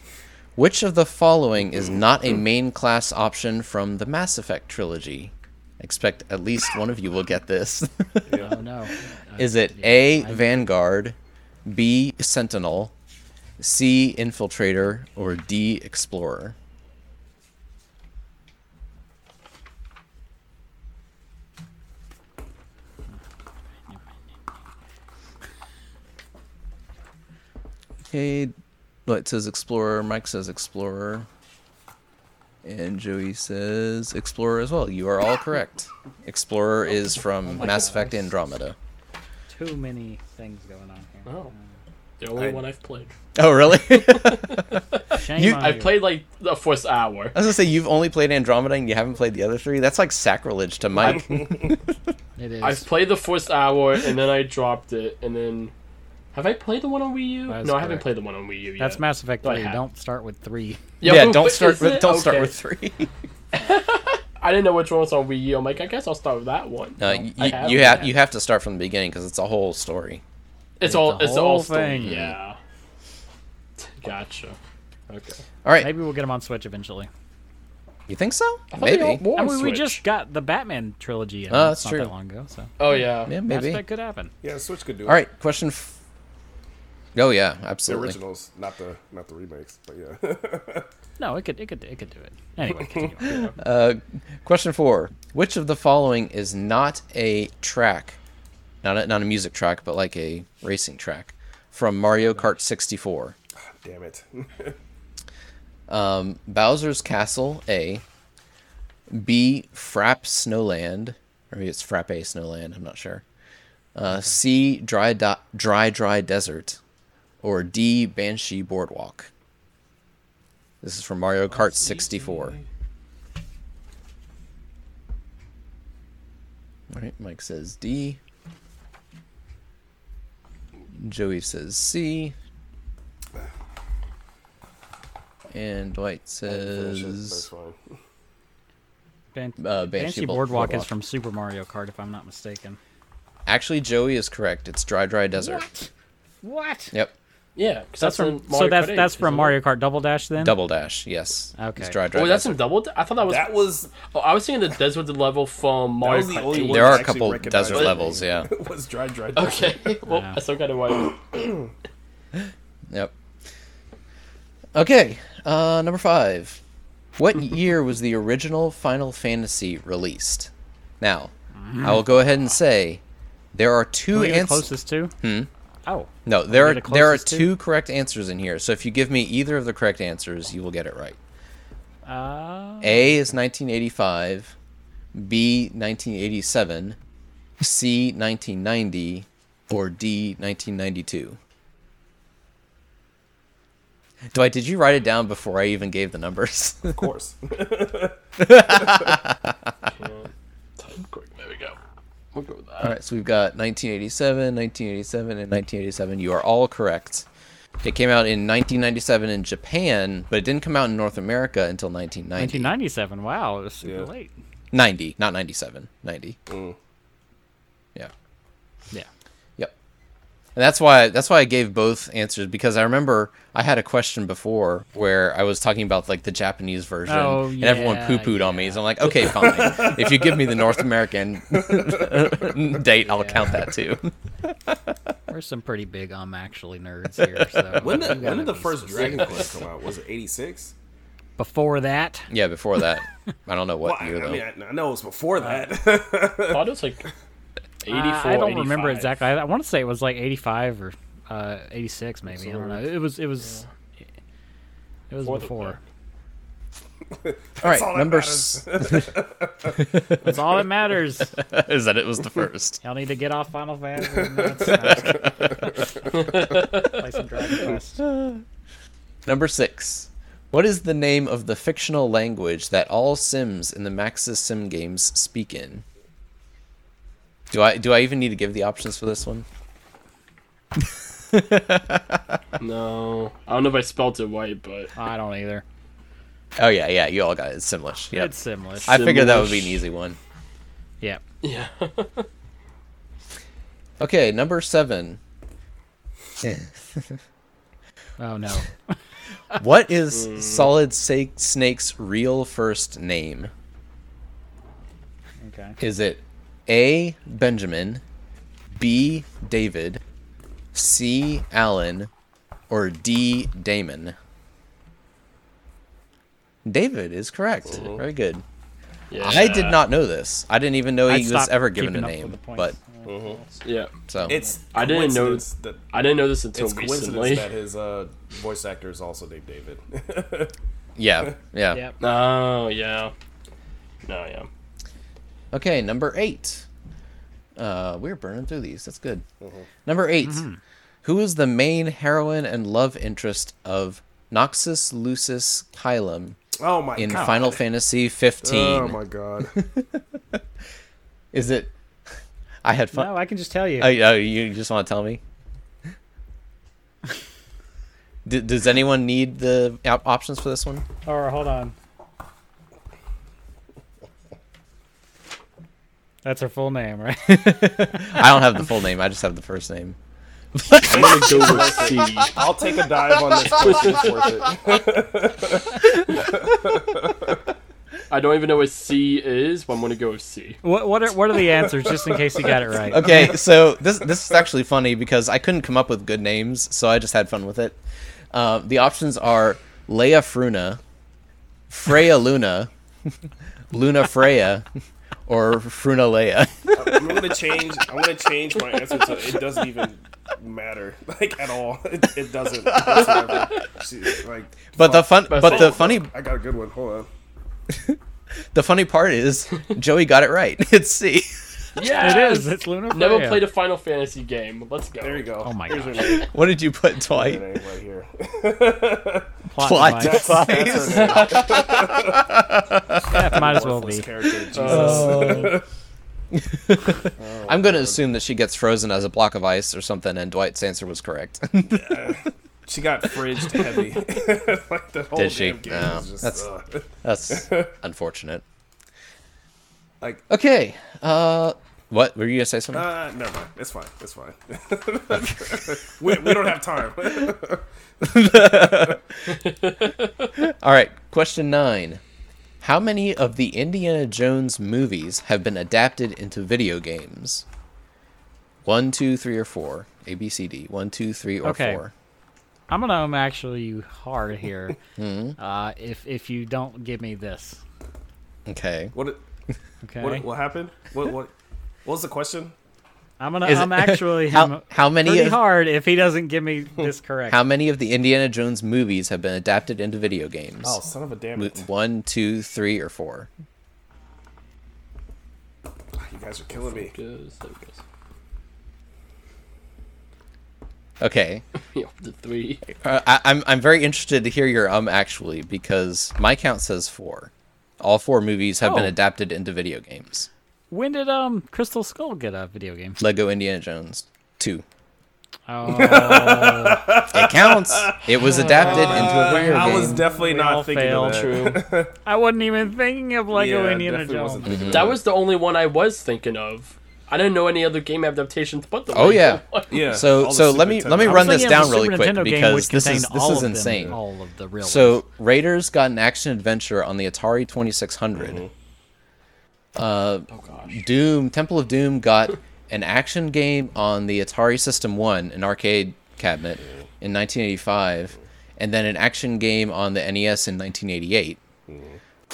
Speaker 2: Which of the following is not a main class option from the Mass Effect trilogy? Expect at least one of you will get this. <laughs>
Speaker 1: Oh no.
Speaker 2: Is it A Vanguard, B Sentinel, C Infiltrator, or D Explorer? Okay, well, it says Explorer. Mike says Explorer, and Joey says Explorer as well. You are all correct. Explorer is from Mass Effect Andromeda.
Speaker 1: Too many things going on here.
Speaker 4: Oh. The only
Speaker 3: I-
Speaker 4: one I've played.
Speaker 2: Oh, really? <laughs> I
Speaker 1: Uh, Shame
Speaker 2: You-
Speaker 1: on
Speaker 4: I've
Speaker 1: you.
Speaker 4: played like the first hour.
Speaker 1: Uh,
Speaker 2: was gonna say you've only played Andromeda and you haven't played the other three. That's like sacrilege to
Speaker 4: <laughs>
Speaker 2: Mike.
Speaker 1: It is.
Speaker 4: I've played the first hour and then I dropped it and then. Have I played the one on Wii U?
Speaker 1: That is
Speaker 4: no, I haven't
Speaker 1: correct.
Speaker 4: played the one on Wii U yet.
Speaker 1: That's Mass Effect
Speaker 4: No, I
Speaker 1: Three.
Speaker 4: haven't.
Speaker 1: Don't start with three.
Speaker 2: yeah,
Speaker 4: but-
Speaker 2: don't
Speaker 4: but
Speaker 2: start
Speaker 4: is
Speaker 2: with
Speaker 4: it?
Speaker 2: don't start
Speaker 4: Okay.
Speaker 2: with three.
Speaker 4: I didn't know which one was on Wii U. I'm like, I guess I'll start with that one.
Speaker 2: No,
Speaker 4: I
Speaker 2: you, you have
Speaker 4: haven't.
Speaker 2: you have to start from the beginning because it's a whole story.
Speaker 4: It's all
Speaker 1: the
Speaker 4: it's all
Speaker 1: whole
Speaker 4: thing.
Speaker 1: thing.
Speaker 4: Yeah. <laughs> Gotcha. Okay.
Speaker 2: All
Speaker 1: <laughs>
Speaker 2: right,
Speaker 1: Maybe we'll get them on Switch eventually.
Speaker 2: you think so?
Speaker 4: thought they all
Speaker 2: Maybe.
Speaker 4: were
Speaker 1: I
Speaker 4: on
Speaker 1: mean, we
Speaker 4: Switch.
Speaker 1: just got the Batman trilogy.
Speaker 2: Oh,
Speaker 1: announced
Speaker 2: that's
Speaker 1: not
Speaker 2: true.
Speaker 1: That long ago, so
Speaker 4: Oh yeah.
Speaker 2: Yeah,
Speaker 1: Mass
Speaker 2: maybe.
Speaker 1: Effect could happen.
Speaker 3: Yeah, Switch could do it.
Speaker 2: All right, question. F- oh yeah,
Speaker 3: the
Speaker 2: absolutely.
Speaker 3: originals, not the not the remakes, but yeah. <laughs>
Speaker 1: No, it could. It could. It could do it. Anyway, continue.
Speaker 2: Question four: Which of the following is not a track, not a, not a music track, but like a racing track from Mario Kart 64?
Speaker 3: Damn it. <laughs>
Speaker 2: Um, Bowser's Castle A, B Frap Snowland, or maybe it's Frappe Snowland. I'm not sure. Uh, C Dry Do- Dry Dry Desert, or D Banshee Boardwalk. This is from Mario Kart 64. All right, Mike says D. Joey says C. And Dwight
Speaker 3: Finish it,
Speaker 2: says
Speaker 3: That's fine.
Speaker 1: Ban-
Speaker 2: uh, Banshee,
Speaker 1: Banshee
Speaker 2: Bo-
Speaker 1: Boardwalk,
Speaker 2: Boardwalk.
Speaker 1: is from Super Mario Kart, if I'm not mistaken.
Speaker 2: Actually, Joey is correct. It's Dry Dry Desert.
Speaker 1: What?
Speaker 2: Yep.
Speaker 4: Yeah, 'cause
Speaker 1: That's
Speaker 4: that's,
Speaker 1: from.
Speaker 4: in
Speaker 1: so
Speaker 4: Mario
Speaker 1: that's
Speaker 4: Kart 8,
Speaker 1: that's from
Speaker 4: isn't it?
Speaker 1: Mario Kart Double Dash then.
Speaker 2: Double Dash. Yes.
Speaker 1: Okay.
Speaker 2: It's Dry Dry
Speaker 4: Oh, that's
Speaker 2: Desert.
Speaker 4: in double. Da- I thought that was.
Speaker 3: That was <laughs>
Speaker 4: oh, I was thinking the desert level from Mario
Speaker 3: was the
Speaker 4: <laughs>
Speaker 3: only
Speaker 4: Kart. 8.
Speaker 3: one-
Speaker 2: There are a
Speaker 3: actually
Speaker 2: couple
Speaker 3: recognized
Speaker 2: desert
Speaker 3: it.
Speaker 2: levels. Yeah.
Speaker 3: was dry, dry.
Speaker 4: Okay. <laughs> Well, I still got it right.
Speaker 2: Yep. Okay. Uh, number five. What
Speaker 1: <laughs>
Speaker 2: year was the
Speaker 1: Mm-hmm.
Speaker 2: original Final Fantasy released? Now, I will go ahead and say There are two
Speaker 1: Who are you the
Speaker 2: answers.
Speaker 1: closest to? Hmm. Oh.
Speaker 2: No, there
Speaker 1: you're
Speaker 2: are
Speaker 1: the
Speaker 2: there are
Speaker 1: closest to?
Speaker 2: two correct answers in here. So if you give me either of the correct answers, you will get it right.
Speaker 1: Uh,
Speaker 2: A is 1985, B 1987, C 1990, or D 1992. Dwight, did you write it down before I even gave the numbers? <laughs>
Speaker 3: Of course.
Speaker 4: Quick, there we go. We'll go with that.
Speaker 2: all right, so we've got 1987, 1987, and 1987. You are all correct. It came out in 1997 in Japan, but it didn't come out in North America until 1990.
Speaker 1: 1997. Wow, it was super
Speaker 3: Yeah.
Speaker 1: late.
Speaker 2: 90, not 97. 90. Yeah.
Speaker 1: Yeah.
Speaker 2: Yep. And that's why that's why I gave both answers because I remember I had a question before where I was talking about like the Japanese version
Speaker 1: Oh,
Speaker 2: and everyone
Speaker 1: yeah,
Speaker 2: poo pooed on me. So I'm like, okay, fine. if you give me the
Speaker 1: <laughs>
Speaker 2: North American date, I'll count that too.
Speaker 1: We're some pretty big um actually nerds here. So
Speaker 3: when
Speaker 1: you
Speaker 3: did,
Speaker 1: gotta
Speaker 3: when did the
Speaker 1: be
Speaker 3: first
Speaker 1: specific.
Speaker 3: Dragon Quest come out? Was it 86?
Speaker 1: Before that,
Speaker 2: Yeah, before that, I don't know
Speaker 3: Well,
Speaker 2: what
Speaker 3: I,
Speaker 2: year
Speaker 3: I
Speaker 2: though.
Speaker 3: mean, I, I know it was before that.
Speaker 4: I thought it was like 84.
Speaker 1: Uh, <laughs> I don't remember
Speaker 4: 85.
Speaker 1: exactly. I, I want to say it was like 85 or uh, 86, maybe. I don't know. It was it was it was
Speaker 4: Before the
Speaker 1: before.
Speaker 2: all right,
Speaker 3: all that
Speaker 2: number
Speaker 3: matters.
Speaker 2: s-
Speaker 1: That's all that matters.
Speaker 2: <laughs> is that it was the first.
Speaker 1: Y'all need to get off Final Fantasy. and that's- no, I'm just
Speaker 2: <laughs>
Speaker 1: kidding. Play some Dragon Quest.
Speaker 2: Number six. What is the name of the fictional language that all Sims in the Maxis Sim games speak in? Do I do I even need to give the options for this one?
Speaker 4: No. I don't know if I spelt it right, but <laughs>
Speaker 1: I don't either.
Speaker 2: Oh yeah, yeah, you all got it. It's Simlish. Yeah,
Speaker 1: It's similar.
Speaker 2: I figured that would be an easy one.
Speaker 1: yeah.
Speaker 4: yeah.
Speaker 2: Okay,
Speaker 1: <laughs>
Speaker 2: number seven.
Speaker 1: Oh no.
Speaker 2: What is
Speaker 1: Hmm.
Speaker 2: Solid Sa- Snake's real first name?
Speaker 1: Okay.
Speaker 2: Is it A. Benjamin, B. David, C. Allen, or D. Damon? David is correct. Very good.
Speaker 4: yeah.
Speaker 2: I did not know this. I didn't even know
Speaker 1: I'd
Speaker 2: he was
Speaker 1: stop
Speaker 2: ever given a
Speaker 1: keeping up with
Speaker 2: name.
Speaker 1: the points.
Speaker 2: But
Speaker 4: Mm-hmm. Yeah.
Speaker 2: so
Speaker 3: It's
Speaker 4: I didn't know-
Speaker 3: coincidence that
Speaker 4: I didn't know this until
Speaker 3: it's
Speaker 4: recently. <laughs>
Speaker 3: coincidence that his uh, voice actor is also named David. <laughs>
Speaker 2: yeah, yeah.
Speaker 1: Yep.
Speaker 4: Oh, yeah. No, yeah.
Speaker 2: Okay, number eight. Uh, we're burning through these. That's good.
Speaker 3: Mm-hmm.
Speaker 2: Number 8 Who is the main heroine and love interest of Noxus Lucis Kylum
Speaker 3: oh my
Speaker 2: in
Speaker 3: god!
Speaker 2: Final Fantasy 15?
Speaker 3: Oh my <laughs> god!
Speaker 2: Is it? <laughs> I had fun.
Speaker 1: No, I can just tell you.
Speaker 2: Oh, oh, you just want to tell me? D- does anyone need the op- options for this one?
Speaker 1: Or hold on. That's her full name, right?
Speaker 2: I don't have the full name. I just have the first name.
Speaker 4: I'm gonna go with C.
Speaker 3: I'll take a dive on this question. It's worth it.
Speaker 4: I don't even know what C is, but I'm gonna go with C.
Speaker 1: What what are what are the answers, just in case you got it right?
Speaker 2: Okay, so this this is actually funny because I couldn't come up with good names, so I just had fun with it. Um, the options are Leia Fruna, Freya Luna, Luna Freya, or Fruna Leia.
Speaker 3: I'm gonna change. I'm gonna change my answer to it doesn't even matter <laughs> like at all. It, it doesn't. whatsoever. She, like,
Speaker 2: But the fun, but the
Speaker 4: That's-
Speaker 2: funny,
Speaker 3: I got a good one. Hold on.
Speaker 2: the funny part is Joey got it right. <laughs> It's C.
Speaker 1: It
Speaker 4: Yeah,
Speaker 1: is. It's Luna.
Speaker 4: Never
Speaker 1: Freya.
Speaker 4: played a Final Fantasy game. Let's go.
Speaker 3: There you go.
Speaker 1: Oh my
Speaker 3: Here's
Speaker 1: gosh.
Speaker 3: your name.
Speaker 2: What did you put,
Speaker 3: Your
Speaker 2: Dwight?
Speaker 3: name right here. <laughs>
Speaker 1: plot.
Speaker 2: Plot
Speaker 1: device. <laughs>
Speaker 2: device.
Speaker 3: That's her name.
Speaker 1: That might as well
Speaker 3: Worthless
Speaker 1: be.
Speaker 3: character. Jesus.
Speaker 1: Oh.
Speaker 2: I'm going to assume that she gets frozen as a block of ice or something, and Dwight's answer was correct. <laughs>
Speaker 3: she got fridged heavy. <laughs> like the whole
Speaker 2: Did she?
Speaker 3: damn game
Speaker 2: No,
Speaker 3: is just,
Speaker 2: that's-
Speaker 3: uh,
Speaker 2: That's unfortunate.
Speaker 3: like
Speaker 2: Okay. Uh, what were you gonna say? Something?
Speaker 3: Uh, never mind. It's fine. It's fine. <laughs> we, we don't have time. <laughs>
Speaker 2: All right, question nine. How many of the Indiana Jones movies have been adapted into video games? One, two, three, or four. A, B, C, D. One, two, three, or
Speaker 1: Okay.
Speaker 2: four.
Speaker 1: I'm gonna um, actually you hard here.
Speaker 2: Hmm.
Speaker 1: uh, if if you don't give me this,
Speaker 2: Okay.
Speaker 3: what,
Speaker 1: okay.
Speaker 2: <laughs>
Speaker 3: what what happened? What what what was the question?
Speaker 1: I'm gonna.
Speaker 2: Is it- <laughs>
Speaker 1: I'm actually.
Speaker 2: how-
Speaker 1: I'm
Speaker 2: how many
Speaker 1: Pretty
Speaker 2: of-
Speaker 1: hard if he doesn't give
Speaker 2: <laughs>
Speaker 1: me this correct.
Speaker 2: How many of the Indiana Jones movies have been adapted into video games?
Speaker 3: Oh, son of a damn it!
Speaker 2: One, two, three, or four.
Speaker 3: You guys are killing me.
Speaker 4: Goes, there it goes. <laughs>
Speaker 2: Okay,
Speaker 4: Yeah, the
Speaker 3: <laughs>
Speaker 4: three.
Speaker 2: uh, I, I'm I'm very interested to hear your um actually because my count says four. All four movies have been
Speaker 1: Oh.
Speaker 2: adapted into video games.
Speaker 1: when did um Crystal Skull get a video
Speaker 2: <laughs>
Speaker 1: game?
Speaker 2: Lego Indiana Jones two.
Speaker 1: Oh,
Speaker 2: It counts. it was adapted
Speaker 4: Oh,
Speaker 2: into a video
Speaker 3: I
Speaker 2: game.
Speaker 3: was definitely
Speaker 1: all
Speaker 3: not thinking
Speaker 1: failed.
Speaker 3: of that.
Speaker 4: True.
Speaker 1: Oh, I wasn't even thinking of Lego
Speaker 3: Yeah,
Speaker 1: Indiana
Speaker 3: definitely
Speaker 1: Jones.
Speaker 3: wasn't thinking of
Speaker 4: That was the only one I was thinking of. I didn't know any other game adaptations but the.
Speaker 2: Oh,
Speaker 4: Lego <laughs>
Speaker 2: yeah.
Speaker 4: one.
Speaker 3: Yeah.
Speaker 2: So-
Speaker 3: all the
Speaker 2: so let
Speaker 3: Super
Speaker 2: me- let me
Speaker 1: I
Speaker 3: Nintendo-
Speaker 1: was
Speaker 2: run this
Speaker 1: thinking of
Speaker 2: down
Speaker 1: the
Speaker 2: really
Speaker 1: Super
Speaker 2: quick
Speaker 1: Nintendo game,
Speaker 2: because
Speaker 1: which
Speaker 2: this is-
Speaker 1: contained
Speaker 2: this
Speaker 1: all
Speaker 2: is
Speaker 1: of them,
Speaker 2: insane.
Speaker 1: all of the real. ones.
Speaker 2: So Raiders got an action adventure on the Atari 2600.
Speaker 4: Mm-hmm. Oh gosh.
Speaker 2: Doom Temple of Doom got an action game on the Atari System 1, an arcade cabinet in 1985, and then an action game on the NES in 1988.
Speaker 4: Mm-hmm.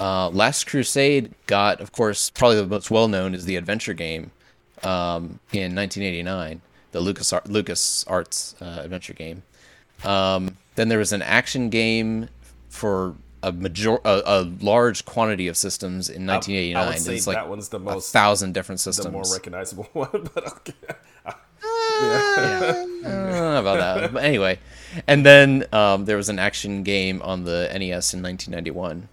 Speaker 2: Uh, Last Crusade got, of course, probably the most well known is the adventure game um, in 1989, the Lucas Lucas Arts uh, adventure game. Um, then there was an action game for a major a, a large quantity of systems in 1989.
Speaker 3: I would say
Speaker 2: It's like
Speaker 3: that one's the
Speaker 2: a
Speaker 3: most
Speaker 2: thousand different
Speaker 3: the
Speaker 2: systems.
Speaker 3: more recognizable <laughs> one, but okay.
Speaker 2: I don't know Ah, about
Speaker 3: <laughs>
Speaker 2: that, but anyway. And then um, there was an action game on the NES in 1991,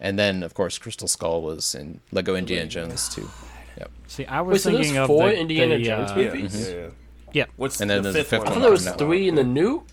Speaker 2: and then of course Crystal Skull was in Lego Indiana Jones too. Yep.
Speaker 1: See, I
Speaker 4: Wait,
Speaker 1: was
Speaker 4: so there's
Speaker 1: thinking of
Speaker 4: four
Speaker 1: the,
Speaker 4: Indiana
Speaker 1: the,
Speaker 4: Jones
Speaker 1: uh,
Speaker 3: Yeah,
Speaker 4: movies?
Speaker 3: yeah, yeah.
Speaker 1: Yeah,
Speaker 3: What's
Speaker 2: Mm-hmm. And
Speaker 3: the,
Speaker 2: then there's a
Speaker 3: fifth
Speaker 2: fifth
Speaker 3: one?
Speaker 4: I
Speaker 2: one.
Speaker 4: thought there was
Speaker 2: No.
Speaker 4: three in the new.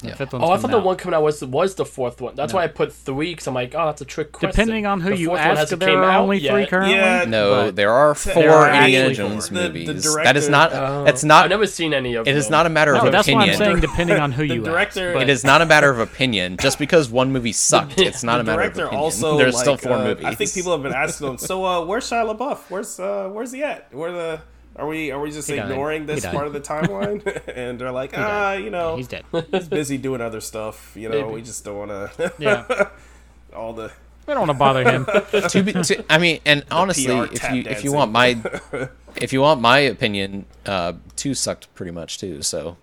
Speaker 1: the fifth one's
Speaker 4: Oh, I
Speaker 1: coming
Speaker 4: thought the
Speaker 1: out.
Speaker 4: one coming out was was the fourth one. That's why I put three because I'm like, oh, that's a trick question.
Speaker 1: Depending on who
Speaker 4: The
Speaker 1: you
Speaker 4: fourth one
Speaker 1: ask,
Speaker 4: hasn't
Speaker 1: there
Speaker 4: came
Speaker 1: are
Speaker 4: out
Speaker 1: only three
Speaker 4: yet.
Speaker 1: currently.
Speaker 3: Yeah,
Speaker 2: No,
Speaker 3: but-
Speaker 2: there are four
Speaker 3: are
Speaker 2: Indiana
Speaker 1: actually
Speaker 2: Jones
Speaker 3: four. The- the
Speaker 2: movies.
Speaker 3: director-
Speaker 2: that is not.
Speaker 4: Oh.
Speaker 2: that's not.
Speaker 4: I've never seen any of.
Speaker 2: it is
Speaker 4: them.
Speaker 2: not a matter
Speaker 1: No,
Speaker 2: of
Speaker 1: that's why
Speaker 2: opinion.
Speaker 1: I'm saying depending on who
Speaker 3: the
Speaker 1: you
Speaker 3: director.
Speaker 1: ask. but-
Speaker 2: it is not a matter of opinion. Just because one movie sucked, it's not a matter of
Speaker 3: director
Speaker 2: opinion.
Speaker 3: also
Speaker 2: There's still
Speaker 3: like,
Speaker 2: four
Speaker 3: uh,
Speaker 2: movies.
Speaker 3: I think people have been asking him. So, uh, where's Shia LaBeouf? Where's uh, where's he at? Where the are we? Are we just
Speaker 1: died.
Speaker 3: ignoring
Speaker 1: He
Speaker 3: this
Speaker 1: died.
Speaker 3: part of the timeline? <laughs> and they're like, ah, you know,
Speaker 1: He's dead.
Speaker 3: he's busy doing other stuff. You know,
Speaker 4: Maybe.
Speaker 3: we just don't want to.
Speaker 1: Yeah,
Speaker 3: <laughs> all the
Speaker 1: we don't want to bother him.
Speaker 2: to be, to, I mean, and honestly,
Speaker 3: PR
Speaker 2: if
Speaker 3: tap
Speaker 2: you if you
Speaker 3: dancing.
Speaker 2: want my
Speaker 3: <laughs>
Speaker 2: if you want my opinion, uh, two sucked pretty much too. So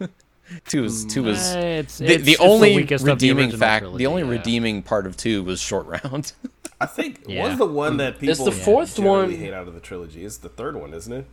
Speaker 2: <laughs> two was two was
Speaker 1: Eh, it's,
Speaker 2: the,
Speaker 1: it's-
Speaker 2: the
Speaker 1: it's
Speaker 2: only
Speaker 1: weakest of the
Speaker 2: redeeming
Speaker 1: original
Speaker 2: fact.
Speaker 1: trilogy,
Speaker 2: the only
Speaker 1: yeah.
Speaker 2: redeeming part of two was short round.
Speaker 3: I think
Speaker 1: Yeah.
Speaker 3: was the one that people
Speaker 4: It's the fourth one.
Speaker 3: generally hate out of the trilogy. It's the third one, isn't it?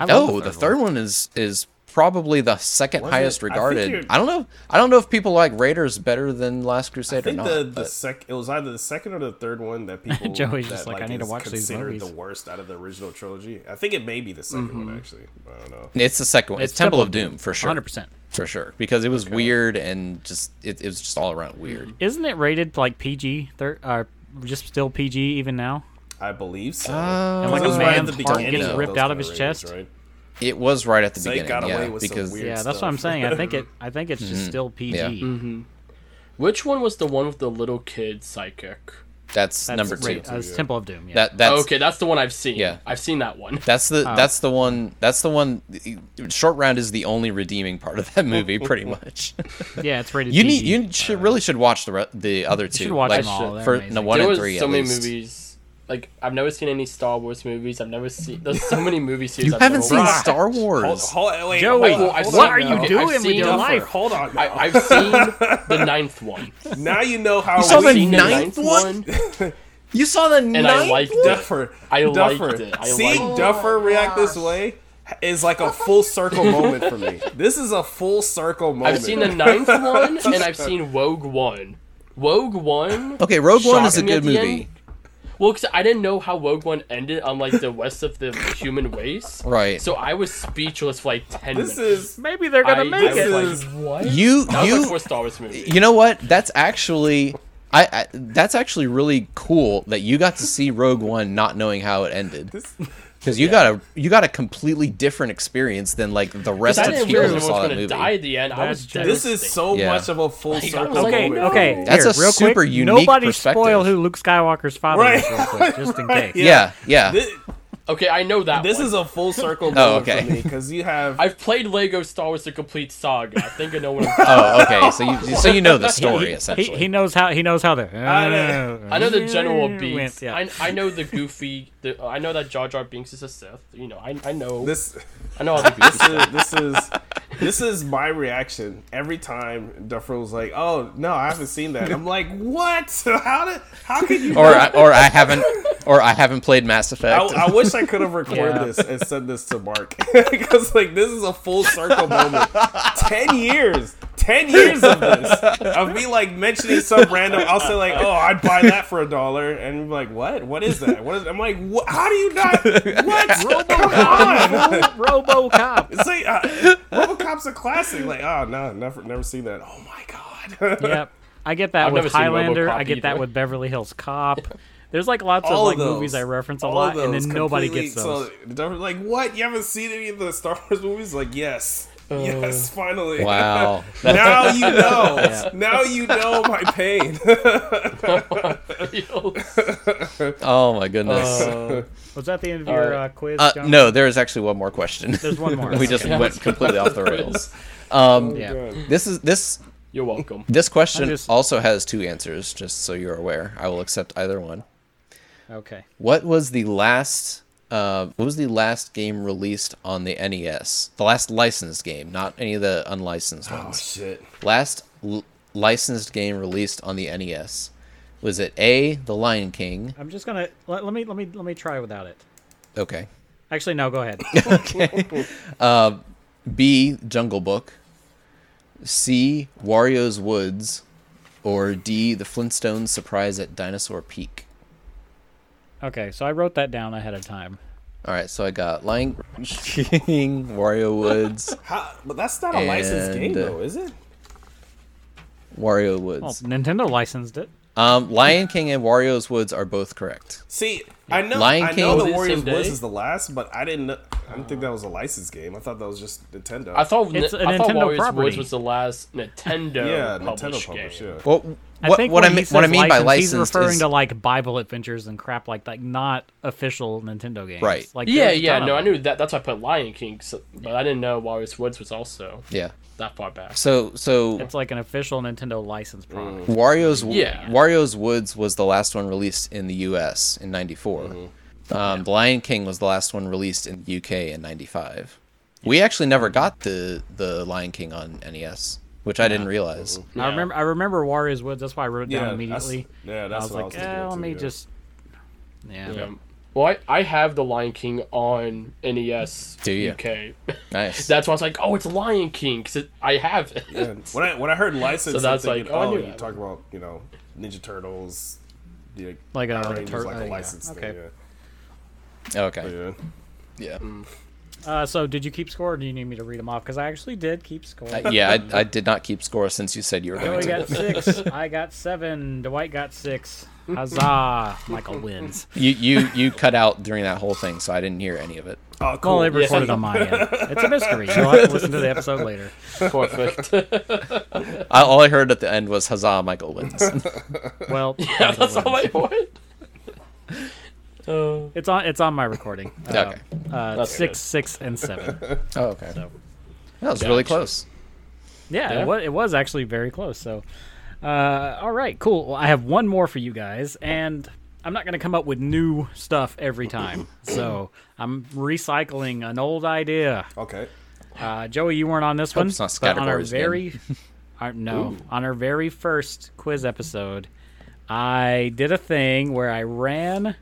Speaker 1: I love
Speaker 2: oh, the third one is is probably the second
Speaker 3: Was
Speaker 2: highest
Speaker 3: it? I think you're-
Speaker 2: regarded. I, don't know. I don't know if people like Raiders better than Last Crusade
Speaker 3: I think
Speaker 2: or
Speaker 3: the,
Speaker 2: not.
Speaker 3: the
Speaker 2: but
Speaker 3: sec it was either the second or the third
Speaker 1: <laughs>
Speaker 3: one that people
Speaker 1: Joey's
Speaker 3: that,
Speaker 1: just like, "I need to
Speaker 3: is
Speaker 1: watch these
Speaker 3: considered
Speaker 1: movies."
Speaker 3: the worst out of the original trilogy. I think it may be the 2nd one actually. I don't know.
Speaker 2: it's the second one. It's, Temple of Doom for sure.
Speaker 1: 100%.
Speaker 2: for sure because it was weird and just it, it was just all around weird.
Speaker 1: Isn't it rated like PG? Thir- uh, just still PG even now?
Speaker 3: I believe so.
Speaker 1: And Uh, like
Speaker 3: It was
Speaker 1: a
Speaker 3: right at
Speaker 1: man's
Speaker 3: the
Speaker 1: heart
Speaker 3: beginning
Speaker 1: gets
Speaker 3: of
Speaker 1: ripped
Speaker 3: those
Speaker 1: out of
Speaker 3: kinda
Speaker 1: his
Speaker 3: ratings,
Speaker 1: chest.
Speaker 3: right?
Speaker 2: It was right at the
Speaker 3: They
Speaker 2: beginning,
Speaker 3: got away
Speaker 2: yeah,
Speaker 3: with some
Speaker 2: because
Speaker 1: Yeah,
Speaker 3: weird
Speaker 1: that's what I'm
Speaker 3: stuff.
Speaker 1: saying. I think it. I think it's just still PG.
Speaker 2: Yeah.
Speaker 4: Which one was the one with the little kid psychic?
Speaker 2: that's,
Speaker 1: That's
Speaker 2: number two.
Speaker 1: right, uh, it's Temple of Doom. Yeah.
Speaker 2: That that's
Speaker 4: okay, that's the one I've seen.
Speaker 2: Yeah.
Speaker 4: I've seen that one.
Speaker 2: that's
Speaker 1: Oh.
Speaker 2: the that's the one that's the one. Short round is the only redeeming part
Speaker 1: <laughs>
Speaker 2: of that movie, pretty much.
Speaker 1: yeah, it's rated.
Speaker 2: you
Speaker 1: PG.
Speaker 2: need you should, really should watch the re- the other two.
Speaker 1: should watch
Speaker 2: like,
Speaker 1: them all, they're
Speaker 2: for
Speaker 1: amazing.
Speaker 2: no, one
Speaker 4: there
Speaker 2: and
Speaker 4: was
Speaker 2: three.
Speaker 4: so
Speaker 2: at
Speaker 4: many
Speaker 2: least.
Speaker 4: movies. Like I've never seen any Star Wars movies. I've never seen. There's
Speaker 2: <laughs>
Speaker 4: so many movie series.
Speaker 2: You
Speaker 4: I've
Speaker 2: haven't
Speaker 4: never
Speaker 2: seen
Speaker 4: watched.
Speaker 2: Star
Speaker 3: Hold,
Speaker 2: Wars.
Speaker 3: hold, wait,
Speaker 1: Joey,
Speaker 3: hold on,
Speaker 4: I've
Speaker 1: what
Speaker 3: hold
Speaker 4: seen
Speaker 3: on
Speaker 1: are
Speaker 4: that.
Speaker 1: you
Speaker 4: I've
Speaker 1: doing with
Speaker 4: seen
Speaker 1: your
Speaker 4: Duffer.
Speaker 1: life?
Speaker 3: Hold on.
Speaker 4: I, I've seen the ninth
Speaker 2: <laughs>
Speaker 4: one.
Speaker 3: now you know how
Speaker 2: saw
Speaker 4: I've
Speaker 2: the
Speaker 3: we
Speaker 4: seen
Speaker 2: ninth one? You saw the
Speaker 4: and I liked it.
Speaker 3: Duffer.
Speaker 4: I liked
Speaker 3: Duffer.
Speaker 4: it. I
Speaker 3: Seeing
Speaker 4: liked it.
Speaker 3: Duffer react this way is like a full circle moment for me. This is a full circle moment.
Speaker 4: I've seen the ninth one, and I've seen Rogue One. Rogue One.
Speaker 2: Okay, Rogue One is a
Speaker 4: shocking me at
Speaker 2: good
Speaker 4: the end.
Speaker 2: movie.
Speaker 4: Well, 'cause I didn't know how Rogue One ended on like the rest of the human race.
Speaker 2: Right.
Speaker 4: So I was speechless for like ten
Speaker 3: This
Speaker 4: minutes.
Speaker 3: is
Speaker 1: Maybe they're gonna
Speaker 4: I,
Speaker 1: make
Speaker 4: I
Speaker 1: it.
Speaker 4: was
Speaker 3: This
Speaker 4: like, what?
Speaker 2: You
Speaker 4: that <laughs> was my
Speaker 2: you
Speaker 4: first Star Wars movie.
Speaker 2: you know what? That's actually I, I that's actually really cool that you got to see Rogue One not knowing how it ended. Because you got a you got a completely different experience than like the rest
Speaker 4: I
Speaker 2: of
Speaker 4: didn't
Speaker 2: people
Speaker 4: realize
Speaker 2: who
Speaker 4: was
Speaker 2: saw
Speaker 4: going
Speaker 2: that
Speaker 4: to
Speaker 2: movie.
Speaker 4: die at the end. I
Speaker 1: That's
Speaker 4: was
Speaker 1: true.
Speaker 3: this
Speaker 4: devastated.
Speaker 3: is so
Speaker 2: Yeah.
Speaker 3: much of a full circle
Speaker 4: was like,
Speaker 1: Okay,
Speaker 3: moment.
Speaker 1: okay.
Speaker 2: That's
Speaker 1: here,
Speaker 2: a
Speaker 1: real
Speaker 2: super
Speaker 1: quick,
Speaker 2: unique
Speaker 1: Nobody
Speaker 2: perspective.
Speaker 1: spoil who Luke Skywalker's father
Speaker 3: Right.
Speaker 1: is, real quick, just in case.
Speaker 2: yeah, yeah.
Speaker 3: Thi-
Speaker 4: Okay, I know that.
Speaker 3: This
Speaker 4: one.
Speaker 3: is a
Speaker 4: <laughs>
Speaker 3: full circle
Speaker 2: Oh,
Speaker 3: moment
Speaker 2: okay.
Speaker 3: for me because you have
Speaker 4: I've played Lego Star Wars: The Complete Saga. I think I know what
Speaker 1: <laughs>
Speaker 4: I'm.
Speaker 2: Oh, okay. So you so you know the story
Speaker 1: He- he,
Speaker 2: essentially.
Speaker 1: he knows how he knows how they're. uh,
Speaker 3: know.
Speaker 4: I know the general
Speaker 1: Yeah,
Speaker 4: beats.
Speaker 1: yeah.
Speaker 4: I, I know the goofy. The, I know that Jar Jar Binks is a Sith. You know, I, I know.
Speaker 3: this.
Speaker 4: I know all the <laughs> goofy stuff.
Speaker 3: this is this is my reaction every time Duffer's like, "Oh no, I haven't seen that." I'm like, "What? <laughs> How did? How could you?"
Speaker 2: or I, or I haven't or I haven't played Mass
Speaker 3: I,
Speaker 2: Effect.
Speaker 3: I wish I could <laughs> have recorded
Speaker 4: Yeah.
Speaker 3: this and sent this to Mark <laughs> because like this is a full circle moment. ten years, ten years of this of me like mentioning some random. I'll say like, "Oh, I'd buy that for a dollar," and I'm like, "What? What is that? What is?" I'm like, "What? How do you <laughs> not? What? Come
Speaker 1: <laughs>
Speaker 3: on!"
Speaker 1: RoboCop.
Speaker 3: It's like uh, RoboCop's a classic. Like, oh no, never, never seen that. Oh my god.
Speaker 1: yep. I get that
Speaker 4: I've
Speaker 1: with
Speaker 4: never seen
Speaker 1: Highlander.
Speaker 4: RoboCop
Speaker 1: I get that
Speaker 4: either.
Speaker 1: with Beverly Hills
Speaker 4: <laughs>
Speaker 1: Cop. There's like lots of
Speaker 3: All
Speaker 1: like
Speaker 3: those.
Speaker 1: movies I reference a
Speaker 3: All
Speaker 1: lot, and
Speaker 3: those
Speaker 1: then nobody
Speaker 3: completely-
Speaker 1: gets those.
Speaker 3: So, they're like, what? You haven't seen any of the Star Wars movies? Like, yes,
Speaker 1: Uh,
Speaker 3: yes, finally.
Speaker 2: wow.
Speaker 3: <laughs> now
Speaker 2: <laughs>
Speaker 3: you know. Now you know my pain. <laughs>
Speaker 2: Oh my goodness.
Speaker 4: Uh,
Speaker 1: Was that the end of
Speaker 4: All
Speaker 1: your
Speaker 4: right.
Speaker 1: uh, quiz?
Speaker 2: Uh,
Speaker 1: John?
Speaker 2: no, there is actually one more question.
Speaker 1: There's one more.
Speaker 2: <laughs> we just
Speaker 1: Okay.
Speaker 2: went
Speaker 1: <laughs>
Speaker 2: completely off the rails. Um,
Speaker 1: Yeah.
Speaker 2: This is this
Speaker 4: you're welcome.
Speaker 2: this question
Speaker 1: just-
Speaker 2: also has two answers. Just so you're aware, I will accept either one.
Speaker 1: Okay.
Speaker 2: What was the last? Uh, what was the last game released on the NES? The last licensed game, not any of the unlicensed
Speaker 3: Oh
Speaker 2: ones.
Speaker 3: shit.
Speaker 2: Last l- licensed game released on the NES. Was it A, The Lion King?
Speaker 1: I'm just gonna let, let me let me let me try without it.
Speaker 2: Okay.
Speaker 1: Actually, no. Go
Speaker 2: <laughs>
Speaker 1: ahead.
Speaker 2: B, Jungle Book. C, Wario's Woods. Or D, The Flintstones Surprise at Dinosaur Peak.
Speaker 1: Okay. So I wrote that down ahead of time.
Speaker 2: All right, so I got Lion King, Wario Woods,
Speaker 3: How, but that's not a
Speaker 2: And,
Speaker 3: licensed game,
Speaker 2: uh,
Speaker 3: though, is it?
Speaker 2: Wario
Speaker 1: Well,
Speaker 2: Woods.
Speaker 1: Nintendo licensed it.
Speaker 2: Um, Lion King and Wario's Woods are both correct.
Speaker 3: See, I know,
Speaker 2: Lion
Speaker 3: I
Speaker 2: King-
Speaker 3: know
Speaker 2: Was
Speaker 3: the
Speaker 4: it the
Speaker 3: Warriors
Speaker 4: same day?
Speaker 3: Woods is the last, but I didn't. Know, I didn't think that was a licensed game. I thought that was just Nintendo.
Speaker 4: I thought
Speaker 1: It's
Speaker 4: Ni-
Speaker 1: a
Speaker 4: I thought
Speaker 1: Nintendo
Speaker 4: Warriors
Speaker 1: property.
Speaker 4: Woods was the last Nintendo
Speaker 3: yeah, Nintendo
Speaker 4: published
Speaker 3: published.
Speaker 4: game.
Speaker 3: Yeah.
Speaker 2: Well,
Speaker 1: I
Speaker 2: what,
Speaker 1: think
Speaker 2: what, I
Speaker 1: when he
Speaker 2: mean, what I
Speaker 1: says
Speaker 2: mean by
Speaker 1: licensed,
Speaker 2: licensed
Speaker 1: he's referring
Speaker 2: is
Speaker 1: to like Bible adventures and crap like that, not official Nintendo games.
Speaker 2: Right.
Speaker 1: Like
Speaker 4: Yeah,
Speaker 1: there's a
Speaker 4: yeah,
Speaker 1: ton
Speaker 4: no,
Speaker 1: of
Speaker 4: I
Speaker 1: them.
Speaker 4: knew that. That's why I put Lion King, so, but I didn't know Warriors Woods was also
Speaker 2: yeah.
Speaker 4: that far back.
Speaker 2: So so
Speaker 1: It's like an official Nintendo licensed product.
Speaker 3: Mm,
Speaker 2: Wario's
Speaker 4: Yeah.
Speaker 2: Wario's Woods was the last one released in the U.S. in '94. Um, The Lion King was the last one released in the U.K. in '95. We actually never got the the Lion King on NES, which I didn't realize.
Speaker 1: I remember. I remember Warriors Woods. That's why I wrote it
Speaker 3: yeah,
Speaker 1: down immediately.
Speaker 3: That's, yeah,
Speaker 1: I
Speaker 3: that's
Speaker 1: was
Speaker 3: what
Speaker 1: like,
Speaker 3: I was thinking
Speaker 1: eh, let
Speaker 3: too,
Speaker 1: me
Speaker 3: yeah.
Speaker 1: just. Yeah.
Speaker 4: Um, well, I, I have the Lion King on E NES
Speaker 2: Do ya?
Speaker 4: UK.
Speaker 2: Nice.
Speaker 4: <laughs> That's why I was like, oh, it's Lion King because I have it. <laughs>
Speaker 3: Yeah, when I when I heard license,
Speaker 4: So that's
Speaker 3: I'm thinking,
Speaker 4: like, oh, I
Speaker 3: oh,
Speaker 4: knew
Speaker 3: you
Speaker 4: that.
Speaker 3: talk about you know Ninja Turtles, the
Speaker 1: Like a-
Speaker 3: Power
Speaker 1: like a
Speaker 3: Rangers,
Speaker 1: tur-
Speaker 3: like
Speaker 1: uh,
Speaker 3: a
Speaker 1: yeah,
Speaker 3: license thing.
Speaker 1: okay.
Speaker 3: Yeah.
Speaker 2: okay.
Speaker 3: Oh, yeah.
Speaker 2: Yeah.
Speaker 1: Uh, so, did you keep score, or do you need me to read them off? Because I actually did keep score.
Speaker 2: Uh, yeah. I, I did not keep score since you said you were going
Speaker 1: Joey
Speaker 2: to.
Speaker 1: got six. I got seven. Dwight got six. Huzzah! Michael wins.
Speaker 2: You you you cut out during that whole thing, so I didn't hear any of it.
Speaker 3: Oh, cool.
Speaker 1: Well, they
Speaker 4: Yeah.
Speaker 1: recorded on my end. It's a mystery. You'll have to listen to the episode later.
Speaker 4: Perfect.
Speaker 2: I, all I heard at the end was "Huzzah, Michael wins."
Speaker 1: Well, Michael
Speaker 4: That's
Speaker 1: wins.
Speaker 4: all I wanted. <laughs> Uh,
Speaker 1: It's on. It's on my recording. Uh,
Speaker 2: Okay.
Speaker 1: uh,
Speaker 4: That's
Speaker 1: six, six, and seven.
Speaker 2: Oh, okay.
Speaker 1: So.
Speaker 2: That was really
Speaker 4: actually.
Speaker 2: close.
Speaker 1: Yeah,
Speaker 4: Yeah.
Speaker 1: It, was, it was actually very close. So, uh, all right, cool. Well, I have one more for you guys, and I'm not going to come up with new stuff every time. so I'm recycling an old idea.
Speaker 3: Okay.
Speaker 1: Uh, Joey, you weren't on this one,
Speaker 2: it's not
Speaker 1: but on our
Speaker 2: Scattergories again. <laughs>
Speaker 1: very, our, no, on our very first quiz episode, I did a thing where I ran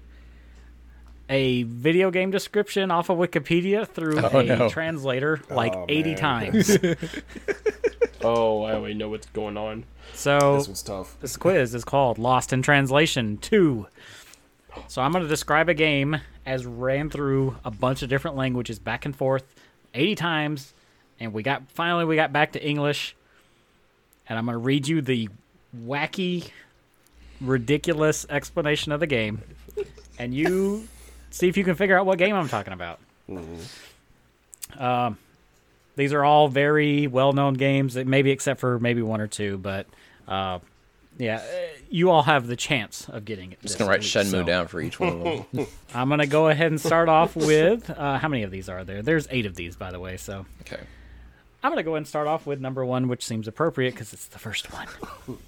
Speaker 1: a video game description off of Wikipedia through
Speaker 2: Oh,
Speaker 1: a
Speaker 2: no.
Speaker 1: translator like
Speaker 3: Oh,
Speaker 1: 80
Speaker 2: <laughs>
Speaker 3: man.
Speaker 1: times.
Speaker 4: oh, I already know what's going on.
Speaker 1: So
Speaker 3: This one's tough.
Speaker 1: This quiz is called Lost in Translation 2. So I'm going to describe a game as ran through a bunch of different languages back and forth 80 times and we got finally we got back to English and I'm going to read you the wacky ridiculous explanation of the game and you see if you can figure out what game I'm talking about. Um, these are all very well-known games, that maybe except for maybe one or two, but uh, yeah, uh, you- you all have the chance of getting it.
Speaker 2: just gonna write Shenmue down for each one of them.
Speaker 1: I'm gonna go ahead and start off with uh, how many of these are there? There's eight of these, by the way. So
Speaker 2: okay.
Speaker 1: I'm gonna go ahead and start off with number one, which seems appropriate because it's the first one. <laughs>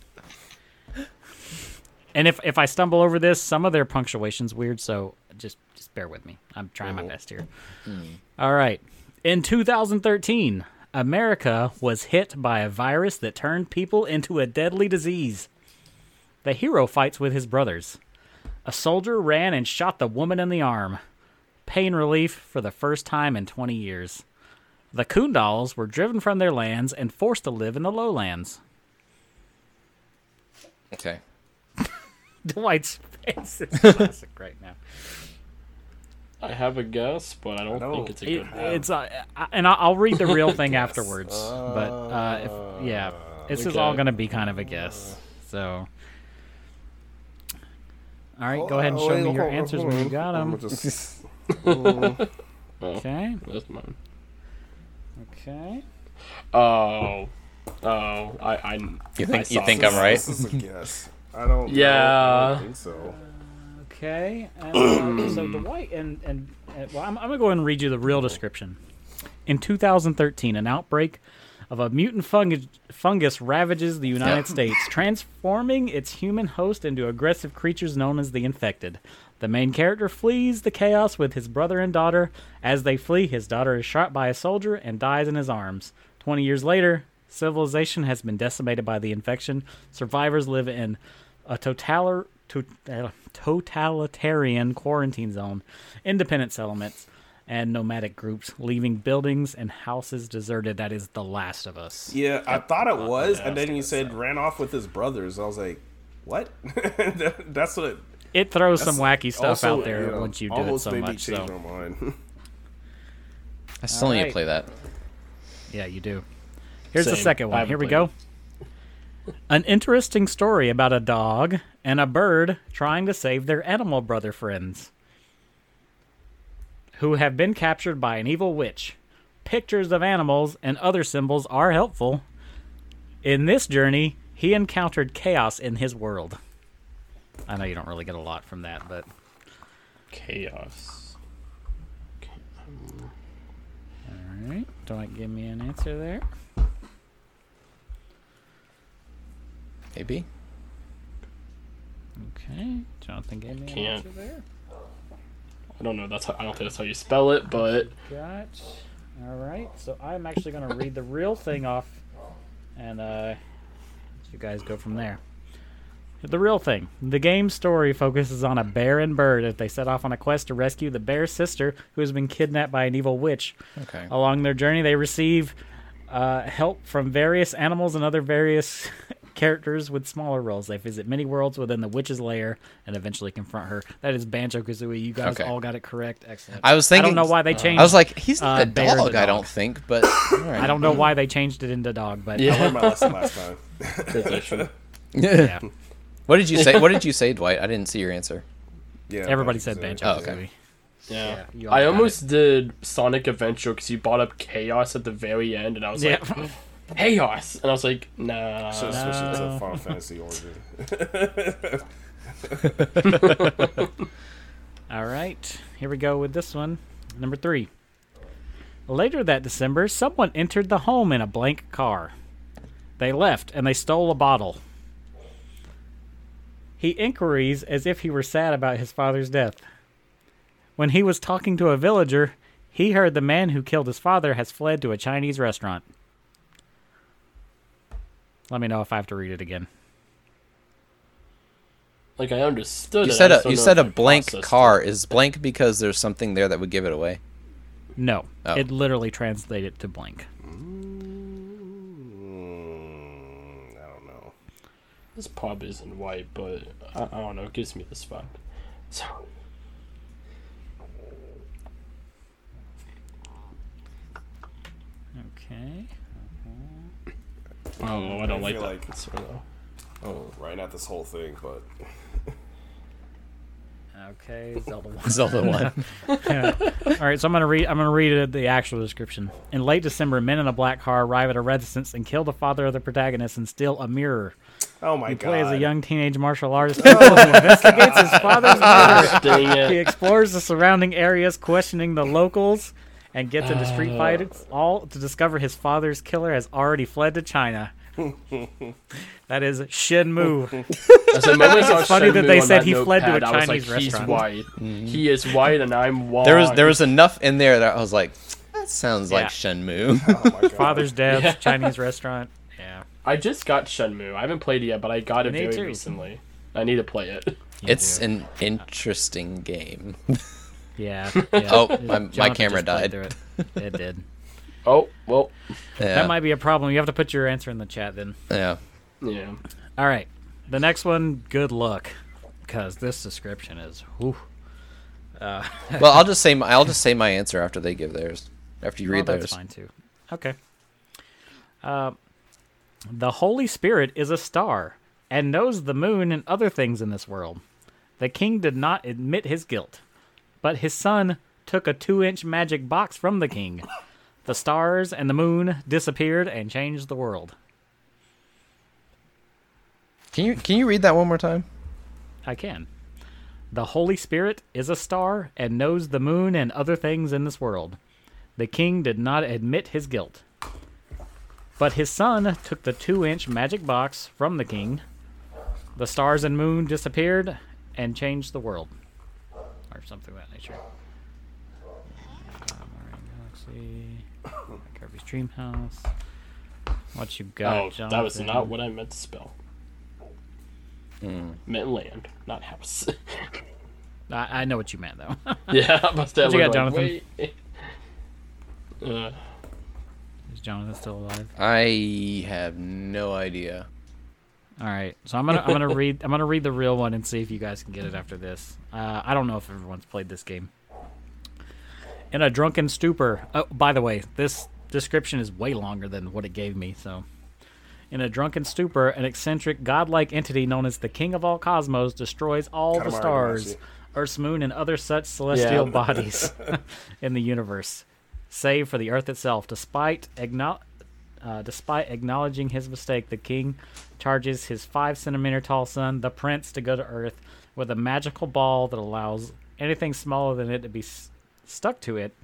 Speaker 1: and if if I stumble over this, some of their punctuation's weird, so just just bear with me. I'm trying my best here. All right. In 2013, America was hit by a virus that turned people into a deadly disease. The hero fights with his brothers. A soldier ran and shot the woman in the arm. Pain relief for the first time in 20 years. The Kundals were driven from their lands and forced to live in the lowlands. <laughs>
Speaker 2: Okay.
Speaker 1: Dwight's face is classic right now.
Speaker 4: I have a guess, but I don't
Speaker 3: know.
Speaker 4: think it's a
Speaker 1: It-
Speaker 4: good one.
Speaker 1: it's uh, I- and I- I'll read the real <laughs> thing afterwards. But uh, if, yeah, this is all
Speaker 4: okay.
Speaker 1: going to be kind of a guess. So, all right, go ahead and show me your answers when you got them.
Speaker 3: <laughs> Just,
Speaker 1: oh. Okay,
Speaker 4: That's mine.
Speaker 1: okay.
Speaker 4: Oh, oh, I, I.
Speaker 2: You
Speaker 4: I
Speaker 2: think you
Speaker 4: saw
Speaker 2: think
Speaker 4: this.
Speaker 2: I'm right?
Speaker 3: This is a guess. I don't. I
Speaker 4: Yeah.
Speaker 3: don't think so.
Speaker 1: Okay. And, <clears throat> uh, so Dwight and and uh, well, I'm, I'm gonna go ahead and read you the real description. In 2013, an outbreak of a mutant fungus, fungus ravages the United States, transforming its human host into aggressive creatures known as the infected. The main character flees the chaos with his brother and daughter. As they flee, his daughter is shot by a soldier and dies in his arms. 20 years later, civilization has been decimated by the infection. Survivors live in a totalar, to, uh, totalitarian quarantine zone, independent settlements, and nomadic groups, leaving buildings and houses deserted. That is The Last of Us.
Speaker 3: Yeah, I thought it was, and then you said ran off with his brothers. I was like, what? <laughs> That- That's what. It,
Speaker 1: It throws some wacky stuff
Speaker 3: also,
Speaker 1: out there
Speaker 3: know,
Speaker 1: once you do it
Speaker 3: almost
Speaker 1: so
Speaker 3: made
Speaker 1: much. So
Speaker 3: Me change my mind. <laughs>
Speaker 2: I still need to
Speaker 1: Alright.
Speaker 2: play that.
Speaker 1: yeah, you do. Here's the
Speaker 4: Same.
Speaker 1: second
Speaker 4: I
Speaker 1: one.
Speaker 4: haven't
Speaker 1: Here we
Speaker 4: played
Speaker 1: go. An interesting story about a dog and a bird trying to save their animal brother friends. who have been captured by an evil witch. Pictures of animals and other symbols are helpful. In this journey, he encountered chaos in his world. I know you don't really get a lot from that, but
Speaker 4: Chaos.
Speaker 1: all right. Don't give me an answer there.
Speaker 2: Maybe.
Speaker 1: Okay, Jonathan gave me an
Speaker 4: Can't.
Speaker 1: answer there.
Speaker 4: I don't know. That's how, I don't think that's how you spell it,
Speaker 2: <laughs>
Speaker 4: but
Speaker 1: Got. All right. So I'm actually going to read the real thing off, and uh, you guys go from there. The real thing. The game's story focuses on a bear and bird as they set off on a quest to rescue the bear's sister, who has been kidnapped by an evil witch.
Speaker 2: Okay.
Speaker 1: Along their journey, they receive uh, help from various animals and other various <laughs> characters with smaller roles. They visit many worlds within the witch's lair and eventually confront her. That is Banjo Kazooie. You guys
Speaker 2: Okay.
Speaker 1: all got it correct. Excellent.
Speaker 2: I was
Speaker 1: I
Speaker 2: thinking-
Speaker 1: don't know why they changed.
Speaker 2: I was like, he's not
Speaker 1: Uh,
Speaker 2: a
Speaker 1: Bear the
Speaker 2: dog, I
Speaker 1: dog.
Speaker 2: don't
Speaker 1: <coughs>
Speaker 2: think, but alright.
Speaker 1: I don't know why they changed it into dog, but
Speaker 3: I learned my lesson last time.
Speaker 1: <laughs>
Speaker 4: transition.
Speaker 2: <laughs>
Speaker 1: yeah,
Speaker 2: What did you say?
Speaker 1: <laughs>
Speaker 2: What did you say, Dwight? I didn't see your answer.
Speaker 3: Yeah,
Speaker 1: everybody
Speaker 3: Banjo-Kazooie.
Speaker 1: said banjo.
Speaker 2: Oh, okay.
Speaker 4: yeah.
Speaker 1: you all
Speaker 4: I
Speaker 1: got
Speaker 4: almost did Sonic Adventure because you brought up chaos at the very end, and I was
Speaker 1: Yeah.
Speaker 4: like, chaos, and I was like, nah.
Speaker 3: Should have switched it
Speaker 1: No.
Speaker 3: to Final Fantasy <laughs> Origin.
Speaker 1: All right, here we go with this one. Number three. Later that December, someone entered the home in a blank car. They left and they stole a bottle. He inquiries as if he were sad about his father's death. When he was talking to a villager, he heard the man who killed his father has fled to a Chinese restaurant. Let me know if I have to read it again.
Speaker 4: Like I understood.
Speaker 2: You
Speaker 4: it, I
Speaker 2: said
Speaker 4: just
Speaker 2: a
Speaker 4: don't
Speaker 2: you
Speaker 4: know
Speaker 2: said
Speaker 4: if
Speaker 2: a
Speaker 4: I
Speaker 2: blank
Speaker 4: processed
Speaker 2: car is blank because there's something there that would give it away.
Speaker 1: No,
Speaker 2: Oh.
Speaker 1: it literally translated to blank.
Speaker 3: Mm, I don't know.
Speaker 4: it. This pub isn't white, but I, I don't know. It gives me this vibe. So
Speaker 1: Okay. Oh,
Speaker 4: I don't know. I don't
Speaker 3: I
Speaker 4: like
Speaker 3: feel
Speaker 4: that.
Speaker 3: like- Oh.
Speaker 4: answer, though.
Speaker 3: Right, not this whole thing, but
Speaker 1: Okay, Zelda <laughs> 1.
Speaker 2: Zelda <laughs> one.
Speaker 1: All right, so I'm gonna read. I'm gonna read it, the actual description. In late December, men in a black car arrive at a residence and kill the father of the protagonist and steal a mirror.
Speaker 3: Oh my god.
Speaker 1: Play as a young teenage martial <laughs> artist who Oh, investigates his father's murder. <laughs>
Speaker 4: <laughs> Dang
Speaker 1: He
Speaker 4: it.
Speaker 1: explores the surrounding areas, questioning the locals, and gets into street fights, all to discover his father's killer has already fled to <laughs> China. that is <laughs> Shenmue.
Speaker 4: So the moment I saw
Speaker 1: It's funny that
Speaker 4: Shenmue
Speaker 1: they
Speaker 4: on
Speaker 1: said
Speaker 4: that
Speaker 1: he fled to a
Speaker 4: notepad, I was
Speaker 1: Chinese
Speaker 4: like, He's
Speaker 1: restaurant."
Speaker 4: white. He is white, and I'm white.
Speaker 2: Mm-hmm. <laughs> There was there was enough in there that I was like, that sounds like
Speaker 1: Oh, Yeah.
Speaker 2: <laughs> Shenmue.
Speaker 3: oh my god.
Speaker 1: Father's death, Chinese restaurant. Yeah.
Speaker 4: I just got Shenmue. I haven't played it yet, but I got it
Speaker 1: Me
Speaker 4: very
Speaker 1: too.
Speaker 4: recently. I need to play it.
Speaker 2: it's an interesting game.
Speaker 1: Yeah. yeah. <laughs>
Speaker 2: Oh, my- my
Speaker 1: Jonathan
Speaker 2: camera
Speaker 1: just played
Speaker 2: died.
Speaker 1: through It.
Speaker 2: <laughs>
Speaker 1: it did.
Speaker 4: Oh well,
Speaker 2: Yeah.
Speaker 1: That might be a problem. You have to put your answer in the chat then. <laughs>
Speaker 2: yeah.
Speaker 4: yeah.
Speaker 1: All right. The next one, good luck. Because this description is. Whew.
Speaker 2: Well, I'll just say my, I'll just say my answer after they give theirs. After you
Speaker 1: Oh,
Speaker 2: read
Speaker 1: that's
Speaker 2: theirs.
Speaker 1: fine too. Okay. Uh, the Holy Spirit is a star and knows the moon and other things in this world. The king did not admit his guilt, but his son took a two inch magic box from the king. The stars and the moon disappeared and changed the world.
Speaker 2: Can you can you read that one more time?
Speaker 1: I can. The Holy Spirit is a star and knows the moon and other things in this world. The king did not admit his guilt. But his son took the two inch magic box from the king. The stars and moon disappeared and changed the world. Or something of that nature. Um, Mario Galaxy. <coughs> Kirby's Dream House. What you got,
Speaker 4: Oh, that was
Speaker 1: Jonathan?
Speaker 4: not what I meant to spell. Meant land, not house.
Speaker 1: I, I know what you meant, though.
Speaker 4: <laughs>
Speaker 1: <laughs>
Speaker 4: yeah, but that
Speaker 1: What you got,
Speaker 4: was like,
Speaker 1: Jonathan?
Speaker 4: wait. Uh,
Speaker 1: is Jonathan still alive?
Speaker 2: I have no idea.
Speaker 1: All right, so I'm gonna I'm gonna read I'm gonna read the real one and see if you guys can get it after this. Uh, I don't know if everyone's played this game. In a drunken stupor. Oh, by the way, this description is way longer than what it gave me. So, in a drunken stupor, an eccentric godlike entity known as the King of All Cosmos destroys all the
Speaker 3: Katamari
Speaker 1: stars,
Speaker 3: Damacy.
Speaker 1: Earth's moon, and other such celestial
Speaker 4: Yeah.
Speaker 1: bodies <laughs> in the universe, save for the Earth itself. Despite acknowledging uh, despite acknowledging his mistake, the king charges his five centimeter tall son, the prince, to go to Earth with a magical ball that allows anything smaller than it to be s- stuck to it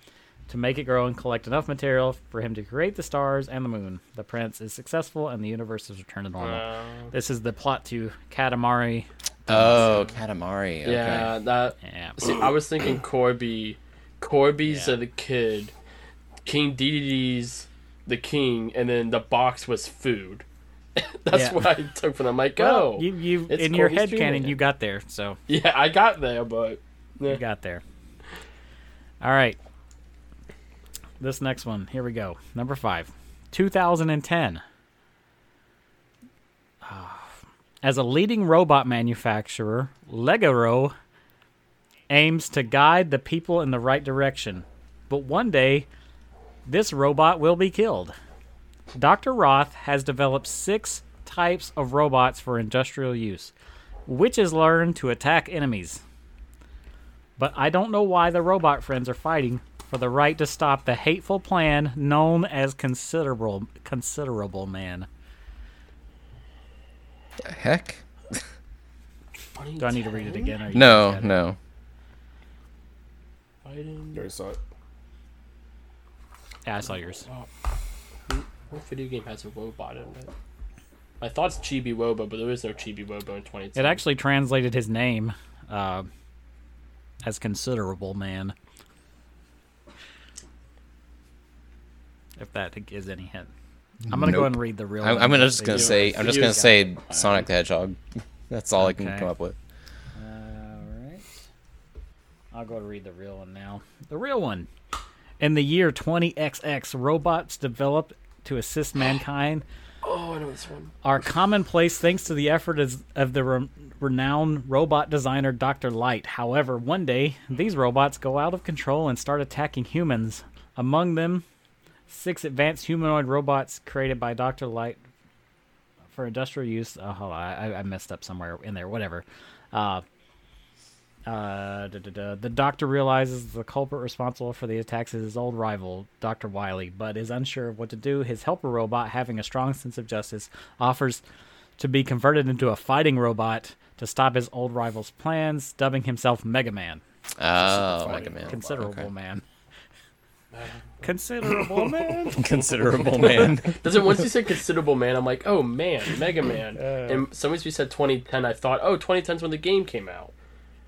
Speaker 1: to make it grow and collect enough material for him to create the stars and the moon. The prince is successful and the universe is returned to normal. this is the plot to Katamari.
Speaker 2: Oh, Katamari. Okay.
Speaker 4: yeah, that.
Speaker 1: Yeah.
Speaker 4: See, I was thinking Corby. Corby's
Speaker 1: Yeah.
Speaker 4: the kid. King DDD's the king, and then the box was food. <laughs> That's
Speaker 1: Yeah.
Speaker 4: what I took from them. Like,
Speaker 1: Well,
Speaker 4: oh,
Speaker 1: you, you
Speaker 4: it's
Speaker 1: in your
Speaker 4: Corby's
Speaker 1: head
Speaker 4: dream
Speaker 1: canon,
Speaker 4: again.
Speaker 1: you got there. So
Speaker 4: yeah, I got there, but
Speaker 1: you got there. All right. This next one. Here we go. Number five. 2010. Ah. As a leading robot manufacturer, Legoro aims to guide the people in the right direction. But one day, this robot will be killed. Dr. Roth has developed six types of robots for industrial use, which is learned to attack enemies but I don't know why the robot friends are fighting for the right to stop the hateful plan known as considerable considerable man.
Speaker 2: The heck?
Speaker 1: Do I need to read it again? Or you
Speaker 2: No,
Speaker 1: guys got it?
Speaker 2: no.
Speaker 4: Fighting.
Speaker 3: You already saw it.
Speaker 1: Yeah, I saw yours.
Speaker 4: What video game has a Wobot in it? I thought it's Chibi Wobo, but there is no Chibi Wobo in 2010.
Speaker 1: It actually translated his name uh, as considerable man. If that is any hint, I'm gonna go
Speaker 2: Nope.
Speaker 1: ahead and read the real.
Speaker 2: I'm,
Speaker 1: one
Speaker 2: I'm gonna
Speaker 1: that
Speaker 2: just
Speaker 1: they
Speaker 2: gonna
Speaker 1: do.
Speaker 2: say I'm just gonna say Sonic the Hedgehog. <laughs> That's all I
Speaker 1: Okay.
Speaker 2: can come up with.
Speaker 1: Alright. I'll go read the real one now. The real one. In the year 20XX, robots developed to assist mankind
Speaker 4: Oh, I know this one.
Speaker 1: are commonplace thanks to the effort is- of the re- renowned robot designer Dr. Light. However, one day, these robots go out of control and start attacking humans. Among them, six advanced humanoid robots created by Dr. Light for industrial use. Oh, hold on, I, I messed up somewhere in there. Whatever. Uh, Uh, da, da, da. The doctor realizes the culprit responsible for the attacks is his old rival, Dr. Wiley, but is unsure of what to do. His helper robot, having a strong sense of justice, offers to be converted into a fighting robot to stop his old rival's plans, dubbing himself Mega Man.
Speaker 2: Oh,
Speaker 3: funny.
Speaker 2: Mega Man.
Speaker 1: Considerable
Speaker 2: Okay.
Speaker 1: man. Considerable man.
Speaker 2: <laughs> Considerable man.
Speaker 4: Does it once <laughs> you said considerable man, I'm like, oh man, Mega <clears throat> Man. and sometimes you said 2010, I thought, oh, 2010's when the game came out.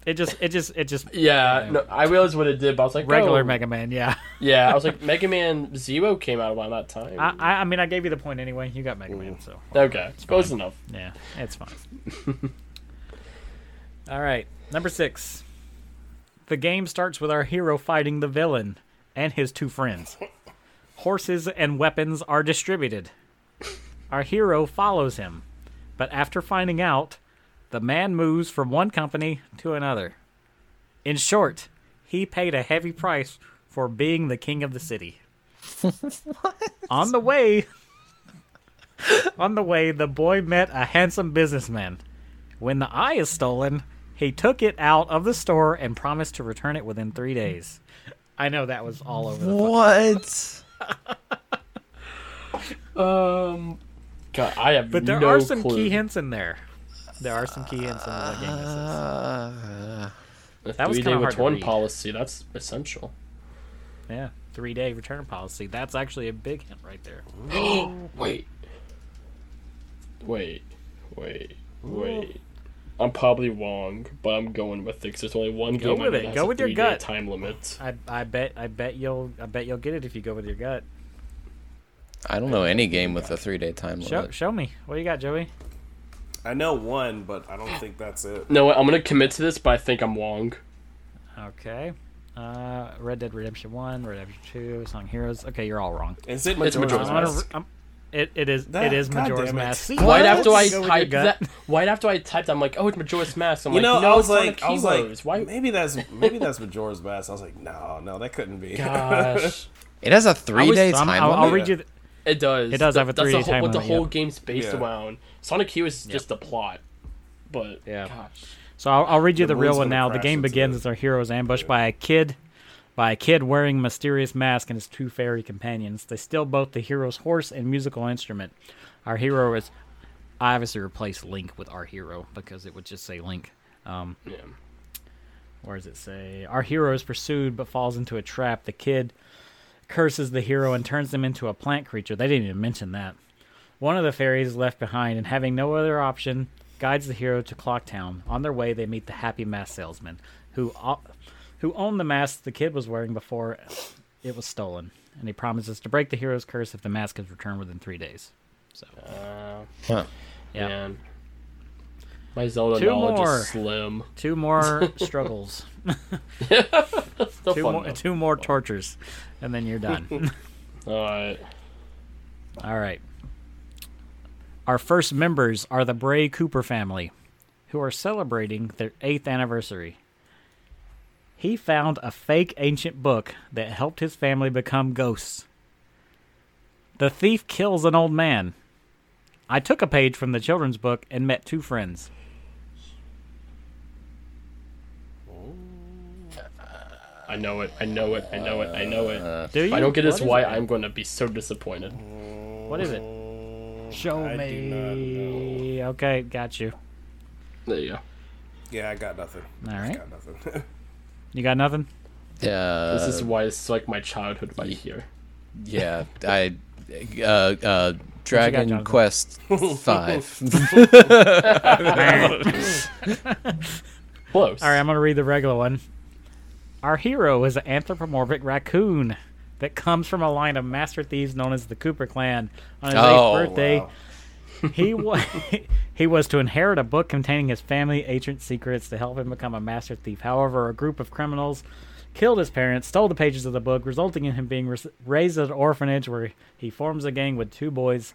Speaker 1: It just, it just, it just.
Speaker 4: Yeah, no, I realized what it did, but I was like,
Speaker 1: Regular
Speaker 4: oh.
Speaker 1: Mega Man, yeah.
Speaker 4: Yeah, I
Speaker 1: <laughs>
Speaker 4: was like, Mega Man Zero came out around that time.
Speaker 1: I, I, I mean, I gave you the point anyway. You got Mega Man, so
Speaker 4: okay, close enough.
Speaker 1: yeah, it's fine. <laughs> All right, number six. The game starts with our hero fighting the villain and his two friends. Horses and weapons are distributed. Our hero follows him, but after finding out, the man moves from one company to another. In short, he paid a heavy price for being the king of the city. On the way, on the way, the boy met a handsome businessman. When the eye is stolen, he took it out of the store and promised to return it within three days. I know that was all over the place.
Speaker 2: what?
Speaker 4: Um, God, I have
Speaker 1: But there
Speaker 4: no
Speaker 1: are some
Speaker 4: clue.
Speaker 1: key hints in there. There are some key hints in the game. This is.
Speaker 2: Uh,
Speaker 4: A
Speaker 1: That was
Speaker 4: three-day
Speaker 1: kinda hard to
Speaker 4: return
Speaker 1: read.
Speaker 4: policy. That's essential.
Speaker 1: Yeah, three day return policy. That's actually a big hint right there.
Speaker 4: Wait. Wait. Wait. Wait. I'm probably wrong, but I'm going with it 'cause there's only one
Speaker 1: Go
Speaker 4: game I
Speaker 1: with
Speaker 4: know
Speaker 1: it.
Speaker 4: that has
Speaker 1: Go
Speaker 4: a
Speaker 1: with your
Speaker 4: three-day
Speaker 1: gut.
Speaker 4: time limit.
Speaker 1: I, I bet I bet you'll I bet you'll get it if you go with your gut.
Speaker 2: I don't know any game with a three day time limit.
Speaker 1: Show show me what you got, Joey.
Speaker 3: I know one, but I don't think that's it.
Speaker 4: No, I'm gonna commit to this, but I think I'm wrong.
Speaker 1: Okay. Uh, Red Dead Redemption One, Red Dead Redemption Two, Song Heroes. Okay, you're all wrong.
Speaker 3: Is it
Speaker 4: It's
Speaker 3: Majora's
Speaker 4: Majora's
Speaker 1: I'm gonna-
Speaker 4: Mask.
Speaker 1: I'm- it, it is
Speaker 3: That-
Speaker 1: it is
Speaker 3: God
Speaker 1: Majora's
Speaker 3: damn it.
Speaker 1: Mask. See,
Speaker 4: Right after
Speaker 1: Go
Speaker 4: I
Speaker 1: with your
Speaker 4: typed
Speaker 1: gut.
Speaker 4: that, right after I typed, I'm like, oh, it's Majora's Mask. I'm
Speaker 3: You
Speaker 4: like,
Speaker 3: know,
Speaker 4: no,
Speaker 3: I was
Speaker 4: it's
Speaker 3: like,
Speaker 4: Sonic
Speaker 3: I was
Speaker 4: Heroes.
Speaker 3: like,
Speaker 4: Why?
Speaker 3: maybe that's maybe that's Majora's Mask. I was like, no, no, that couldn't
Speaker 4: <laughs>
Speaker 3: be.
Speaker 4: Gosh,
Speaker 2: It has a three day
Speaker 1: So I'm-
Speaker 2: time
Speaker 1: I'll, I'll
Speaker 2: limit.
Speaker 1: read you. The,
Speaker 4: it does.
Speaker 1: It does have a
Speaker 4: That's the
Speaker 1: three-day
Speaker 4: whole-
Speaker 1: time
Speaker 4: What the
Speaker 1: limit,
Speaker 4: whole
Speaker 1: yeah.
Speaker 4: game's based
Speaker 3: Yeah.
Speaker 4: around. Sonic Heroes is just the plot, but
Speaker 1: Yeah.
Speaker 4: gosh,
Speaker 1: So I'll, I'll read you the,
Speaker 3: The
Speaker 1: real
Speaker 3: moon's
Speaker 1: one
Speaker 3: gonna
Speaker 1: now. The
Speaker 3: crash
Speaker 1: game
Speaker 3: into
Speaker 1: begins
Speaker 3: the-
Speaker 1: as our hero is ambushed by a kid, by a kid wearing a mysterious mask and his two fairy companions. They steal both the hero's horse and musical instrument. Our hero is. I obviously replaced Link with our hero because it would just say Link. Um,
Speaker 4: yeah.
Speaker 1: Where does it say? Our hero is pursued but falls into a trap. The kid curses the hero and turns them into a plant creature. They didn't even mention that. One of the fairies is left behind and, having no other option, guides the hero to Clocktown. On their way, they meet the happy mask salesman, who, o- who owned the mask the kid was wearing before it was stolen, and he promises to break the hero's curse if the mask is returned within three days. So,
Speaker 4: Uh,
Speaker 2: Huh.
Speaker 1: yeah.
Speaker 4: Man. My Zelda
Speaker 1: Two
Speaker 4: knowledge
Speaker 1: more.
Speaker 4: is slim.
Speaker 1: Two
Speaker 4: <laughs>
Speaker 1: more struggles.
Speaker 4: Still
Speaker 1: two,
Speaker 4: fun
Speaker 1: more,
Speaker 4: though.
Speaker 1: two more tortures, and then you're done.
Speaker 4: Alright.
Speaker 1: All right. Our first members are the Bray Cooper family, who are celebrating their eighth anniversary. He found a fake ancient book that helped his family become ghosts. The thief kills an old man. I took a page from the children's book and met two friends.
Speaker 4: I know it. I know it. I know it. I know it.
Speaker 3: Uh,
Speaker 1: Do you?
Speaker 4: if I don't get this
Speaker 1: What
Speaker 4: why
Speaker 1: is
Speaker 4: I'm going to be so disappointed.
Speaker 1: it? What is it? Show
Speaker 3: I do
Speaker 1: me. Okay, got you.
Speaker 4: There you go.
Speaker 3: <laughs> Yeah, I got nothing.
Speaker 1: All
Speaker 3: I
Speaker 1: right.
Speaker 3: got nothing. <laughs>
Speaker 1: You got nothing?
Speaker 2: Uh,
Speaker 4: This is why it's like my childhood right here.
Speaker 2: yeah, I. Uh, uh, Dragon
Speaker 1: Jonathan? <laughs>
Speaker 2: Quest Five. <laughs>
Speaker 4: Close.
Speaker 1: All right, I'm going to read the regular one. Our hero is an anthropomorphic raccoon that comes from a line of master thieves known as the Cooper clan. On his
Speaker 2: Oh,
Speaker 1: eighth birthday,
Speaker 3: wow.
Speaker 1: he, wa- <laughs> he was to inherit a book containing his family ancient secrets to help him become a master thief. However, a group of criminals killed his parents, stole the pages of the book, resulting in him being res- raised at an orphanage where he forms a gang with two boys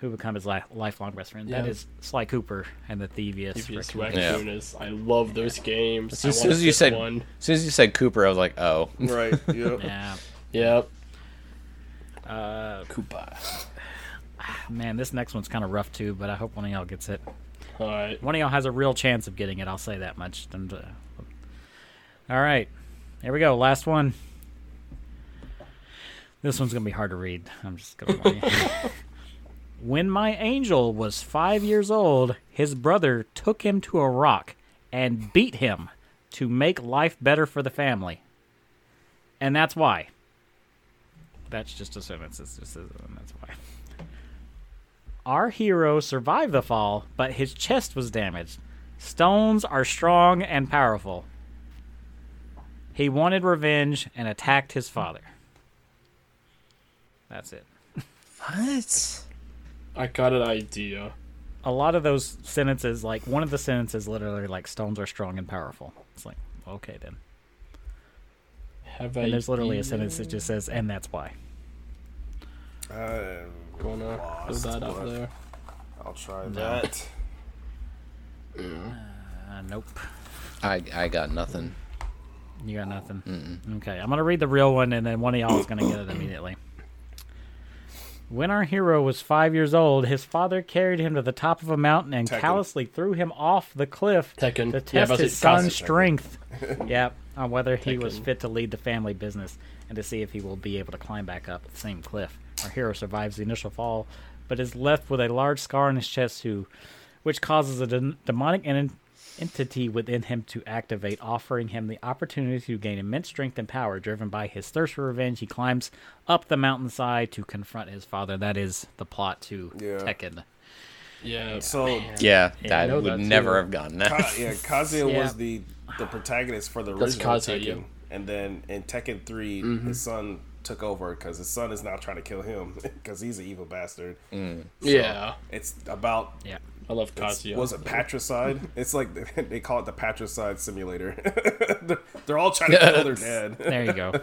Speaker 1: who become his li- lifelong best friend. That
Speaker 4: Yeah.
Speaker 1: is Sly Cooper and the Thievius.
Speaker 4: Previous
Speaker 1: Raccoon.
Speaker 4: Raccoon is- I love those games. I
Speaker 2: As soon
Speaker 4: wanna
Speaker 2: as you
Speaker 4: get
Speaker 2: said,
Speaker 4: one.
Speaker 2: as soon as you said Cooper, I was like, oh,
Speaker 3: right. Yep.
Speaker 1: Yeah.
Speaker 4: Yep. Uh, Koopa.
Speaker 1: Man, this next one's kind of rough too, but I hope one of y'all gets it.
Speaker 4: All right.
Speaker 1: One of y'all has a real chance of getting it. I'll say that much. And uh, All right. Here we go. Last one. This one's going to be hard to read. I'm just going to warn you. when my angel was five years old, his brother took him to a rock and beat him to make life better for the family. And that's why. That's just a sentence. It's just a sentence. That's why. Our hero survived the fall, but his chest was damaged. Stones are strong and powerful. He wanted revenge and attacked his father. That's it.
Speaker 2: What?
Speaker 4: I got an idea.
Speaker 1: A lot of those sentences, like one of the sentences, literally like stones are strong and powerful. It's like okay then.
Speaker 4: Have
Speaker 1: And there's literally a sentence that just says, and that's why.
Speaker 3: I'm
Speaker 4: Gonna throw
Speaker 3: lost,
Speaker 4: that up
Speaker 3: but
Speaker 4: there.
Speaker 3: Um, I'll try that.
Speaker 1: Uh, nope,
Speaker 2: I I got nothing.
Speaker 1: you got nothing. Okay, I'm gonna read the real one, and then one of y'all is gonna get it immediately. When our hero was five years old, his father carried him to the top of a mountain and
Speaker 3: Tekken.
Speaker 1: callously threw him off the cliff
Speaker 4: Tekken.
Speaker 1: to
Speaker 4: Yeah,
Speaker 1: test
Speaker 4: but
Speaker 1: his
Speaker 4: it's classic
Speaker 1: son's
Speaker 4: Tekken.
Speaker 1: strength. yep, on whether he was
Speaker 4: Tekken.
Speaker 1: fit to lead the family business and to see if he will be able to climb back up the same cliff. Our hero survives the initial fall, but is left with a large scar on his chest, who, which causes a dem- demonic en- entity within him to activate, offering him the opportunity to gain immense strength and power. Driven by his thirst for revenge, he climbs up the mountainside to confront his father. That is the plot to
Speaker 3: Yeah.
Speaker 1: Tekken.
Speaker 4: Yeah.
Speaker 3: So
Speaker 2: Yeah,
Speaker 1: I
Speaker 2: that
Speaker 4: know
Speaker 2: would
Speaker 4: that too.
Speaker 2: never have gotten that.
Speaker 3: Ka-
Speaker 4: <laughs>
Speaker 3: yeah, Kazuya
Speaker 1: Yeah.
Speaker 3: was the the protagonist for the
Speaker 4: That's
Speaker 3: original
Speaker 4: Kazuya, Mm-hmm.
Speaker 3: Tekken,
Speaker 4: yeah.
Speaker 3: and then in Tekken 3 his son took over because his son is now trying to kill him <laughs> because he's an evil bastard.
Speaker 4: yeah.
Speaker 3: It's about
Speaker 1: Mm. Yeah.
Speaker 4: I love
Speaker 3: it's-
Speaker 4: Kazuya.
Speaker 3: was it
Speaker 4: <laughs>
Speaker 3: patricide? it's like <laughs> they call it the patricide simulator. <laughs> They're- They're
Speaker 4: <laughs>
Speaker 3: all trying to kill their dad.
Speaker 1: There you go.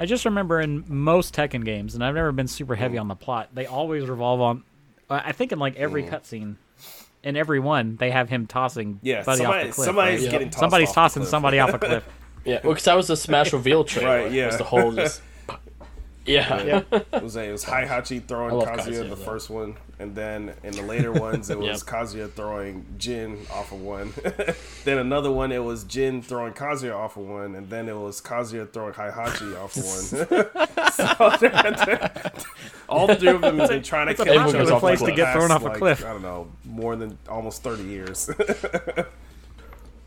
Speaker 1: I just remember in most Tekken games, and I've never been super heavy
Speaker 3: Mm.
Speaker 1: on the plot. They always revolve on. I I think in like every
Speaker 3: Mm.
Speaker 1: cutscene, in every one, they have him tossing
Speaker 3: <laughs> Yeah,
Speaker 1: buddy
Speaker 3: somebody,
Speaker 1: off the cliff.
Speaker 3: somebody's
Speaker 1: right?
Speaker 4: Yeah.
Speaker 3: getting tossed
Speaker 1: Somebody's
Speaker 3: off the
Speaker 1: tossing
Speaker 3: cliff.
Speaker 1: somebody off a
Speaker 3: <laughs>
Speaker 1: cliff.
Speaker 4: Yeah, because that was the Smash reveal trailer.
Speaker 3: Right, yeah.
Speaker 4: Was the whole just. Yeah.
Speaker 3: It was, it was Hihachi throwing
Speaker 4: I love
Speaker 3: Kazuya, in
Speaker 4: Kazuya,
Speaker 3: the
Speaker 4: though.
Speaker 3: first one, and then in the later ones, it was
Speaker 4: Yep.
Speaker 3: Kazuya throwing Jin off of one. <laughs> then another one, it was Jin throwing Kazuya off of one, and then it was Kazuya throwing Hihachi off of one. <laughs> so they're- <laughs> all three of them have been trying to kill
Speaker 4: Everyone
Speaker 3: each
Speaker 4: goes
Speaker 3: other
Speaker 4: off a
Speaker 3: for
Speaker 4: cliff.
Speaker 3: the
Speaker 4: Get
Speaker 1: thrown
Speaker 3: past,
Speaker 1: off a
Speaker 3: like,
Speaker 1: cliff.
Speaker 3: I don't know, more than almost thirty years. <laughs>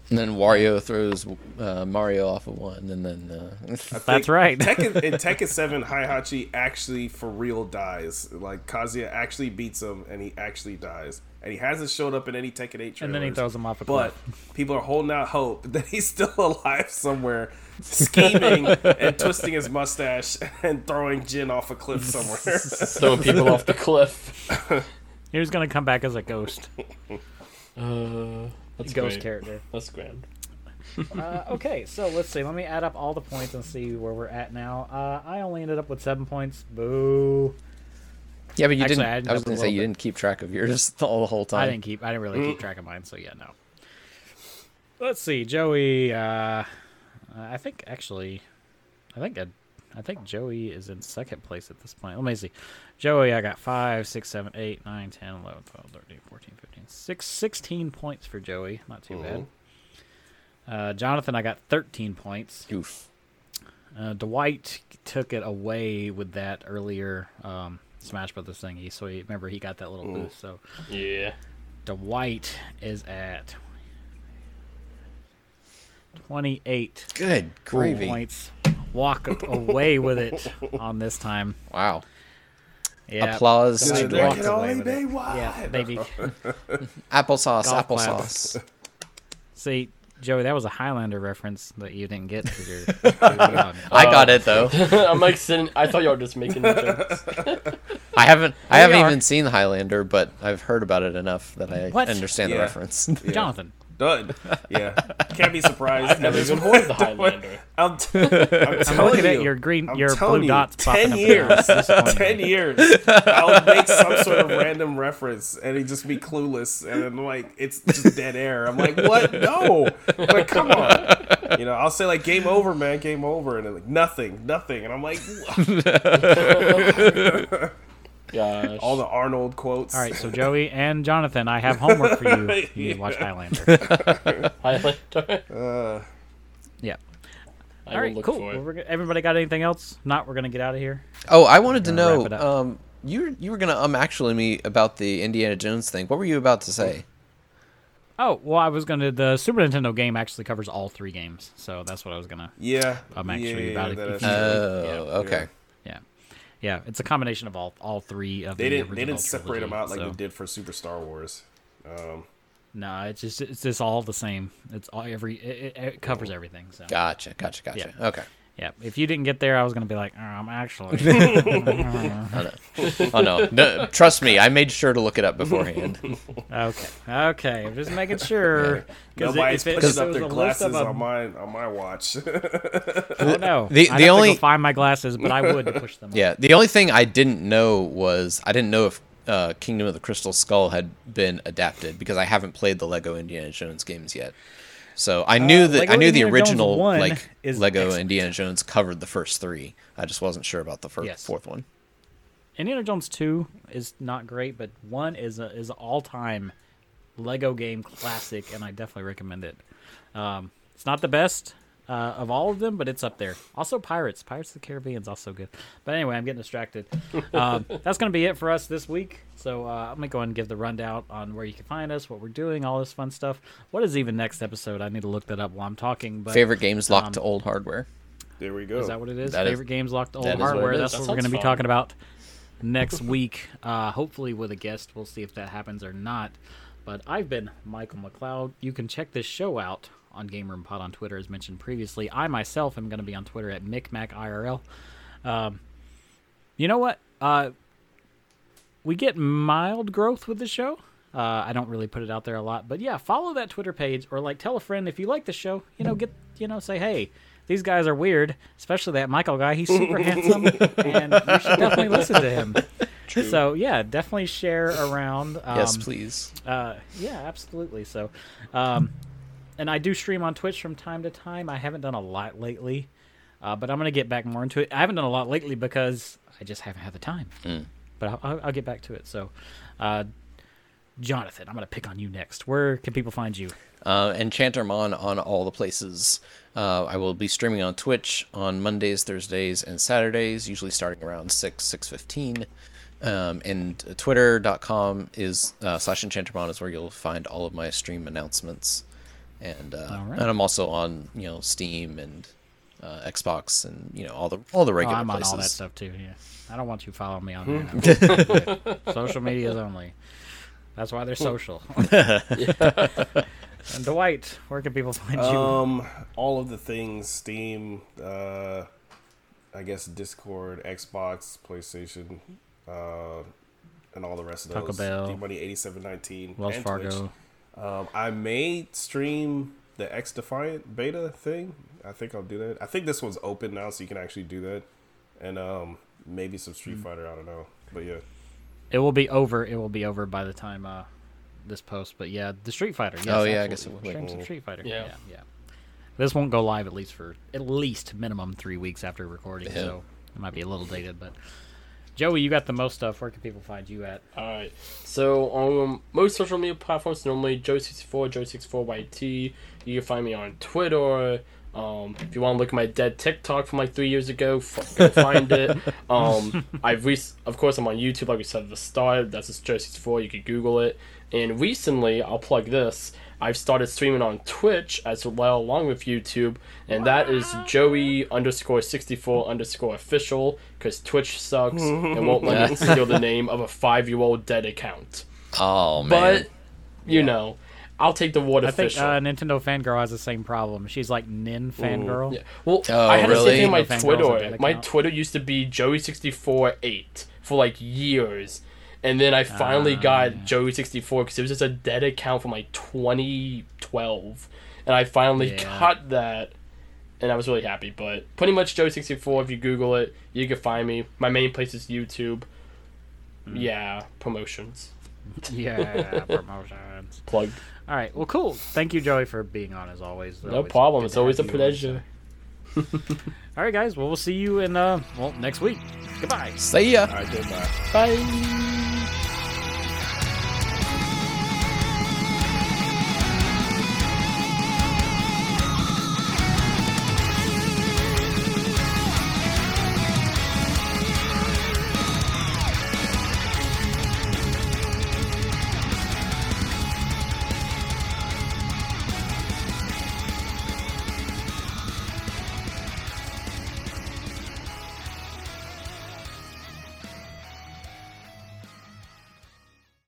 Speaker 2: And then Wario throws uh, Mario off of one, and then uh, <laughs>
Speaker 1: That's right.
Speaker 3: Tekken, in Tekken 7, Hihachi actually for real dies. Like, Kazuya actually beats him, and he actually dies. And he hasn't showed up in any Tekken 8
Speaker 1: <laughs>
Speaker 3: trailers.
Speaker 1: And then he throws him off a
Speaker 3: But
Speaker 1: cliff.
Speaker 3: people are holding out hope <laughs> that he's still alive somewhere, scheming and twisting his mustache and throwing Jin off a cliff somewhere.
Speaker 4: <laughs> Throwing people off the cliff.
Speaker 1: He was gonna come back as a ghost,
Speaker 4: Uh, that's
Speaker 1: ghost
Speaker 4: great.
Speaker 1: character.
Speaker 4: That's grand.
Speaker 1: Uh, okay, so let's see. Let me add up all the points and see where we're at now. Uh, I only ended up with seven points. Boo.
Speaker 2: yeah, but you
Speaker 1: Actually, I ended
Speaker 2: didn't. I, was
Speaker 1: up a
Speaker 2: gonna say
Speaker 1: little
Speaker 2: you
Speaker 1: bit.
Speaker 2: didn't keep track of yours <laughs> the whole, whole time.
Speaker 1: I didn't keep. I didn't really keep track of mine. So yeah, no. Mm. Let's see, Joey. Uh, I think actually, I think I, I think Joey is in second place at this point. Let me see. Joey, I got five, six, seven, eight, nine, 10, 11, 12, 13, 14, 15, six- 16 points for Joey. Not too bad. Uh, Jonathan, I got 13 points.
Speaker 2: Oof.
Speaker 1: Uh, Dwight took it away with that earlier um, Smash Brothers thingy. So he, remember, he got that little boost. So
Speaker 4: Yeah.
Speaker 1: Dwight is at 28
Speaker 2: Good gravy.
Speaker 1: points. Walk a- away with
Speaker 3: <laughs>
Speaker 1: it on this time.
Speaker 2: Wow.
Speaker 1: Yeah.
Speaker 2: Applause
Speaker 1: Dwight
Speaker 2: to
Speaker 3: They're
Speaker 1: walked
Speaker 2: Dwight.
Speaker 3: Can
Speaker 1: away
Speaker 3: only
Speaker 1: with
Speaker 3: be
Speaker 1: it.
Speaker 3: one.
Speaker 1: Yeah, baby.
Speaker 2: Applesauce.
Speaker 1: Golf clap.
Speaker 2: Applesauce.
Speaker 1: See, Joey, that was a Highlander reference that you didn't get.
Speaker 3: <laughs>
Speaker 1: 'cause you're- you're
Speaker 3: Oh,
Speaker 2: I got it
Speaker 1: Oh,
Speaker 2: though.
Speaker 4: <laughs> I'm like sitting. I thought y'all were just making jokes.
Speaker 2: I haven't. I haven't
Speaker 1: are.
Speaker 2: even seen Highlander, but I've heard about it enough that I
Speaker 1: What?
Speaker 2: understand
Speaker 3: Yeah.
Speaker 2: the reference. <laughs>
Speaker 1: Jonathan.
Speaker 3: Done.
Speaker 1: <laughs>
Speaker 3: Yeah. Can't be surprised.
Speaker 4: Never even heard of the Highlander.
Speaker 3: <laughs> I'm, t- I'm telling
Speaker 1: I'm looking
Speaker 3: you.
Speaker 1: at your green,
Speaker 3: I'm
Speaker 1: your
Speaker 3: telling
Speaker 1: blue
Speaker 3: you,
Speaker 1: dots popping
Speaker 3: 10
Speaker 1: up.
Speaker 3: years. <laughs>
Speaker 1: Ten
Speaker 3: 10 years i'll make some sort of random reference and it just be clueless and then like it's just dead air i'm like what no like come on you know i'll say like game over man game over and then like nothing nothing and i'm like
Speaker 4: Gosh.
Speaker 3: <laughs> All the Arnold quotes.
Speaker 1: All right, so Joey and Jonathan, I have homework for you. You
Speaker 3: <laughs>
Speaker 1: need to watch Highlander.
Speaker 4: <laughs> Highlander.
Speaker 1: Yeah.
Speaker 4: I
Speaker 1: All
Speaker 4: will
Speaker 1: right,
Speaker 4: look
Speaker 1: cool.
Speaker 4: for
Speaker 1: Well,
Speaker 4: it.
Speaker 1: we're go- everybody got anything else? Not, we're gonna get out of here.
Speaker 2: Oh, I wanted to
Speaker 1: Gonna
Speaker 2: know.
Speaker 1: wrap it up.
Speaker 2: Um, you you were gonna um actually me about the Indiana Jones thing. What were you about to say?
Speaker 1: Oh well, I was gonna. The Super Nintendo game actually covers all three games, so that's what I was gonna.
Speaker 3: Yeah.
Speaker 1: I'm actually
Speaker 3: yeah,
Speaker 1: about it.
Speaker 3: that
Speaker 1: If
Speaker 3: is
Speaker 1: you-
Speaker 3: true.
Speaker 2: Oh, okay.
Speaker 1: Yeah, yeah. It's a combination of all all three of
Speaker 3: they
Speaker 1: the
Speaker 3: didn't. They
Speaker 1: original
Speaker 3: didn't separate
Speaker 1: trilogy,
Speaker 3: them out like
Speaker 1: so.
Speaker 3: they did for Super Star Wars.
Speaker 1: No, it's just it's just all the same. It's all every it, it, it
Speaker 3: Oh.
Speaker 1: covers everything. So
Speaker 2: Gotcha, gotcha, gotcha.
Speaker 1: Yeah.
Speaker 2: Okay.
Speaker 1: yeah, if you didn't get there, I was gonna be like, oh, I'm
Speaker 2: <laughs>
Speaker 1: actually.
Speaker 2: Oh no. no, trust me. I made sure to look it up beforehand.
Speaker 1: Okay. Okay. I'm just making sure. Because
Speaker 3: Nobody's
Speaker 1: if it,
Speaker 3: putting
Speaker 1: if it
Speaker 3: up
Speaker 1: was
Speaker 3: their
Speaker 1: a list
Speaker 3: glasses
Speaker 1: of
Speaker 3: on
Speaker 1: a,
Speaker 3: my on my watch. <laughs>
Speaker 1: I don't know.
Speaker 2: The-
Speaker 1: I'd have
Speaker 2: the
Speaker 1: to
Speaker 2: only-
Speaker 1: go find my glasses, but I
Speaker 2: <laughs>
Speaker 1: would to push them.
Speaker 2: Yeah, the only thing I didn't know was I didn't know if uh, Kingdom of the Crystal Skull had been adapted because I haven't played the Lego Indiana Jones games yet. So I knew that
Speaker 1: Uh, Lego
Speaker 2: I knew
Speaker 1: Indiana
Speaker 2: the
Speaker 1: Jones
Speaker 2: original
Speaker 1: 1
Speaker 2: like
Speaker 1: is
Speaker 2: Lego
Speaker 1: excellent.
Speaker 2: Indiana Jones covered the first three. I just wasn't sure about the first
Speaker 1: Yes.
Speaker 2: fourth one.
Speaker 1: Indiana Jones two is not great, but one is a, is all time Lego game classic, and I definitely recommend it. Um, it's not the best uh, of all of them, but it's up there. Also, Pirates, Pirates of the Caribbean's also good. But anyway, I'm getting distracted. Um, that's gonna be it for us this week. So uh, I'm gonna go ahead and give the rundown on where you can find us, what we're doing, all this fun stuff. What is even next episode? I need to look that up while I'm talking. But um,
Speaker 2: Favorite games locked to old hardware.
Speaker 3: there we go.
Speaker 1: is that what it is?
Speaker 2: That is-
Speaker 1: Favorite games locked to old
Speaker 2: that is what it
Speaker 1: hardware.
Speaker 2: is.
Speaker 1: That's
Speaker 4: That
Speaker 1: what we're
Speaker 4: sounds
Speaker 1: going to be
Speaker 4: fun.
Speaker 1: talking about next <laughs> week. Uh, hopefully with a guest. We'll see if that happens or not. But I've been Michael McLeod. You can check this show out on Game Room Pod on Twitter, as mentioned previously. I myself am going to be on Twitter at MicMacIRL. Um, you know what? Uh, we get mild growth with the show. Uh, I don't really put it out there a lot, but yeah, follow that Twitter page or like tell a friend if you like the show. You know, get you know, say hey, these guys are weird, especially that Michael guy. He's super handsome, and you should definitely listen to him. So yeah, definitely share around. Um,
Speaker 2: yes, please.
Speaker 1: uh, yeah, absolutely. So, um, and I do stream on Twitch from time to time. I haven't done a lot lately, uh, but I'm gonna get back more into it. I haven't done a lot lately because I just haven't had the time. But I'll- I'll, I'll get back to it. So, uh, Jonathan, I'm gonna pick on you next. Where can people find you?
Speaker 2: uh, and Chantermon on all the places. Uh, I will be streaming on Twitch on Mondays, Thursdays, and Saturdays, usually starting around six six fifteen. Um, and Twitter.com is uh, slash Enchantermon is where you'll find all of my stream announcements, and uh,
Speaker 1: All right.
Speaker 2: and I'm also on you know Steam and uh, Xbox and you know all the all the
Speaker 1: Oh,
Speaker 2: regular
Speaker 1: I'm on
Speaker 2: places.
Speaker 1: all that stuff too. Yeah, I don't want you following me on there. now. social medias only. That's why they're social. and Dwight, where can people find you?
Speaker 3: Um, all of the things: Steam, uh, I guess Discord, Xbox, PlayStation, uh, and all the rest of
Speaker 1: Taco
Speaker 3: those.
Speaker 1: Bell.
Speaker 3: D Money eighty seven nineteen.
Speaker 1: Wells Fargo.
Speaker 3: Um, I may stream the X Defiant beta thing. I think I'll do that. I think this one's open now, so you can actually do that, and um, maybe some Street
Speaker 1: Hmm.
Speaker 3: Fighter. I don't know, but yeah.
Speaker 1: It will be over. It will be over by the time uh, this post. But yeah, the Street Fighter. Yes,
Speaker 2: Oh, yeah, I guess
Speaker 1: absolutely.
Speaker 2: it will.
Speaker 1: We'll stream some Street Fighter. Yeah.
Speaker 4: Yeah.
Speaker 1: yeah, This won't go live at least for at least minimum three weeks after recording,
Speaker 2: Yeah.
Speaker 1: so it might be a little dated. But Joey, you got the most stuff. Where can people find you at?
Speaker 4: All right. So on most social media platforms, normally Joe64, Joe64YT. You can find me on Twitter. Um, if you want to look at my dead TikTok from like three years ago, f- go find
Speaker 1: <laughs>
Speaker 4: it. Um, I've re- of course I'm on YouTube, like we said at the start. That's just Joe64. You could Google it. And recently, I'll plug this. I've started streaming on Twitch as well, along with YouTube, and that is Joey underscore sixty four underscore official because Twitch sucks and won't let me steal the name of a five year old dead account.
Speaker 2: Oh man,
Speaker 4: But you know, I'll take the word
Speaker 1: I think
Speaker 4: official.
Speaker 1: uh, Nintendo Fangirl has the same problem. She's like Nin Fangirl.
Speaker 4: Yeah. Well,
Speaker 2: Oh,
Speaker 4: I had the
Speaker 2: really?
Speaker 4: same thing on my
Speaker 1: Fangirl's a
Speaker 4: Twitter.
Speaker 1: dead
Speaker 4: My
Speaker 1: account.
Speaker 4: Twitter used to be Joey sixty four eight for like years, and then I finally
Speaker 1: Ah.
Speaker 4: got Joey sixty four because it was just a dead account from like twenty twelve, and I finally
Speaker 1: Yeah.
Speaker 4: got that, and I was really happy. But pretty much Joey sixty four. If you Google it, you can find me. My main place is YouTube.
Speaker 1: Hmm.
Speaker 4: Yeah, promotions
Speaker 1: <laughs> yeah promotions.
Speaker 4: plug.
Speaker 1: All right. Well, cool. Thank you, Joey, for being on as always.
Speaker 4: No problem. It's always a pleasure.
Speaker 1: All right, guys. Well, we'll see you in uh, well next week. Goodbye.
Speaker 2: See ya.
Speaker 3: All right, goodbye.
Speaker 4: Bye.